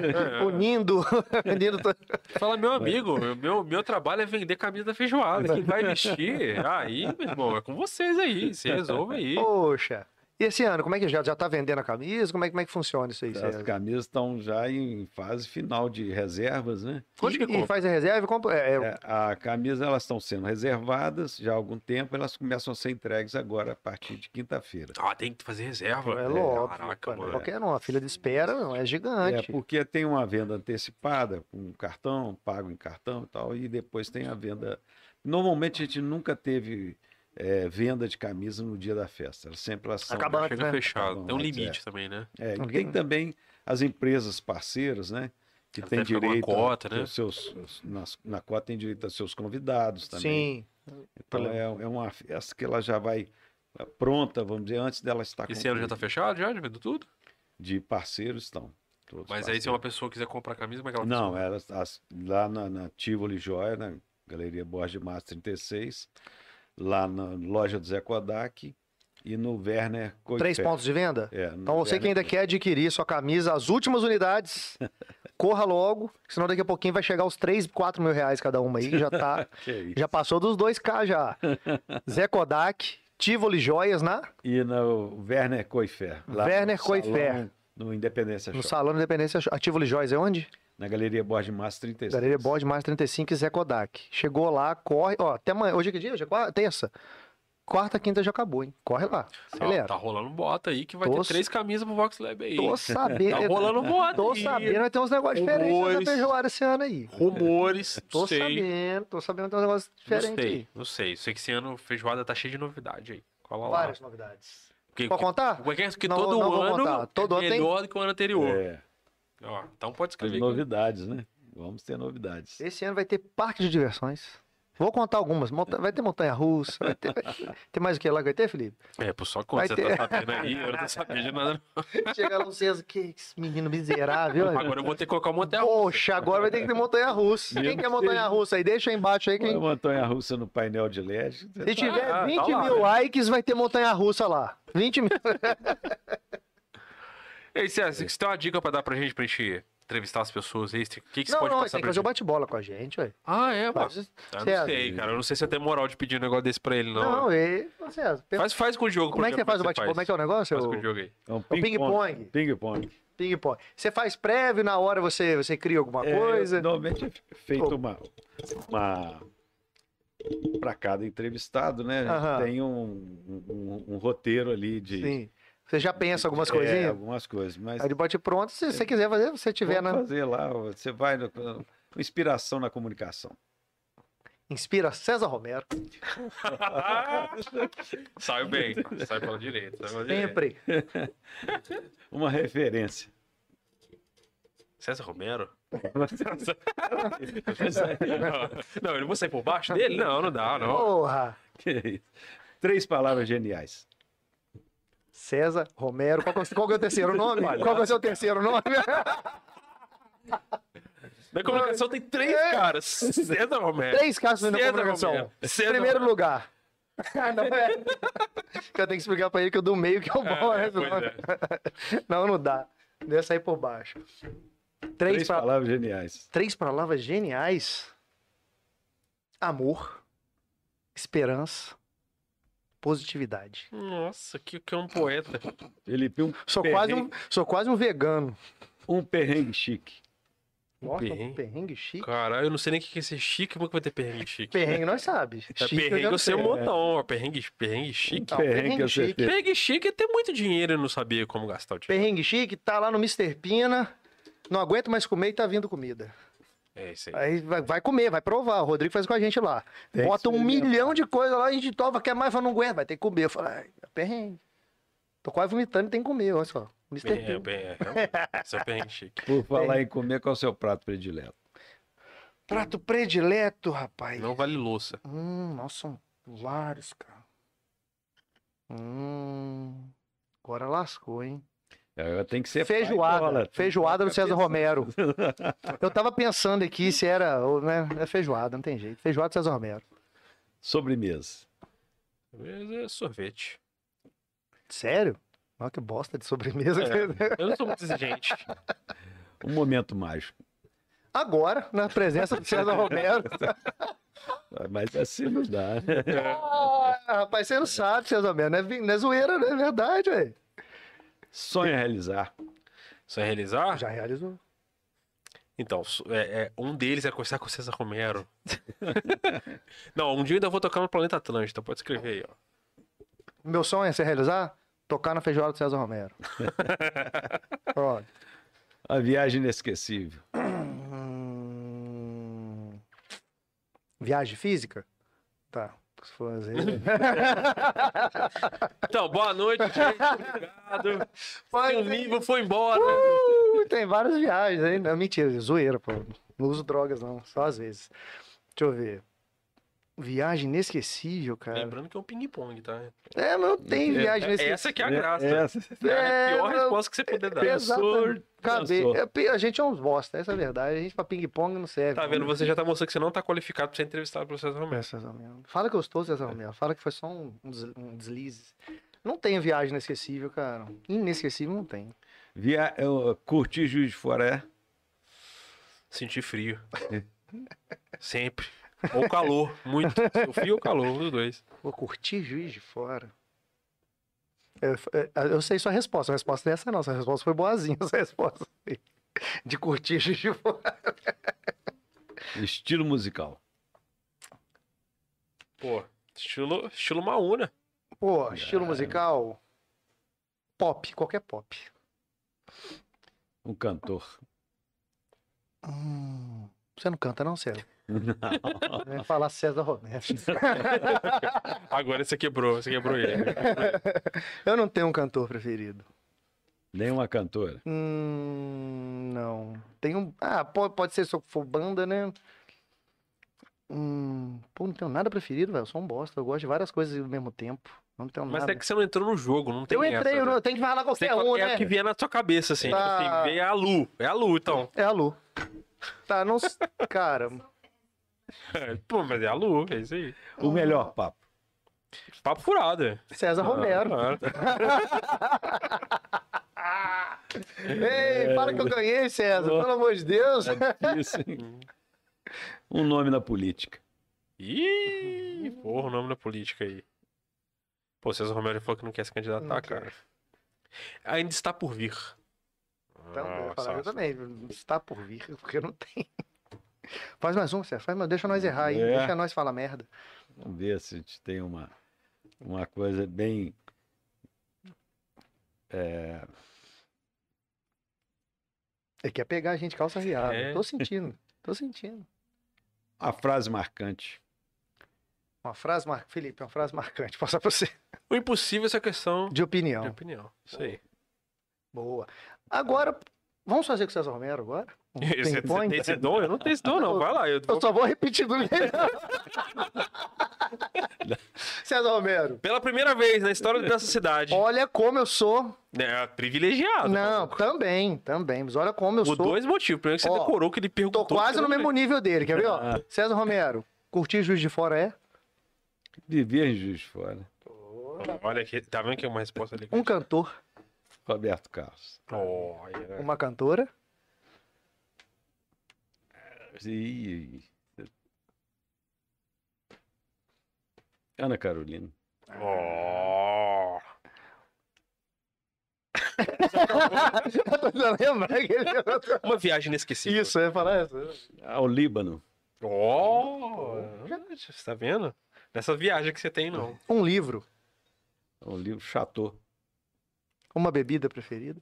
[SPEAKER 2] Unindo. unindo to-
[SPEAKER 1] Fala, meu amigo, meu, meu trabalho é vender camisa da feijoada. Quem vai vestir? Aí, meu irmão, é com vocês aí. Se resolve aí.
[SPEAKER 2] Poxa. E esse ano, como é que já, já tá vendendo a camisa? Como é, como é que funciona isso aí?
[SPEAKER 3] As
[SPEAKER 2] César?
[SPEAKER 3] camisas estão já em fase final de reservas, né?
[SPEAKER 1] Onde que
[SPEAKER 2] E, e
[SPEAKER 1] compra?
[SPEAKER 2] faz a reserva e compra. é, é,
[SPEAKER 3] É, a camisa elas estão sendo reservadas já há algum tempo, elas começam a ser entregues agora a partir de quinta-feira.
[SPEAKER 1] Ah, tem que fazer reserva.
[SPEAKER 2] É lógico.
[SPEAKER 1] Caraca,
[SPEAKER 2] cara,
[SPEAKER 1] mano.
[SPEAKER 2] Qualquer não, a fila de espera não, é
[SPEAKER 3] É
[SPEAKER 2] gigante.
[SPEAKER 3] porque tem uma venda antecipada com cartão, pago em cartão e tal, e depois tem a venda. Normalmente a gente nunca teve é, venda de camisa no dia da festa. Elas Sempre elas são
[SPEAKER 2] Acaba antes,
[SPEAKER 1] Chega
[SPEAKER 2] né?
[SPEAKER 1] fechado.
[SPEAKER 3] Acaba
[SPEAKER 1] Tem um
[SPEAKER 3] antes,
[SPEAKER 1] limite também, né?
[SPEAKER 3] É, e
[SPEAKER 2] Ok.
[SPEAKER 3] tem também as empresas parceiras, né? Que
[SPEAKER 1] Elas
[SPEAKER 3] têm
[SPEAKER 1] devem pegar uma
[SPEAKER 3] direito a-
[SPEAKER 1] cota, né?
[SPEAKER 3] aos seus, nas- na cota tem direito a seus convidados também.
[SPEAKER 2] Sim.
[SPEAKER 3] Então é, é uma festa que ela já vai é, pronta, vamos dizer, antes dela estar
[SPEAKER 1] Esse ano já tá
[SPEAKER 3] concluída.
[SPEAKER 1] fechado, já, de vendo tudo?
[SPEAKER 3] de parceiros estão. todos
[SPEAKER 1] Mas aí se
[SPEAKER 3] parceiros.
[SPEAKER 1] uma pessoa quiser comprar camisa, como é que ela
[SPEAKER 3] Não,
[SPEAKER 1] funciona?
[SPEAKER 3] elas as- lá na, na Tivoli Joia, na Galeria Borges de Matos 36, lá na loja do Zé Kodak e no Werner Coipé.
[SPEAKER 2] Três pontos de venda?
[SPEAKER 3] É, no
[SPEAKER 2] Então você que ainda
[SPEAKER 3] Werner-
[SPEAKER 2] quer adquirir sua camisa, as últimas unidades, corra logo, que senão daqui a pouquinho vai chegar aos 3, 4 mil reais cada uma aí, que já tá.
[SPEAKER 3] Que é isso.
[SPEAKER 2] já passou dos 2K já. Zé Kodak, Tivoli Joias, né? na
[SPEAKER 3] E no Werner Coifé.
[SPEAKER 2] Werner
[SPEAKER 3] salão,
[SPEAKER 2] Coifé.
[SPEAKER 3] No Independência
[SPEAKER 2] no
[SPEAKER 3] Shopping.
[SPEAKER 2] Salão da Independência. A Tivoli Joias é onde?
[SPEAKER 3] Na Galeria Borges de Matos 36.
[SPEAKER 2] Galeria Bode mais 35 e Zé Kodak. Chegou lá, corre. Ó, até amanhã. Hoje é que dia? Hoje é quarta, terça. Quarta, quinta já acabou, hein? Corre lá.
[SPEAKER 1] Tá-
[SPEAKER 2] é, Galera.
[SPEAKER 1] Tá, rolando bota aí que vai
[SPEAKER 2] Tô
[SPEAKER 1] ter três camisas pro Vox Lab aí.
[SPEAKER 2] Tô sabendo.
[SPEAKER 1] Tá rolando bota
[SPEAKER 2] Tô
[SPEAKER 1] aí.
[SPEAKER 2] sabendo, vai ter uns negócios diferentes
[SPEAKER 1] Rumores.
[SPEAKER 2] da feijoada esse ano aí.
[SPEAKER 1] Rumores,
[SPEAKER 2] Tô
[SPEAKER 1] sei.
[SPEAKER 2] sabendo, tô sabendo que tem uns negócios
[SPEAKER 1] Não
[SPEAKER 2] diferentes
[SPEAKER 1] sei,
[SPEAKER 2] aí.
[SPEAKER 1] não sei. Sei que esse ano feijoada tá cheia de novidade aí. Cola lá.
[SPEAKER 2] Várias novidades.
[SPEAKER 1] Porque,
[SPEAKER 2] Pode contar?
[SPEAKER 1] porque é que
[SPEAKER 2] Não,
[SPEAKER 1] todo
[SPEAKER 2] não vou
[SPEAKER 1] ano
[SPEAKER 2] contar. Todo
[SPEAKER 1] é
[SPEAKER 2] ano tem-
[SPEAKER 1] melhor do que o ano anterior.
[SPEAKER 3] É,
[SPEAKER 1] Ó, então pode
[SPEAKER 3] as
[SPEAKER 1] escrever. aqui.
[SPEAKER 3] novidades, né? Vamos ter novidades.
[SPEAKER 2] Esse ano vai ter parque de diversões. Vou contar algumas. Monta- Vai ter montanha-russa, vai ter... tem mais o que lá que vai ter, Felipe?
[SPEAKER 1] É, pô, só conta.
[SPEAKER 2] Vai
[SPEAKER 1] Você
[SPEAKER 2] ter.
[SPEAKER 1] tá sabendo aí, eu não tô sabendo de nada.
[SPEAKER 2] Chega lá um César, que que esse menino miserável.
[SPEAKER 1] Agora eu vou ter que colocar um hotel.
[SPEAKER 2] Poxa, agora vai ter que ter montanha-russa.
[SPEAKER 3] Mesmo
[SPEAKER 2] Quem quer
[SPEAKER 3] que
[SPEAKER 2] montanha-russa aí? Deixa aí embaixo aí.
[SPEAKER 3] Põe
[SPEAKER 2] Quem...
[SPEAKER 3] a montanha russa no painel de LED.
[SPEAKER 2] Se tiver
[SPEAKER 1] Ah, tá
[SPEAKER 2] 20
[SPEAKER 1] lá,
[SPEAKER 2] mil
[SPEAKER 1] né?
[SPEAKER 2] likes, vai ter montanha-russa lá. 20 mil.
[SPEAKER 1] Ei, César, você tem uma dica pra dar pra gente, pra gente entrevistar as pessoas aí? O que, que você
[SPEAKER 2] não,
[SPEAKER 1] pode
[SPEAKER 2] não,
[SPEAKER 1] passar
[SPEAKER 2] tem que
[SPEAKER 1] pra
[SPEAKER 2] fazer o
[SPEAKER 1] gente?
[SPEAKER 2] bate-bola com a gente, ué.
[SPEAKER 1] Ah, é, mano.
[SPEAKER 2] Faz-
[SPEAKER 1] Eu não
[SPEAKER 2] César.
[SPEAKER 1] sei, cara. Eu não sei se eu tenho moral de pedir um negócio desse pra ele, não.
[SPEAKER 2] Não, e... Ô, César, pensa-
[SPEAKER 1] Faz, um faz com o jogo.
[SPEAKER 2] como é que você faz o bate-bola? Como é que é o negócio?
[SPEAKER 1] Faz
[SPEAKER 2] ô-
[SPEAKER 1] com o jogo aí.
[SPEAKER 3] É um
[SPEAKER 2] o ping-pong.
[SPEAKER 3] Ping-pong.
[SPEAKER 2] Ping-pong. Você faz prévio, na hora você, você cria alguma
[SPEAKER 3] É,
[SPEAKER 2] coisa.
[SPEAKER 3] Normalmente é feito
[SPEAKER 2] Pô.
[SPEAKER 3] uma. uma... Para cada entrevistado, né?
[SPEAKER 2] Aham.
[SPEAKER 3] Tem um, um- um roteiro ali de.
[SPEAKER 2] Sim. Você já pensa algumas
[SPEAKER 3] É,
[SPEAKER 2] coisinhas?
[SPEAKER 3] algumas coisas. Mas
[SPEAKER 2] Aí de bote pronto, se você quiser fazer, se você tiver
[SPEAKER 3] vamos
[SPEAKER 2] na
[SPEAKER 3] fazer lá. Você vai. No, com inspiração na comunicação.
[SPEAKER 2] Inspira César Romero.
[SPEAKER 1] Saiu bem. Sai pela direita. Sai pela direita.
[SPEAKER 2] Sempre.
[SPEAKER 3] Uma referência.
[SPEAKER 1] César Romero? é. não, eu não vou sair por baixo dele? Não, não dá, não.
[SPEAKER 2] Porra!
[SPEAKER 3] Que é isso. Três palavras geniais.
[SPEAKER 2] César Romero. Qual que é o- qual que é o terceiro nome? Qual que é o seu terceiro nome?
[SPEAKER 1] Na comunicação tem três caras. César Romero.
[SPEAKER 2] Três casos na
[SPEAKER 1] É. César
[SPEAKER 2] comunicação.
[SPEAKER 1] Romero. César
[SPEAKER 2] Primeiro lugar. Ah, não é. Que eu tenho que explicar pra ele que eu do meio que é o bom,
[SPEAKER 1] É,
[SPEAKER 2] né?
[SPEAKER 1] pois
[SPEAKER 2] Não, não dá. Deve sair por baixo.
[SPEAKER 3] Três,
[SPEAKER 2] Três, pa-
[SPEAKER 3] palavras geniais.
[SPEAKER 2] Três palavras geniais: amor, esperança, positividade.
[SPEAKER 1] Nossa, que, que é um poeta.
[SPEAKER 3] Felipe, um,
[SPEAKER 2] Sou
[SPEAKER 3] Perrengue.
[SPEAKER 2] quase, um, sou quase um vegano.
[SPEAKER 3] um perrengue chique.
[SPEAKER 2] Nossa,
[SPEAKER 1] perrengue.
[SPEAKER 2] um perrengue chique.
[SPEAKER 1] Caralho, eu não sei nem o que que é ser chique, como que vai ter perrengue chique?
[SPEAKER 2] Perrengue nós sabe.
[SPEAKER 1] É,
[SPEAKER 2] Chique
[SPEAKER 1] perrengue
[SPEAKER 2] já não
[SPEAKER 1] eu sei um
[SPEAKER 2] sei.
[SPEAKER 1] montão, ó. Perrengue, perrengue chique.
[SPEAKER 2] Então,
[SPEAKER 3] perrengue
[SPEAKER 2] perrengue
[SPEAKER 3] eu
[SPEAKER 2] chique.
[SPEAKER 3] acertei.
[SPEAKER 1] Perrengue chique é ter muito dinheiro e não saber como gastar o dinheiro.
[SPEAKER 2] Perrengue chique, tá lá no Mr. Pina. Não aguento mais comer e tá vindo comida.
[SPEAKER 1] É É isso aí.
[SPEAKER 2] Aí vai, vai comer, vai provar. O Rodrigo faz com a gente lá.
[SPEAKER 3] Tem que
[SPEAKER 2] Bota um
[SPEAKER 3] experimentar.
[SPEAKER 2] milhão de coisa lá, a gente tova, quer mais, fala, não aguenta, vai ter que comer. Eu falo, ai, é perrengue. Tô quase vomitando e tem que comer, olha só. Mr.
[SPEAKER 1] Bem, é,
[SPEAKER 2] Pina.
[SPEAKER 1] bem, é, realmente. Isso é perrengue chique.
[SPEAKER 3] Por falar em comer, qual é o seu prato predileto?
[SPEAKER 2] Prato predileto, rapaz.
[SPEAKER 1] Não vale louça.
[SPEAKER 2] Hum, nossa, são vários, cara. Hum. Agora lascou, hein?
[SPEAKER 3] Ela tem que ser
[SPEAKER 2] Feijoada.
[SPEAKER 3] paidola.
[SPEAKER 2] Feijoada do César
[SPEAKER 3] Cabeça.
[SPEAKER 2] Romero. Eu tava pensando aqui se era. ou, Né? É feijoada, não tem jeito. Feijoada do César Romero.
[SPEAKER 3] Sobremesa.
[SPEAKER 1] Mas é Sorvete.
[SPEAKER 2] Sério? Olha que bosta de sobremesa.
[SPEAKER 1] Eu não sou muito exigente.
[SPEAKER 3] Um momento mágico.
[SPEAKER 2] Agora, na presença do César Romero.
[SPEAKER 3] Mas assim não dá. né?
[SPEAKER 2] Ah, rapaz, você não sabe, César Romero. Não é, vi- não é zoeira, não é verdade, velho.
[SPEAKER 3] Sonho a realizar.
[SPEAKER 1] Só realizar?
[SPEAKER 2] Já realizou.
[SPEAKER 1] Então, so- é- é, um deles é conversar com o César Romero. não, um dia eu ainda vou tocar no Planeta Atlântida. Pode escrever aí, ó.
[SPEAKER 2] Meu sonho é se realizar? Tocar na feijoada do César Romero. Pronto.
[SPEAKER 3] A viagem inesquecível.
[SPEAKER 2] Hum... Viagem física? Tá. Se for fazer.
[SPEAKER 1] Então, boa noite, gente. Obrigado.
[SPEAKER 2] Mas,
[SPEAKER 1] o livro foi embora.
[SPEAKER 2] Uh, tem várias viagens aí. Não, mentira, é zoeira, pô. Não uso drogas, não. Só às vezes. Deixa eu ver. Viagem inesquecível, cara.
[SPEAKER 1] Lembrando que é um ping-pong, tá?
[SPEAKER 2] É, mas não tem viagem inesquecível.
[SPEAKER 1] Essa que é a graça. É,
[SPEAKER 3] Essa.
[SPEAKER 1] a pior
[SPEAKER 2] É,
[SPEAKER 1] resposta que você puder dar.
[SPEAKER 2] é- Exatamente. Cadê?
[SPEAKER 3] Dançou.
[SPEAKER 2] É, pi- A gente é uns bosta, essa é a verdade. A gente pra ping-pong não serve.
[SPEAKER 1] Tá vendo? Você já tá mostrando que você não tá qualificado pra ser entrevistado pelo César Romero.
[SPEAKER 2] É, César Melo. Fala que eu estou, César Melo. Fala que foi só um, um des- um deslize. Não tem viagem inesquecível, cara. Inesquecível não tem.
[SPEAKER 3] Via... eu Curti Juiz de Fora. é?
[SPEAKER 1] Sentir frio. Sempre. Ou calor, muito. O frio ou calor, um dos dois.
[SPEAKER 2] Vou curtir Juiz de Fora. Eu, eu- eu sei sua resposta. A resposta não é essa, não. Sua resposta foi boazinha, essa resposta. aí. De curtir Juiz de Fora.
[SPEAKER 3] é Estilo musical.
[SPEAKER 1] Pô, estilo, estilo Maúna.
[SPEAKER 2] Pô, estilo musical. Pop, qualquer pop.
[SPEAKER 3] Um cantor.
[SPEAKER 2] Hum, você não canta, não, César?
[SPEAKER 3] Não.
[SPEAKER 2] Eu ia falar César Romero.
[SPEAKER 1] Agora você quebrou, você quebrou ele.
[SPEAKER 2] eu não tenho um cantor preferido.
[SPEAKER 3] Nenhuma cantora.
[SPEAKER 2] Hum, não. Tem um. Ah, po- pode ser se eu for banda, né? Hum, pô, não tenho nada preferido, velho. Eu sou um bosta. Eu gosto de várias coisas ao mesmo tempo. Não tenho
[SPEAKER 1] Mas
[SPEAKER 2] nada.
[SPEAKER 1] é que você não entrou no jogo, não tem
[SPEAKER 2] Eu entrei,
[SPEAKER 1] essa,
[SPEAKER 2] eu, não-
[SPEAKER 1] né?
[SPEAKER 2] eu tenho que
[SPEAKER 1] Tem
[SPEAKER 2] falar qualquer
[SPEAKER 1] que-
[SPEAKER 2] um,
[SPEAKER 1] é
[SPEAKER 2] né?
[SPEAKER 1] o que vier na sua cabeça, assim.
[SPEAKER 2] Tá.
[SPEAKER 1] Assim, vem a Lu. É a Lu, então.
[SPEAKER 2] É a Lu. Tá, não. s- Cara,
[SPEAKER 1] Pô, mas é a Lu, é isso aí.
[SPEAKER 3] O melhor papo.
[SPEAKER 1] Papo furado. é.
[SPEAKER 2] César Tá Romero.
[SPEAKER 1] Ah, É.
[SPEAKER 2] Ei, para que eu ganhei, César, pelo amor de Deus.
[SPEAKER 3] Isso, É hein? um nome na política.
[SPEAKER 1] Ih, porra, o nome da política aí. Pô, César Romero falou que não quer se candidatar,
[SPEAKER 2] Não
[SPEAKER 1] cara.
[SPEAKER 2] quero.
[SPEAKER 1] Ainda está por vir.
[SPEAKER 2] Então, eu, ia
[SPEAKER 1] Nossa,
[SPEAKER 2] falar, eu também. Está por vir, porque não tem. Faz mais um, César. Faz mais... Deixa nós errar aí.
[SPEAKER 3] É.
[SPEAKER 2] Deixa nós falar merda.
[SPEAKER 3] Vamos ver se a gente tem uma, uma coisa bem. é,
[SPEAKER 2] Ele quer É pegar a gente calça riada.
[SPEAKER 1] É.
[SPEAKER 2] Tô sentindo, tô sentindo.
[SPEAKER 3] a frase marcante.
[SPEAKER 2] Uma frase marcante, Felipe, uma frase marcante. Passar pra você.
[SPEAKER 1] O impossível é essa questão
[SPEAKER 2] De opinião.
[SPEAKER 1] de opinião. Isso aí.
[SPEAKER 2] Boa. Agora, vamos fazer com o César Romero agora? Um
[SPEAKER 1] Você
[SPEAKER 2] ping-pong?
[SPEAKER 1] tem esse é dom? Eu não tenho esse dom, não. Vai lá. Eu vou-
[SPEAKER 2] então. Eu só vou repetir do livro. César Romero,
[SPEAKER 1] Pela primeira vez na história dessa cidade.
[SPEAKER 2] olha como eu sou.
[SPEAKER 1] É, privilegiado.
[SPEAKER 2] Não, também, também. Mas olha como eu
[SPEAKER 1] Por
[SPEAKER 2] sou.
[SPEAKER 1] dois motivos. Primeiro que você
[SPEAKER 2] Ó,
[SPEAKER 1] decorou que ele perguntou.
[SPEAKER 2] Tô quase no mesmo nível dele, quer ver? ó?
[SPEAKER 3] Ah.
[SPEAKER 2] César Romero, curtir Juiz de Fora é?
[SPEAKER 3] Viver em Juiz de Fora.
[SPEAKER 1] Olha aqui, tá vendo que é uma resposta ali?
[SPEAKER 2] Um cantor,
[SPEAKER 3] Roberto Carlos.
[SPEAKER 1] Olha.
[SPEAKER 2] uma cantora.
[SPEAKER 3] E... Ana Carolina.
[SPEAKER 1] Ó.
[SPEAKER 2] Eu tô tentando lembrar que ele... é
[SPEAKER 1] Uma viagem inesquecível.
[SPEAKER 2] Isso, eu ia falar essa. né?
[SPEAKER 3] Ao Líbano.
[SPEAKER 1] Ó. Você tá vendo? Nessa viagem que você tem, não.
[SPEAKER 2] Um livro,
[SPEAKER 3] Ao livro Chateau.
[SPEAKER 2] uma bebida preferida.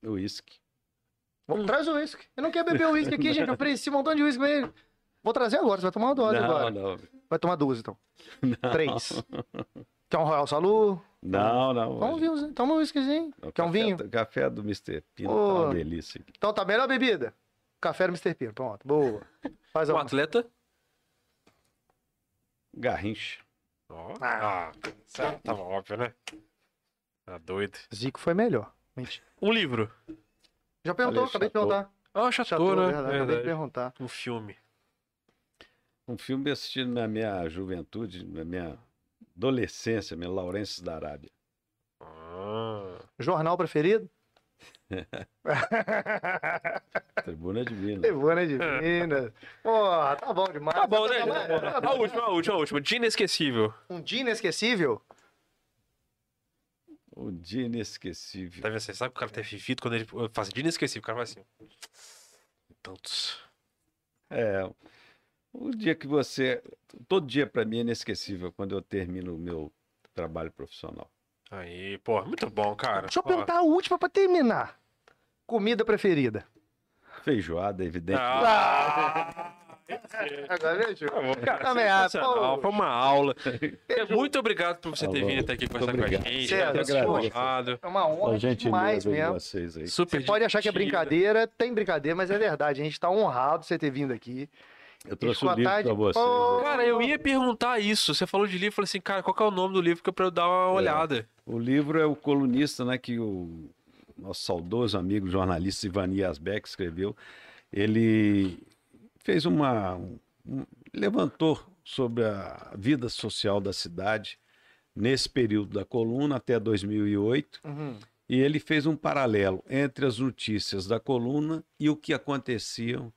[SPEAKER 3] Uísque.
[SPEAKER 2] Vamos, Traz o uísque. Eu não quero beber o uísque aqui, gente. Eu ofereci um montão de uísque pra ele. Vou trazer agora, você vai tomar uma dose
[SPEAKER 3] Não,
[SPEAKER 2] agora.
[SPEAKER 3] não.
[SPEAKER 2] Vai tomar duas, então. Três. Quer um Royal Salu?
[SPEAKER 3] Não, não.
[SPEAKER 2] Toma um vinhozinho, toma um uísquezinho.
[SPEAKER 3] O
[SPEAKER 2] Quer um
[SPEAKER 3] café-
[SPEAKER 2] vinho?
[SPEAKER 3] o Café do Mr. Pino
[SPEAKER 2] Ô.
[SPEAKER 3] tá uma delícia.
[SPEAKER 2] Então tá, melhor bebida. Café do Mr. Pino, pronto, boa. Faz
[SPEAKER 1] O
[SPEAKER 2] uma.
[SPEAKER 1] Um atleta.
[SPEAKER 3] Garrincha.
[SPEAKER 1] Ó.
[SPEAKER 2] Ah.
[SPEAKER 1] Ah, tá- tava óbvio, né? Tá doido.
[SPEAKER 2] Zico foi melhor. Mentira.
[SPEAKER 1] Um livro.
[SPEAKER 2] Já perguntou,
[SPEAKER 3] Falei,
[SPEAKER 2] acabei de
[SPEAKER 3] chatou.
[SPEAKER 2] perguntar.
[SPEAKER 1] Ah, o Chateau,
[SPEAKER 2] Chatou,
[SPEAKER 1] né?
[SPEAKER 2] É verdade, acabei de
[SPEAKER 1] Verdade.
[SPEAKER 2] perguntar.
[SPEAKER 1] Um filme.
[SPEAKER 3] Um filme assistido na minha juventude, na minha adolescência, meu Lourenço da Arábia.
[SPEAKER 1] Ah.
[SPEAKER 2] Jornal preferido?
[SPEAKER 3] Tribuna Divina.
[SPEAKER 2] Levana né, de Minas. Porra, tá bom demais.
[SPEAKER 1] Tá bom, né?
[SPEAKER 2] Tá
[SPEAKER 1] A última, a última, a última. De inesquecível.
[SPEAKER 2] bom. Um dia inesquecível?
[SPEAKER 3] O Um dia inesquecível.
[SPEAKER 1] Tá vendo? Você sabe que o cara tá vivido quando ele faz de inesquecível. O cara vai assim. Tantos.
[SPEAKER 3] É. O dia que você. Todo dia para mim é inesquecível quando eu termino o meu trabalho profissional.
[SPEAKER 1] Aí, pô, muito bom, cara.
[SPEAKER 2] Deixa eu
[SPEAKER 1] Ó.
[SPEAKER 2] perguntar a última pra terminar. Comida preferida.
[SPEAKER 3] Feijoada, evidente.
[SPEAKER 1] Ah!
[SPEAKER 2] Agora vejo.
[SPEAKER 1] Cara,
[SPEAKER 2] Também acho,
[SPEAKER 1] sensacional,
[SPEAKER 2] pô.
[SPEAKER 1] foi uma aula. Muito obrigado por você ter
[SPEAKER 3] Alô.
[SPEAKER 1] vindo até aqui conversar
[SPEAKER 3] Muito
[SPEAKER 1] com a
[SPEAKER 3] obrigado.
[SPEAKER 1] gente. Tá
[SPEAKER 2] César,
[SPEAKER 1] ter
[SPEAKER 3] eu agradeço.
[SPEAKER 1] participado.
[SPEAKER 2] É uma honra
[SPEAKER 3] A gente é
[SPEAKER 2] demais mesmo.
[SPEAKER 3] vocês aí.
[SPEAKER 1] Super
[SPEAKER 2] Você pode achar que é
[SPEAKER 1] divertido.
[SPEAKER 2] brincadeira, tem brincadeira, mas é verdade. A gente tá honrado de você ter vindo aqui.
[SPEAKER 3] Eu trouxe
[SPEAKER 2] Ficou
[SPEAKER 3] um
[SPEAKER 2] à
[SPEAKER 3] livro
[SPEAKER 2] tarde.
[SPEAKER 3] para vocês. né?
[SPEAKER 2] Pô,
[SPEAKER 1] Cara, eu ia perguntar isso. Você falou de livro, eu falei assim, cara, qual que é o nome do livro que é pra eu dar uma olhada?
[SPEAKER 3] O livro é o colunista, né, que o nosso saudoso amigo jornalista Ivani Asbeck escreveu. Ele fez uma um- levantou sobre a vida social da cidade nesse período da coluna até 2008
[SPEAKER 2] Uhum.
[SPEAKER 3] e ele fez um paralelo entre as notícias da coluna e o que aconteciam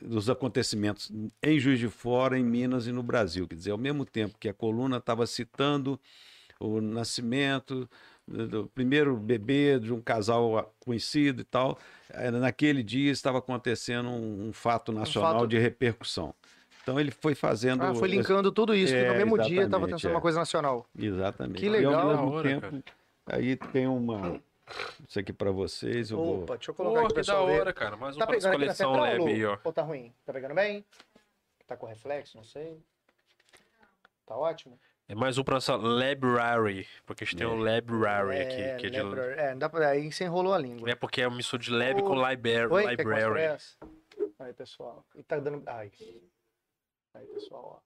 [SPEAKER 3] dos acontecimentos em Juiz de Fora, em Minas e no Brasil. Quer dizer, ao mesmo tempo que a coluna estava citando o nascimento do do primeiro bebê de um casal a- conhecido e tal, eh, naquele dia estava acontecendo um, um fato nacional
[SPEAKER 2] fato-
[SPEAKER 3] de repercussão. Então ele foi fazendo
[SPEAKER 2] Ah, foi
[SPEAKER 3] esse-
[SPEAKER 2] linkando tudo isso, que
[SPEAKER 3] É,
[SPEAKER 2] no mesmo dia
[SPEAKER 3] exatamente,
[SPEAKER 2] estava acontecendo
[SPEAKER 3] é.
[SPEAKER 2] uma coisa nacional.
[SPEAKER 3] Exatamente.
[SPEAKER 2] Que
[SPEAKER 3] E
[SPEAKER 2] legal.
[SPEAKER 3] ao mesmo
[SPEAKER 1] Da hora,
[SPEAKER 3] tempo, aí tem uma. Isso aqui para vocês. Eu vou...
[SPEAKER 2] Opa, deixa eu colocar
[SPEAKER 1] Pô,
[SPEAKER 2] aqui
[SPEAKER 1] que
[SPEAKER 2] pra
[SPEAKER 1] da
[SPEAKER 2] pessoal ver.
[SPEAKER 1] hora, cara. Mais
[SPEAKER 2] Tá
[SPEAKER 1] uma pra nossa
[SPEAKER 2] pegando aqui na
[SPEAKER 1] coleção
[SPEAKER 2] central,
[SPEAKER 1] leve aí,
[SPEAKER 2] Lu?
[SPEAKER 1] ó.
[SPEAKER 2] Ou tá ruim? Tá pegando bem? Tá com reflexo? Não sei. Tá ótimo?
[SPEAKER 1] É mais um pra nossa library, porque a gente tem um library
[SPEAKER 2] é,
[SPEAKER 1] aqui. Que é, de-
[SPEAKER 2] lembra- é, não dá pra... aí você enrolou a língua.
[SPEAKER 1] é porque é um misto de lab
[SPEAKER 2] Ô,
[SPEAKER 1] com library.
[SPEAKER 2] Oi, quer que mostre
[SPEAKER 1] library.
[SPEAKER 2] essa? Aí, pessoal. E tá dando... Ai. Aí, pessoal,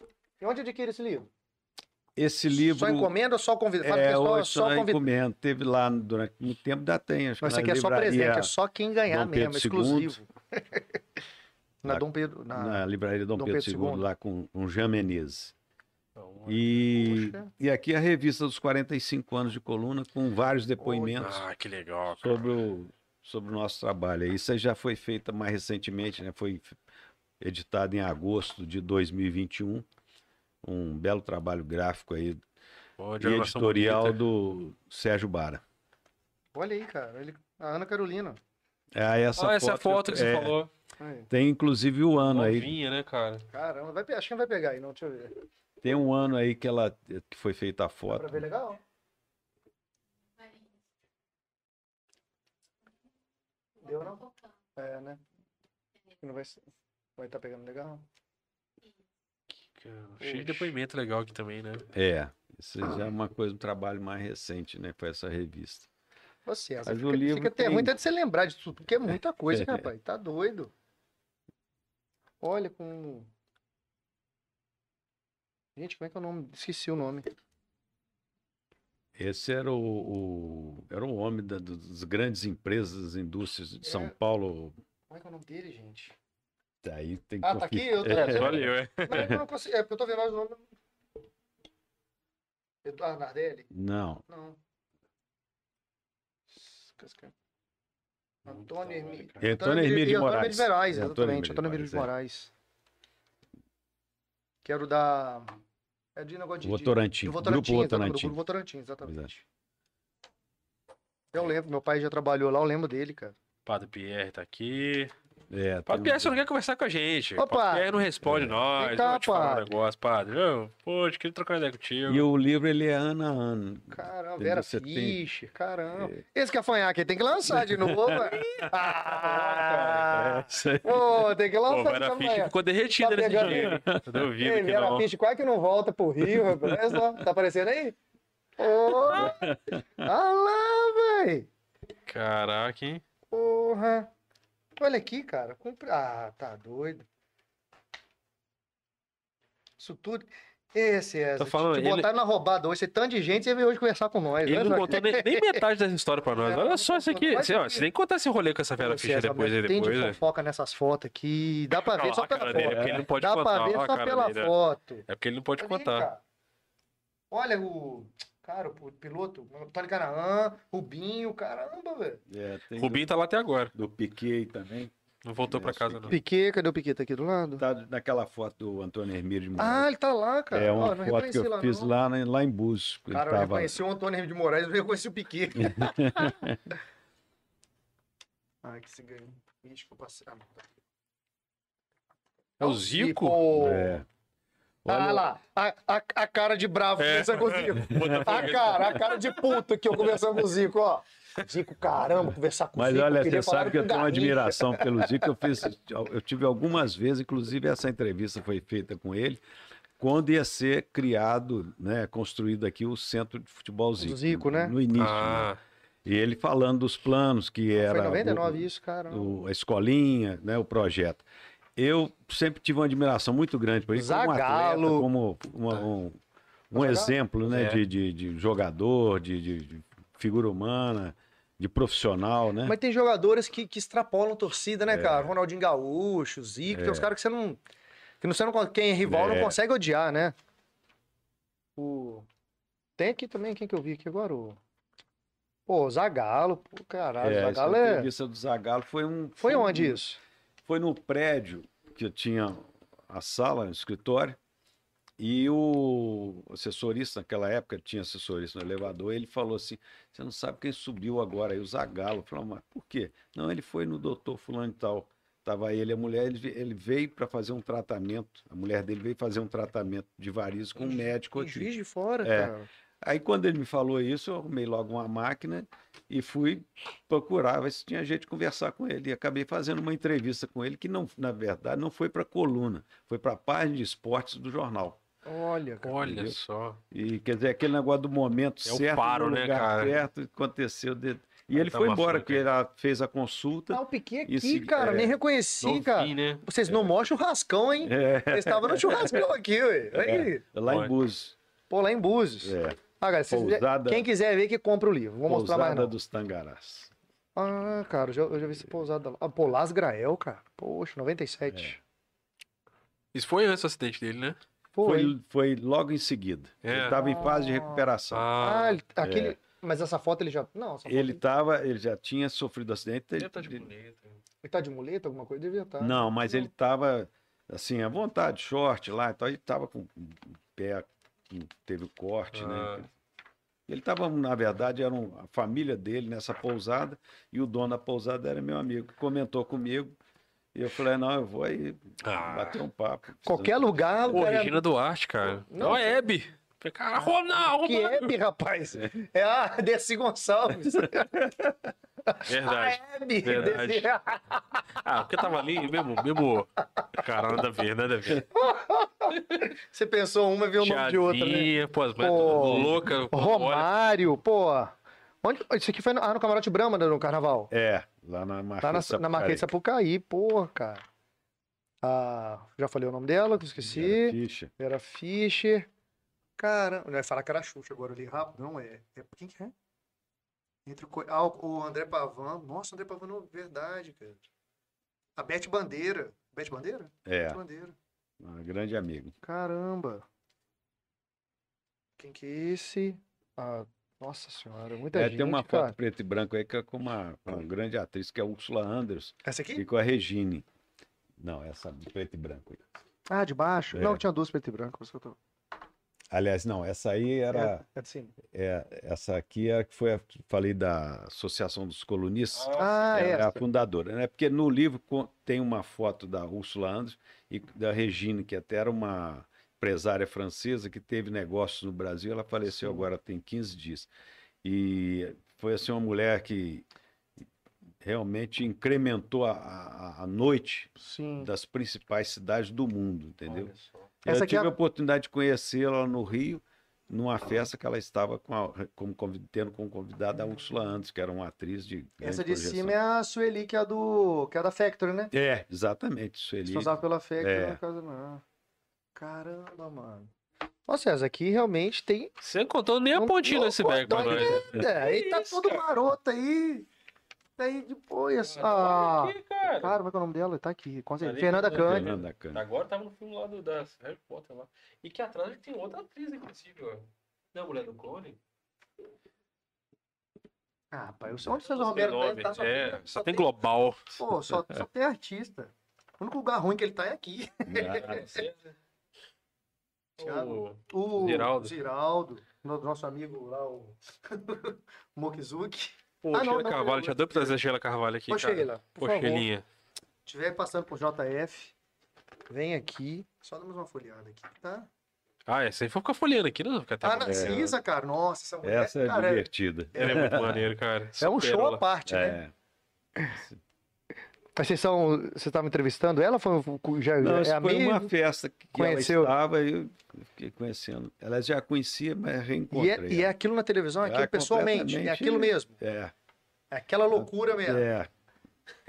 [SPEAKER 2] ó. E onde adquire esse livro?
[SPEAKER 3] Esse livro.
[SPEAKER 2] Só encomenda ou só convida? Fala pro
[SPEAKER 3] É,
[SPEAKER 2] pessoal,
[SPEAKER 3] hoje só
[SPEAKER 2] convida.
[SPEAKER 3] encomenda. Teve lá durante muito tempo, da tem. Acho que
[SPEAKER 2] Mas isso
[SPEAKER 3] na
[SPEAKER 2] aqui é só
[SPEAKER 3] livraria-
[SPEAKER 2] presente, é só quem ganhar
[SPEAKER 3] Dom
[SPEAKER 2] mesmo,
[SPEAKER 3] Pedro
[SPEAKER 2] exclusivo. na
[SPEAKER 3] Na-
[SPEAKER 2] Dom Pedro. Na...
[SPEAKER 3] Na livraria Dom,
[SPEAKER 2] Dom
[SPEAKER 3] Pedro,
[SPEAKER 2] Pedro
[SPEAKER 3] II,
[SPEAKER 2] II.
[SPEAKER 3] lá com, com Jean Menezes.
[SPEAKER 1] Então,
[SPEAKER 3] E,
[SPEAKER 2] Poxa.
[SPEAKER 3] e aqui a revista dos 45 anos de coluna, com vários depoimentos
[SPEAKER 1] Ah, que legal, cara.
[SPEAKER 3] sobre, o, sobre o nosso trabalho. aí. Isso aí já foi feita mais recentemente, né? foi editado em agosto de 2021. Um belo trabalho gráfico aí,
[SPEAKER 1] Pô,
[SPEAKER 3] e
[SPEAKER 1] diagramação
[SPEAKER 3] editorial
[SPEAKER 1] bonita.
[SPEAKER 3] do Sérgio Bara.
[SPEAKER 2] Olha aí, cara. ele- A Ana Carolina.
[SPEAKER 3] É essa,
[SPEAKER 1] ah, essa foto que você
[SPEAKER 3] é,
[SPEAKER 1] falou.
[SPEAKER 2] Aí.
[SPEAKER 3] Tem inclusive o ano aí,
[SPEAKER 1] Novinha, né, cara?
[SPEAKER 2] Caramba, vai, pe- acho que não vai pegar aí, não. Deixa eu ver. Dá
[SPEAKER 3] Tem um ano aí que ela que foi feita a
[SPEAKER 2] pra
[SPEAKER 3] foto.
[SPEAKER 2] ver legal? Deu não? É, né? Acho que Não vai ser- vai estar pegando legal?
[SPEAKER 1] Cara, Cheio de depoimento legal aqui também, né?
[SPEAKER 3] É. Isso já é uma coisa, um trabalho mais recente, né? Foi essa revista.
[SPEAKER 2] Você,
[SPEAKER 3] Mas
[SPEAKER 2] fica,
[SPEAKER 3] o livro
[SPEAKER 2] fica até
[SPEAKER 3] tem-
[SPEAKER 2] ruim até de você lembrar de tudo, porque é muita coisa, hein, rapaz. Tá doido. Olha com. Gente, como é que é o nome? Esqueci o nome.
[SPEAKER 3] Esse era o, o- era o homem da, das grandes empresas, das indústrias de São
[SPEAKER 2] É.
[SPEAKER 3] Paulo.
[SPEAKER 2] Como é que é o nome dele, gente?
[SPEAKER 3] Aí tem que
[SPEAKER 2] Ah, tá aqui?
[SPEAKER 3] conferir.
[SPEAKER 2] Eu tô...
[SPEAKER 1] É, valeu, é.
[SPEAKER 2] Não, é que eu não consigo. É porque eu tô vendo mais o nome. Eduardo Nardelli?
[SPEAKER 3] Não.
[SPEAKER 2] Não. Casca-
[SPEAKER 1] Muito
[SPEAKER 2] Antônio
[SPEAKER 1] da hora,
[SPEAKER 2] Hermílio.
[SPEAKER 1] cara.
[SPEAKER 3] Antônio Hermílio de
[SPEAKER 2] Antônio
[SPEAKER 3] Moraes.
[SPEAKER 2] de Moraes,
[SPEAKER 3] Antônio
[SPEAKER 2] exatamente.
[SPEAKER 3] Hermílio de
[SPEAKER 2] Antônio Hermílio de Moraes.
[SPEAKER 1] é.
[SPEAKER 2] Que era o da. É de negócio de. de-
[SPEAKER 3] Votorantim.
[SPEAKER 2] do
[SPEAKER 3] Grupo
[SPEAKER 2] exatamente, do
[SPEAKER 3] Votorantim.
[SPEAKER 2] Grupo Votorantim, exatamente. Eu lembro, meu pai já trabalhou lá, eu lembro dele, cara.
[SPEAKER 1] Padre Pierre tá aqui.
[SPEAKER 3] É,
[SPEAKER 1] Padre
[SPEAKER 3] tem um-
[SPEAKER 1] Pierre, você não quer conversar com a gente.
[SPEAKER 2] Opa!
[SPEAKER 1] Padre Pierre não responde
[SPEAKER 3] É.
[SPEAKER 1] nós.
[SPEAKER 2] Vem
[SPEAKER 1] Vem
[SPEAKER 2] cá,
[SPEAKER 1] te falar um
[SPEAKER 2] padre.
[SPEAKER 1] negócio, padre. Eu, pô, eu queria trocar uma ideia contigo.
[SPEAKER 3] E o livro, ele é ano a ano.
[SPEAKER 2] Caramba,
[SPEAKER 3] Entendeu?
[SPEAKER 2] era
[SPEAKER 3] Você tem-
[SPEAKER 2] Fischer, caramba.
[SPEAKER 3] É.
[SPEAKER 2] Esse cafanhaque aí tem que lançar de novo, velho. Ah,
[SPEAKER 3] Essa-
[SPEAKER 2] pô, tem que
[SPEAKER 1] Pô,
[SPEAKER 2] lançar esse
[SPEAKER 1] Vera Fish
[SPEAKER 2] cafanhaque.
[SPEAKER 1] ficou derretida
[SPEAKER 2] Tá
[SPEAKER 1] nesse
[SPEAKER 2] pegando
[SPEAKER 1] dinheiro. Eu duvido
[SPEAKER 2] Ei,
[SPEAKER 1] que
[SPEAKER 2] Vera
[SPEAKER 1] não.
[SPEAKER 2] Fish, quase que não volta pro Rio, rapaz. Olha só, tá aparecendo aí? Porra! Olha lá, véi!
[SPEAKER 1] Caraca, hein?
[SPEAKER 2] Porra! Olha aqui, cara. compre- Ah, tá doido. Isso tudo. Esse, César.
[SPEAKER 1] Tô falando,
[SPEAKER 2] te
[SPEAKER 1] ele-
[SPEAKER 2] botaram na roubada hoje. Você tanto de gente, você veio hoje conversar com nós.
[SPEAKER 1] Ele
[SPEAKER 2] Olha
[SPEAKER 1] não
[SPEAKER 2] só.
[SPEAKER 1] contou nem, nem metade dessa história pra nós.
[SPEAKER 2] É,
[SPEAKER 1] Olha
[SPEAKER 2] não
[SPEAKER 1] só isso
[SPEAKER 2] contou,
[SPEAKER 1] aqui.
[SPEAKER 2] não
[SPEAKER 1] Você, ó, você nem contar esse rolê com essa
[SPEAKER 2] Ô,
[SPEAKER 1] velha ficha
[SPEAKER 2] César,
[SPEAKER 1] depois
[SPEAKER 2] mas
[SPEAKER 1] aí,
[SPEAKER 2] Tem
[SPEAKER 1] depois.
[SPEAKER 2] de
[SPEAKER 1] né?
[SPEAKER 2] fofoca nessas fotos aqui. Dá pra ver
[SPEAKER 1] Olha lá
[SPEAKER 2] só
[SPEAKER 1] a
[SPEAKER 2] pela
[SPEAKER 1] cara
[SPEAKER 2] foto.
[SPEAKER 1] dele, é porque ele não pode
[SPEAKER 2] Dá
[SPEAKER 1] contar.
[SPEAKER 2] pra ver
[SPEAKER 1] Olha a
[SPEAKER 2] só
[SPEAKER 1] cara
[SPEAKER 2] pela
[SPEAKER 1] dele, né?
[SPEAKER 2] foto.
[SPEAKER 1] É porque ele não pode
[SPEAKER 2] Olha aí,
[SPEAKER 1] contar.
[SPEAKER 2] cara. Olha o. Cara, o piloto, o Tony Canaã, Rubinho, caramba, velho.
[SPEAKER 3] É, tem
[SPEAKER 1] Rubinho tá lá até agora.
[SPEAKER 3] do, do Piquet também.
[SPEAKER 1] Não voltou
[SPEAKER 3] É,
[SPEAKER 1] pra
[SPEAKER 3] esse
[SPEAKER 1] casa,
[SPEAKER 3] aqui.
[SPEAKER 1] não.
[SPEAKER 2] Piquet, cadê o Piquet? Tá aqui do lado?
[SPEAKER 3] Tá naquela foto do Antônio Hermílio de
[SPEAKER 2] Ah,
[SPEAKER 3] Moraes.
[SPEAKER 2] ele tá lá, cara.
[SPEAKER 3] é
[SPEAKER 2] Ó,
[SPEAKER 3] uma
[SPEAKER 2] não
[SPEAKER 3] foto que
[SPEAKER 2] reconheci
[SPEAKER 3] eu
[SPEAKER 2] lá,
[SPEAKER 3] fiz
[SPEAKER 2] não.
[SPEAKER 3] lá, né, lá em Búzios. Ele
[SPEAKER 2] Cara, eu
[SPEAKER 3] tava...
[SPEAKER 2] reconheci o Antônio Henrique de Moraes, eu reconheci o Piquet. Ai, Ah, que se ganhou. Ixi, que eu passei. Ah, não.
[SPEAKER 1] É o Zico?
[SPEAKER 2] Tipo,
[SPEAKER 3] É. Olha,
[SPEAKER 2] Ah lá, a, a, a cara de bravo
[SPEAKER 1] É.
[SPEAKER 2] conversando com o Zico. A cara, a cara de puta que eu conversando com o Zico, ó. Zico, caramba, conversar com o
[SPEAKER 3] Mas
[SPEAKER 2] Zico.
[SPEAKER 3] olha,
[SPEAKER 2] queria
[SPEAKER 3] você
[SPEAKER 2] falar
[SPEAKER 3] sabe que
[SPEAKER 2] com
[SPEAKER 3] eu
[SPEAKER 2] o
[SPEAKER 3] tenho uma
[SPEAKER 2] Garrincha.
[SPEAKER 3] admiração pelo Zico. Eu, fiz, eu tive algumas vezes, inclusive essa entrevista foi feita com ele, quando ia ser criado, né, construído aqui o Centro de Futebol Zico.
[SPEAKER 2] Zico, né?
[SPEAKER 3] No início. né?
[SPEAKER 1] Ah,
[SPEAKER 3] E ele falando dos planos que era.
[SPEAKER 2] Ah, Foi em
[SPEAKER 3] o-
[SPEAKER 2] 99 isso, cara.
[SPEAKER 3] o- a escolinha, né, o projeto. Eu sempre tive uma admiração muito grande por ele, como um atleta,
[SPEAKER 2] Zagallo. É.
[SPEAKER 3] como uma- um, um
[SPEAKER 2] Zagallo?
[SPEAKER 3] exemplo né,
[SPEAKER 1] É.
[SPEAKER 3] de, de- de jogador, de, de- de figura humana, de profissional, né? É.
[SPEAKER 2] Mas tem jogadores que, que extrapolam torcida, né, cara? Ronaldinho Gaúcho, Zico, tem uns caras que você não. Que não sendo quem é rival,
[SPEAKER 3] É.
[SPEAKER 2] não consegue odiar, né? O... Tem aqui também, quem que eu vi aqui agora? O... Pô, o Zagalo, pô, caralho,
[SPEAKER 3] É, essa
[SPEAKER 2] Zagalo é.
[SPEAKER 3] entrevista do Zagallo foi um...
[SPEAKER 2] Foi
[SPEAKER 3] um-
[SPEAKER 2] onde isso?
[SPEAKER 3] Foi no prédio que tinha a sala, o escritório, e o assessorista, naquela época tinha assessorista no elevador, ele falou assim, você não sabe quem subiu agora, aí o Zagalo. Falou, "Ah, mas por quê? Não, ele foi no doutor fulano e tal. Tava ele, e a mulher, ele, ve- ele veio para fazer um tratamento, a mulher dele veio fazer um tratamento de varizes com um
[SPEAKER 2] Em Ju-
[SPEAKER 3] médico.
[SPEAKER 2] Em
[SPEAKER 3] aqui.
[SPEAKER 2] Juiz de fora,
[SPEAKER 3] É.
[SPEAKER 2] cara.
[SPEAKER 3] Aí quando ele me falou isso, eu arrumei logo uma máquina e fui procurar ver se tinha jeito de conversar com ele. E acabei fazendo uma entrevista com ele que não, na verdade, não foi para coluna, foi para a página de esportes do jornal.
[SPEAKER 2] Olha, cara.
[SPEAKER 1] olha
[SPEAKER 3] Entendeu?
[SPEAKER 1] só.
[SPEAKER 3] E quer dizer, aquele negócio do momento
[SPEAKER 1] É o
[SPEAKER 3] certo,
[SPEAKER 1] faro,
[SPEAKER 3] no
[SPEAKER 1] né,
[SPEAKER 3] lugar
[SPEAKER 1] cara?
[SPEAKER 3] certo, aconteceu. de- E
[SPEAKER 1] Aí
[SPEAKER 3] ele
[SPEAKER 1] tá
[SPEAKER 3] foi
[SPEAKER 1] uma
[SPEAKER 3] embora,
[SPEAKER 1] fã,
[SPEAKER 3] porque ele ah, fez a consulta.
[SPEAKER 2] Ah, o Piquet aqui,
[SPEAKER 3] Esse-
[SPEAKER 2] cara,
[SPEAKER 3] é.
[SPEAKER 2] nem reconheci, cara.
[SPEAKER 1] Novinho, né?
[SPEAKER 2] Vocês não mostram o rascão, hein?
[SPEAKER 3] É,
[SPEAKER 2] Vocês estavam no churrascão aqui, ué. Aí.
[SPEAKER 3] lá
[SPEAKER 1] Olha.
[SPEAKER 3] em Búzios.
[SPEAKER 2] Pô, lá em Búzios.
[SPEAKER 3] É,
[SPEAKER 2] Ah, galera, se vocês-
[SPEAKER 3] Pousada-
[SPEAKER 2] quem quiser ver, que compra o livro. Vou mostrar mais
[SPEAKER 3] Pousada
[SPEAKER 2] não.
[SPEAKER 3] dos Tangarás.
[SPEAKER 2] Ah, cara, eu já, eu já vi essa pousada lá. Ah, pô, Las Grael, cara. Poxa,
[SPEAKER 3] É.
[SPEAKER 2] 97.
[SPEAKER 1] Isso foi antes do acidente dele, né?
[SPEAKER 2] Foi.
[SPEAKER 3] Foi, foi logo em seguida.
[SPEAKER 1] É.
[SPEAKER 3] Ele estava em fase de recuperação.
[SPEAKER 1] Ah,
[SPEAKER 2] Ah, ele- aquele... Mas essa foto ele já... Não,
[SPEAKER 1] Então
[SPEAKER 2] essa foto
[SPEAKER 3] É. Ele tava, ele já tinha sofrido acidente.
[SPEAKER 1] deve
[SPEAKER 3] Ele,
[SPEAKER 1] tá de
[SPEAKER 3] ele-
[SPEAKER 1] bonito.
[SPEAKER 2] ele tá de muleta, alguma coisa? Devia tá. estar.
[SPEAKER 3] não, mas ele tava assim, à vontade, short lá, então ele tava com o pé, que teve o corte,
[SPEAKER 1] Ah.
[SPEAKER 3] né? Ele tava, na verdade, era um- a família dele nessa pousada, e o dono da pousada era meu amigo, comentou comigo. E eu falei, não, eu vou aí
[SPEAKER 1] Ah.
[SPEAKER 3] bater um papo.
[SPEAKER 2] Qualquer lugar... o
[SPEAKER 1] Pô,
[SPEAKER 2] cara- é
[SPEAKER 1] Regina Duarte, cara.
[SPEAKER 2] Não,
[SPEAKER 1] Não, é Hebe. Cara, Ronaldo!
[SPEAKER 2] Que Hebe, é rapaz. É a Desi Gonçalves.
[SPEAKER 1] Verdade.
[SPEAKER 2] A Hebe.
[SPEAKER 1] Verdade.
[SPEAKER 2] Desi-
[SPEAKER 1] Ah, porque tava ali mesmo, mesmo. Cara, nada a ver, nada a ver.
[SPEAKER 2] Você pensou uma e viu o nome de outra, né?
[SPEAKER 1] Tiazinha, pô, as mulheres
[SPEAKER 2] Pô,
[SPEAKER 1] louca. pô, olha.
[SPEAKER 2] Romário, pô. Onde... Isso aqui foi no... Ah, no Camarote Brahma, no carnaval.
[SPEAKER 3] É, lá na Marquês
[SPEAKER 2] Tá na,
[SPEAKER 3] de
[SPEAKER 2] na Marquês de
[SPEAKER 3] Sapucaí.
[SPEAKER 2] Sapucaí, porra, cara. Ah, já falei o nome dela, que eu
[SPEAKER 3] Era
[SPEAKER 2] esqueci.
[SPEAKER 3] ficha.
[SPEAKER 2] Vera Fischer. Caramba, não vai falar que era Xuxa agora ali rápido, não é? é quem que é? Entre o, co- ah, o- o André Pavan. Nossa, o André Pavan, não, verdade, cara. A Bete Bandeira. Bete Bandeira?
[SPEAKER 3] É,
[SPEAKER 2] Beth Bandeira.
[SPEAKER 3] um grande amigo.
[SPEAKER 2] Caramba. Quem que é esse? Ah, nossa senhora, muita
[SPEAKER 3] É,
[SPEAKER 2] gente,
[SPEAKER 3] tem uma
[SPEAKER 2] cara. Hum.
[SPEAKER 3] foto preto e branco aí que é com uma, com uma grande atriz, que é a Úrsula Andress.
[SPEAKER 2] Essa aqui?
[SPEAKER 3] E com a Regine. Não, essa de preto e branco. aí.
[SPEAKER 2] Ah, de baixo.
[SPEAKER 3] É.
[SPEAKER 2] Não, tinha duas preto e branco, por isso que eu tô...
[SPEAKER 3] Aliás, não, essa aí era.
[SPEAKER 2] É, é de cima.
[SPEAKER 3] é, essa aqui é a que foi a que falei da Associação dos Colunistas.
[SPEAKER 2] Ah, é.
[SPEAKER 3] ela é a fundadora, né? Porque no livro co- tem uma foto da Úrsula Andress e da Regine, que até era uma empresária francesa que teve negócios no Brasil. Ela faleceu
[SPEAKER 2] Sim.
[SPEAKER 3] agora tem 15 dias. E foi assim uma mulher que realmente incrementou a, a- a noite
[SPEAKER 2] Sim.
[SPEAKER 3] das principais cidades do mundo, entendeu?
[SPEAKER 1] Olha só.
[SPEAKER 3] Eu
[SPEAKER 2] Essa aqui
[SPEAKER 3] tive
[SPEAKER 2] é
[SPEAKER 3] a
[SPEAKER 2] a- Ah.
[SPEAKER 3] oportunidade de conhecê-la no Rio numa festa que ela estava com a, como convid- tendo como convidada a Úrsula antes, que era uma atriz de grande
[SPEAKER 2] Essa de
[SPEAKER 3] um projeção.
[SPEAKER 2] cima é a Sueli, que é a do. que é a da Factory, né?
[SPEAKER 3] É, exatamente, Sueli.
[SPEAKER 2] Responsável pela Factory
[SPEAKER 3] É.
[SPEAKER 2] na casa, não. Caramba, mano. Nossa, César, aqui realmente tem.
[SPEAKER 1] Você não contou nem a
[SPEAKER 2] Não-
[SPEAKER 1] pontinha
[SPEAKER 2] não
[SPEAKER 1] desse back pra
[SPEAKER 2] contou
[SPEAKER 1] nós. né?
[SPEAKER 3] né?
[SPEAKER 2] É, aí tá
[SPEAKER 1] isso,
[SPEAKER 2] todo
[SPEAKER 1] cara?
[SPEAKER 2] maroto aí. Tá aí depois.
[SPEAKER 1] Olha
[SPEAKER 2] Ah,
[SPEAKER 1] aqui, cara.
[SPEAKER 2] cara, como é que é o nome dela? Tá aqui, com certeza.
[SPEAKER 1] Ali,
[SPEAKER 2] Fernanda
[SPEAKER 1] né?
[SPEAKER 2] Cândido.
[SPEAKER 3] Fernanda Cândido.
[SPEAKER 1] Agora tava no filme lá do da Harry Potter lá. E que atrás ele tem outra atriz, inclusive, ó. Não, mulher do Clone?
[SPEAKER 2] Ah, rapaz, eu sei onde o César Romero tá, ele tá só,
[SPEAKER 1] é,
[SPEAKER 2] tem-
[SPEAKER 1] só tem global.
[SPEAKER 2] Pô, só, só tem artista. O único lugar ruim que ele tá é aqui.
[SPEAKER 3] Ah,
[SPEAKER 2] Thiago. O
[SPEAKER 1] Ziraldo.
[SPEAKER 2] Ziraldo, no- nosso amigo lá, o Mokizuki.
[SPEAKER 1] Pô,
[SPEAKER 2] Ah, não,
[SPEAKER 1] Sheila
[SPEAKER 2] não,
[SPEAKER 1] Carvalho,
[SPEAKER 2] eu-
[SPEAKER 1] tinha doido pra trazer a Sheila Carvalho aqui,
[SPEAKER 2] Ô,
[SPEAKER 1] cara.
[SPEAKER 2] Sheila, por
[SPEAKER 1] Pô,
[SPEAKER 2] favor, se
[SPEAKER 1] Sheilinha.
[SPEAKER 2] estiver passando por JF, vem aqui. Só damos uma folheada aqui, tá?
[SPEAKER 1] Ah, essa aí foi ficar folhando aqui, não? Ficar até
[SPEAKER 2] A
[SPEAKER 1] falando.
[SPEAKER 2] Narcisa, cara, nossa, essa mulher,
[SPEAKER 3] Essa é
[SPEAKER 2] cara, é-
[SPEAKER 3] divertida.
[SPEAKER 1] Ela é muito maneiro, cara.
[SPEAKER 2] é, um show à
[SPEAKER 1] Pérola.
[SPEAKER 2] parte, né?
[SPEAKER 3] É.
[SPEAKER 2] Mas vocês são, vocês estavam entrevistando ela? Foi, já,
[SPEAKER 3] Não,
[SPEAKER 2] é
[SPEAKER 3] isso foi
[SPEAKER 2] amigo?
[SPEAKER 3] uma festa que
[SPEAKER 2] Conheceu?
[SPEAKER 3] ela estava e eu fiquei conhecendo. Ela já conhecia, mas
[SPEAKER 2] E é,
[SPEAKER 3] reencontrei.
[SPEAKER 2] e é aquilo na televisão, é aquilo
[SPEAKER 3] Ah,
[SPEAKER 2] pessoalmente, é
[SPEAKER 3] completamente-
[SPEAKER 2] aquilo mesmo.
[SPEAKER 3] é,
[SPEAKER 2] É aquela loucura mesmo.
[SPEAKER 3] é.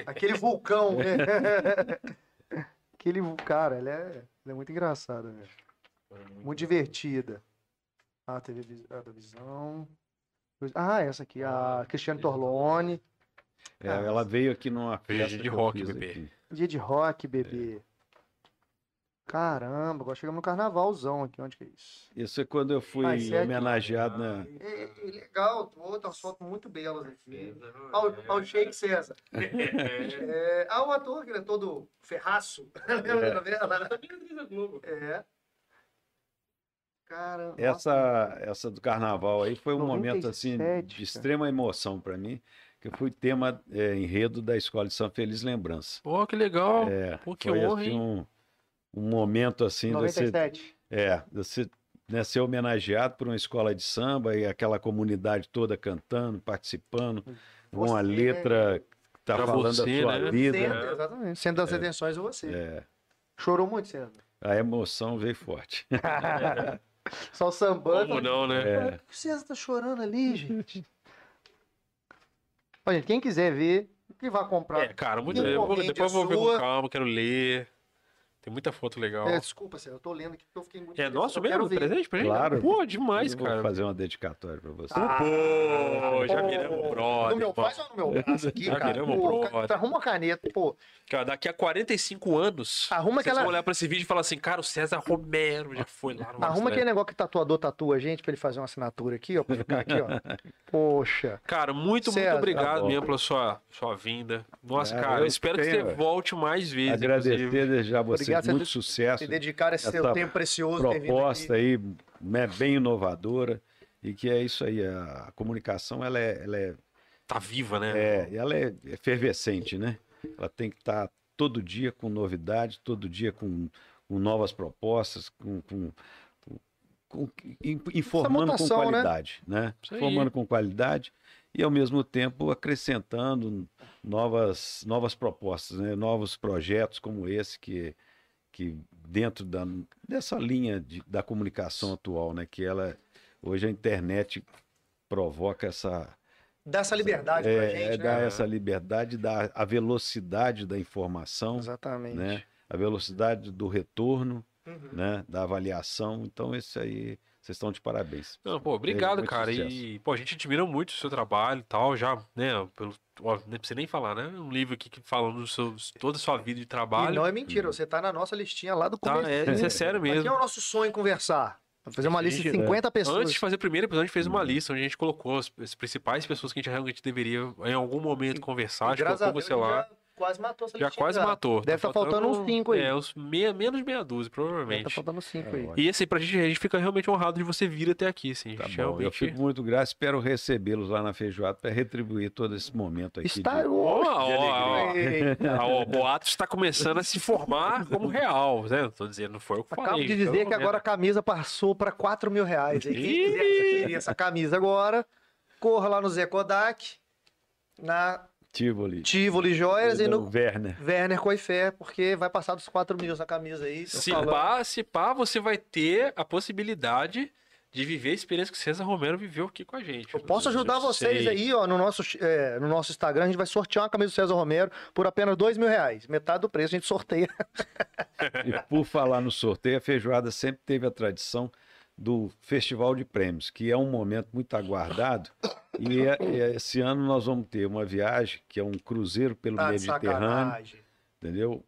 [SPEAKER 2] Aquele vulcão, né? Aquele vul- cara, ela é, ela é muito engraçada, velho. é Muito divertida. A TV vi- a da Visão. Ah, essa aqui, a Cristiane Torlone.
[SPEAKER 3] É,
[SPEAKER 2] Ah.
[SPEAKER 3] ela veio aqui numa
[SPEAKER 1] Veio
[SPEAKER 3] festa
[SPEAKER 1] de
[SPEAKER 3] que eu
[SPEAKER 1] rock,
[SPEAKER 3] fiz
[SPEAKER 1] bebê.
[SPEAKER 3] aqui.
[SPEAKER 2] Dia de rock, bebê. Caramba, agora chegamos no carnavalzão aqui, onde que é isso?
[SPEAKER 3] Isso é quando eu fui
[SPEAKER 2] Ah, isso é aqui.
[SPEAKER 3] homenageado na.
[SPEAKER 2] É, é legal, outras fotos muito belas
[SPEAKER 1] É,
[SPEAKER 3] Uhum.
[SPEAKER 2] aqui. Ao, ao Shake César. É, ah, o ator, que ele é todo ferraço. né? Lembra da novela? É. Cara,
[SPEAKER 1] assim,
[SPEAKER 3] Essa, essa do carnaval aí foi um momento assim
[SPEAKER 2] 97,
[SPEAKER 3] de
[SPEAKER 2] cara.
[SPEAKER 3] extrema emoção para mim, que foi tema é, enredo da Escola de São Feliz Lembrança.
[SPEAKER 1] Pô, que legal.
[SPEAKER 3] É,
[SPEAKER 1] Então, Pô, que
[SPEAKER 3] foi
[SPEAKER 1] honra,
[SPEAKER 3] assim,
[SPEAKER 1] hein?
[SPEAKER 3] um, um momento assim de você
[SPEAKER 2] 97.
[SPEAKER 3] É, você né, ser homenageado por uma escola de samba e aquela comunidade toda cantando, participando, com uma
[SPEAKER 2] Você,
[SPEAKER 3] letra que tá
[SPEAKER 1] Pra
[SPEAKER 3] falando
[SPEAKER 1] você,
[SPEAKER 3] da sua
[SPEAKER 1] né?
[SPEAKER 3] vida.
[SPEAKER 2] Sendo, exatamente. Sendo das redenções, é você.
[SPEAKER 3] É,
[SPEAKER 2] Chorou muito, Sandro.
[SPEAKER 3] a emoção veio forte.
[SPEAKER 1] É
[SPEAKER 2] Só o sambando.
[SPEAKER 1] Como não, né?
[SPEAKER 3] É,
[SPEAKER 2] Por que o César tá chorando ali, gente? Olha, gente, quem quiser ver, que vá
[SPEAKER 1] É,
[SPEAKER 2] comprar.
[SPEAKER 1] cara, muito
[SPEAKER 2] Não
[SPEAKER 1] eu vou-
[SPEAKER 2] comente a
[SPEAKER 1] Depois eu vou ver com
[SPEAKER 2] sua.
[SPEAKER 1] calma, quero ler. Tem muita foto legal.
[SPEAKER 2] É,
[SPEAKER 1] É,
[SPEAKER 2] desculpa, César, eu tô lendo aqui porque eu fiquei muito.
[SPEAKER 1] nosso
[SPEAKER 2] eu quero
[SPEAKER 1] mesmo?
[SPEAKER 2] ver.
[SPEAKER 1] Presente pra gente?
[SPEAKER 3] Claro.
[SPEAKER 1] Pô, demais,
[SPEAKER 3] eu vou
[SPEAKER 1] cara.
[SPEAKER 3] fazer uma dedicatória para você.
[SPEAKER 2] Ah,
[SPEAKER 1] Pô, já
[SPEAKER 2] Pô,
[SPEAKER 1] viramos
[SPEAKER 2] No
[SPEAKER 1] brother.
[SPEAKER 2] meu
[SPEAKER 1] irmão.
[SPEAKER 2] pai ou no meu braço aqui,
[SPEAKER 1] Já
[SPEAKER 2] cara?
[SPEAKER 1] viramos
[SPEAKER 2] Pô,
[SPEAKER 1] brother.
[SPEAKER 2] cara, arruma uma caneta, pô.
[SPEAKER 1] Cara, daqui a 45 anos, vocês
[SPEAKER 2] Arruma aquela-
[SPEAKER 1] vão olhar pra esse vídeo e falar assim, cara, o César Romero já foi lá no
[SPEAKER 2] Arruma
[SPEAKER 1] Amsterdã.
[SPEAKER 2] aquele negócio que tatuador tatua a gente pra ele fazer uma assinatura aqui, ó, pra ficar aqui, ó. Poxa.
[SPEAKER 1] Cara, muito,
[SPEAKER 2] César,
[SPEAKER 1] muito obrigado
[SPEAKER 3] tá bom.
[SPEAKER 1] mesmo pela sua, sua vinda. Nossa,
[SPEAKER 3] Cara,
[SPEAKER 1] cara,
[SPEAKER 3] É, eu
[SPEAKER 1] eu espero que você
[SPEAKER 3] tenho, velho.
[SPEAKER 1] volte mais vezes. inclusive.
[SPEAKER 3] Agradecer desde já você,
[SPEAKER 2] Obrigado, você
[SPEAKER 3] muito
[SPEAKER 2] de-
[SPEAKER 3] sucesso,
[SPEAKER 2] Se dedicar esse seu
[SPEAKER 3] Essa
[SPEAKER 2] tempo precioso. ter vindo aqui.
[SPEAKER 3] proposta aí né, bem inovadora e que é isso aí, a a comunicação ela é- ela é
[SPEAKER 1] Tá viva, né?
[SPEAKER 3] É, e ela é efervescente, né? Ela tem que estar todo dia com novidade, todo dia com, com novas propostas, com, com- com- in- informando
[SPEAKER 2] mutação,
[SPEAKER 3] com
[SPEAKER 2] né?
[SPEAKER 3] qualidade, né?
[SPEAKER 1] Isso aí.
[SPEAKER 3] Informando com qualidade e ao mesmo tempo acrescentando novas, novas propostas, né? Novos projetos como esse que que dentro da, dessa linha de- da comunicação atual, né? Que ela hoje a internet provoca essa
[SPEAKER 2] Dá essa liberdade pra
[SPEAKER 3] é,
[SPEAKER 2] gente,
[SPEAKER 3] é
[SPEAKER 2] né?
[SPEAKER 3] dar essa liberdade, dar a velocidade da informação,
[SPEAKER 2] Exatamente.
[SPEAKER 3] né? A velocidade do retorno,
[SPEAKER 2] Uhum.
[SPEAKER 3] né? Da avaliação. Então, isso aí, vocês estão de parabéns.
[SPEAKER 1] Não, pô, obrigado,
[SPEAKER 3] Muito
[SPEAKER 1] cara. E,
[SPEAKER 3] sucesso.
[SPEAKER 1] pô, a gente admira muito o seu trabalho e tal, já, né? Pelo, ó, não precisa nem falar, né? Um livro aqui que falando do seu, toda a sua vida de
[SPEAKER 2] E
[SPEAKER 1] trabalho.
[SPEAKER 2] não é mentira, você tá na nossa listinha lá do
[SPEAKER 1] Tá,
[SPEAKER 2] começo.
[SPEAKER 1] é, isso é sério
[SPEAKER 2] Aqui é
[SPEAKER 1] mesmo.
[SPEAKER 2] o nosso sonho conversar. Vou fazer uma lista de
[SPEAKER 1] Gente,
[SPEAKER 2] 50 pessoas.
[SPEAKER 1] Antes de fazer o primeiro episódio, a gente fez
[SPEAKER 3] Uhum.
[SPEAKER 1] uma lista onde a gente colocou as, as principais pessoas que a gente realmente deveria, em algum momento, conversar. A gente
[SPEAKER 2] Graças
[SPEAKER 1] colocou você
[SPEAKER 2] a Deus,
[SPEAKER 1] lá.
[SPEAKER 2] já quase matou essa
[SPEAKER 1] Já
[SPEAKER 2] listinha.
[SPEAKER 1] quase matou.
[SPEAKER 2] Deve tá faltando uns cinco aí.
[SPEAKER 1] É, uns meia, menos de meia dúzia,
[SPEAKER 2] Já Tá
[SPEAKER 1] provavelmente.
[SPEAKER 2] faltando 5
[SPEAKER 3] É,
[SPEAKER 2] aí.
[SPEAKER 3] ótimo.
[SPEAKER 1] E esse, pra gente, a gente fica realmente honrado de você vir até aqui, assim.
[SPEAKER 3] Tá
[SPEAKER 1] a gente
[SPEAKER 3] bom, eu
[SPEAKER 1] realmente...
[SPEAKER 3] fico muito grato, espero recebê-los lá na feijoada para retribuir todo esse momento aqui.
[SPEAKER 2] Está
[SPEAKER 3] de-
[SPEAKER 1] Ó,
[SPEAKER 2] hoje.
[SPEAKER 1] ó, ó.
[SPEAKER 2] Eita.
[SPEAKER 1] Ah, ó, o boato está começando a se formar como real, né? Tô dizendo, não foi eu que falei. então,
[SPEAKER 2] Acabo de
[SPEAKER 1] pelo
[SPEAKER 2] dizer que
[SPEAKER 1] menos.
[SPEAKER 2] agora a camisa passou para 4 mil reais. Aí, quem
[SPEAKER 1] Ih!
[SPEAKER 2] quiser adquirir essa camisa agora, corra lá no Zé Kodak, na
[SPEAKER 3] Tivoli.
[SPEAKER 2] Tivoli Joias e no
[SPEAKER 3] Werner.
[SPEAKER 2] Werner Coifé, porque vai passar dos 4 mil essa camisa aí. tô
[SPEAKER 1] Se
[SPEAKER 2] falando.
[SPEAKER 1] pá, se pá, você vai ter a possibilidade de viver a experiência que César Romero viveu aqui com a gente.
[SPEAKER 2] Eu posso ajudar vocês aí, ó, no nosso, é, no nosso Instagram. A gente vai sortear uma camisa do César Romero por apenas dois mil reais. Metade do preço a gente sorteia.
[SPEAKER 3] E por falar no sorteio, a feijoada sempre teve a tradição do Festival de Prêmios, que é um momento muito aguardado. E é- é- esse ano nós vamos ter uma viagem que é um cruzeiro pelo
[SPEAKER 2] Tá de
[SPEAKER 3] Mediterrâneo,
[SPEAKER 2] sacanagem.
[SPEAKER 3] entendeu?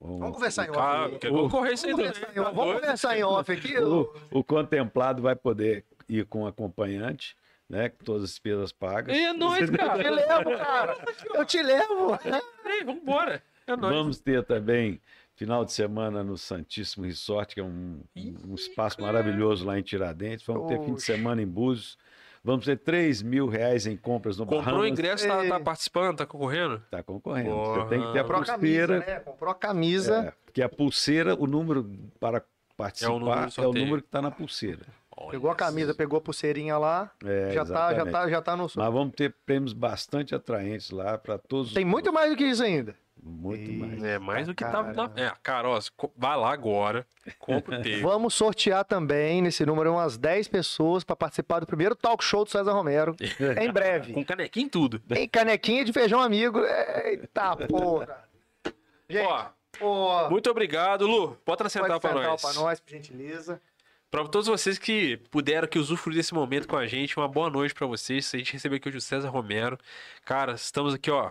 [SPEAKER 3] Um-
[SPEAKER 2] Vamos conversar em off.
[SPEAKER 1] Ah,
[SPEAKER 2] aí.
[SPEAKER 1] quer concorrência aí
[SPEAKER 2] Vamos
[SPEAKER 1] também.
[SPEAKER 2] conversar em
[SPEAKER 1] tá
[SPEAKER 2] off. Vamos
[SPEAKER 1] doido?
[SPEAKER 2] conversar em off aqui.
[SPEAKER 3] o, o contemplado vai poder ir com acompanhante, né? Com todas as despesas pagas.
[SPEAKER 1] E é nóis,
[SPEAKER 2] Eu te
[SPEAKER 1] cara.
[SPEAKER 2] levo, cara. Eu te levo.
[SPEAKER 1] Ei, vambora. É nóis.
[SPEAKER 3] Vamos ter também final de semana no Santíssimo Resort, que é um, um espaço maravilhoso lá em Tiradentes. Vamos ter fim de
[SPEAKER 2] Oxe.
[SPEAKER 3] semana em Búzios. Vamos ter 3 mil reais em compras no
[SPEAKER 1] Comprou o
[SPEAKER 3] Bahamas.
[SPEAKER 1] ingresso, tá,
[SPEAKER 2] Ei.
[SPEAKER 1] tá participando, tá concorrendo?
[SPEAKER 3] Tá concorrendo.
[SPEAKER 1] Porra.
[SPEAKER 3] Você tem que ter a
[SPEAKER 2] Comprou a camisa,
[SPEAKER 3] pulseira.
[SPEAKER 2] né? Comprou a camisa.
[SPEAKER 3] é, porque a pulseira, o número para participar é o
[SPEAKER 1] número do
[SPEAKER 3] número,
[SPEAKER 1] sorteio.
[SPEAKER 3] que está na pulseira.
[SPEAKER 2] Pegou a camisa, pegou a pulseirinha lá.
[SPEAKER 3] É,
[SPEAKER 2] já, tá, já,
[SPEAKER 3] exatamente.
[SPEAKER 2] tá, já tá no...
[SPEAKER 3] Mas vamos ter prêmios bastante atraentes lá para todos.
[SPEAKER 2] Tem
[SPEAKER 3] os-
[SPEAKER 2] muito mais do que isso ainda.
[SPEAKER 3] Muito mais.
[SPEAKER 1] É mais do que tá.
[SPEAKER 2] Caramba.
[SPEAKER 1] tá- É, cara, ó, co- vai lá agora, compra o teu.
[SPEAKER 2] Vamos sortear também nesse número umas 10 pessoas para participar do primeiro talk show do César Romero. em breve.
[SPEAKER 1] Com canequinha em tudo.
[SPEAKER 2] Tem canequinha de feijão amigo. Eita porra. Gente,
[SPEAKER 1] Ó,
[SPEAKER 2] ó,
[SPEAKER 1] muito obrigado, Lu. Bota na
[SPEAKER 2] pode
[SPEAKER 1] central pra
[SPEAKER 2] sentar
[SPEAKER 1] nós.
[SPEAKER 2] pra nós, por gentileza.
[SPEAKER 1] Pra todos vocês que puderam, que usufruir desse momento com a gente, uma boa noite pra vocês. A gente recebeu aqui hoje o César Romero. Cara, estamos aqui, ó,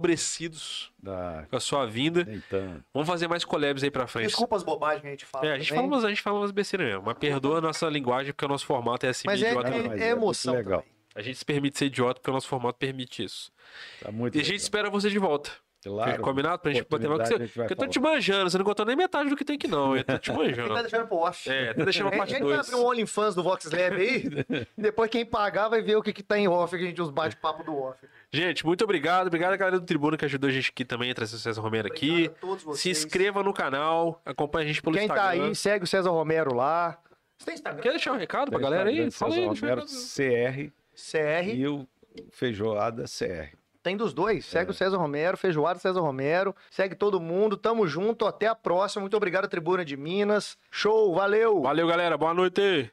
[SPEAKER 1] enobrecidos
[SPEAKER 3] Da...
[SPEAKER 1] com a sua vinda.
[SPEAKER 3] Então,
[SPEAKER 1] Vamos fazer mais collabs aí pra frente.
[SPEAKER 2] Desculpa as bobagens que a gente fala.
[SPEAKER 1] É, a gente
[SPEAKER 2] também,
[SPEAKER 1] fala umas, a gente fala umas besteiras mesmo, mas perdoa a nossa linguagem, porque o nosso formato é assim,
[SPEAKER 2] Mas
[SPEAKER 1] meio
[SPEAKER 2] é,
[SPEAKER 1] idiota.
[SPEAKER 2] é-
[SPEAKER 1] mesmo.
[SPEAKER 3] mas
[SPEAKER 2] é
[SPEAKER 3] é muito
[SPEAKER 2] emoção.
[SPEAKER 3] legal.
[SPEAKER 2] também.
[SPEAKER 1] A gente se permite ser idiota, porque o nosso formato permite isso.
[SPEAKER 3] tá muito
[SPEAKER 1] E a gente
[SPEAKER 3] legal.
[SPEAKER 1] espera você de volta.
[SPEAKER 3] Claro,
[SPEAKER 1] Combinado pra gente bater mais. Porque,
[SPEAKER 3] oportunidade a
[SPEAKER 1] você,
[SPEAKER 3] gente vai
[SPEAKER 1] porque eu tô
[SPEAKER 3] falar.
[SPEAKER 1] te manjando, você não contou nem metade do que tem aqui, não. Eu tô te
[SPEAKER 2] Ele tá
[SPEAKER 1] manjando.
[SPEAKER 2] deixando pro off.
[SPEAKER 1] É, tá deixando a
[SPEAKER 2] A
[SPEAKER 1] parte
[SPEAKER 2] gente vai
[SPEAKER 1] 2.
[SPEAKER 2] abrir um OnlyFans do Vox Lab aí. depois quem pagar vai ver o que, que tá em off, que a gente os bate-papo do off.
[SPEAKER 1] Gente, muito obrigado. Obrigado a galera do Tribuna que ajudou a gente aqui também a trazer o César Romero aqui.
[SPEAKER 2] Obrigado a todos vocês.
[SPEAKER 1] Se inscreva no canal, acompanha a gente pelo
[SPEAKER 2] Quem tá
[SPEAKER 1] Instagram.
[SPEAKER 2] aí, segue o César Romero lá. Você tem Instagram?
[SPEAKER 1] Quer deixar um recado pra
[SPEAKER 3] Tem
[SPEAKER 1] galera aí?
[SPEAKER 3] Instagram,
[SPEAKER 1] Fala aí,
[SPEAKER 3] César
[SPEAKER 1] deixa eu
[SPEAKER 3] Romero,
[SPEAKER 1] ver.
[SPEAKER 3] CR
[SPEAKER 2] CR.
[SPEAKER 3] e o Feijoada CR.
[SPEAKER 2] Tem dos dois.
[SPEAKER 1] É.
[SPEAKER 2] Segue o César Romero, Feijoada César Romero. Segue todo mundo. Tamo junto. Até a próxima. Muito obrigado, Tribuna de Minas. Show. Valeu.
[SPEAKER 1] Valeu, galera. Boa noite.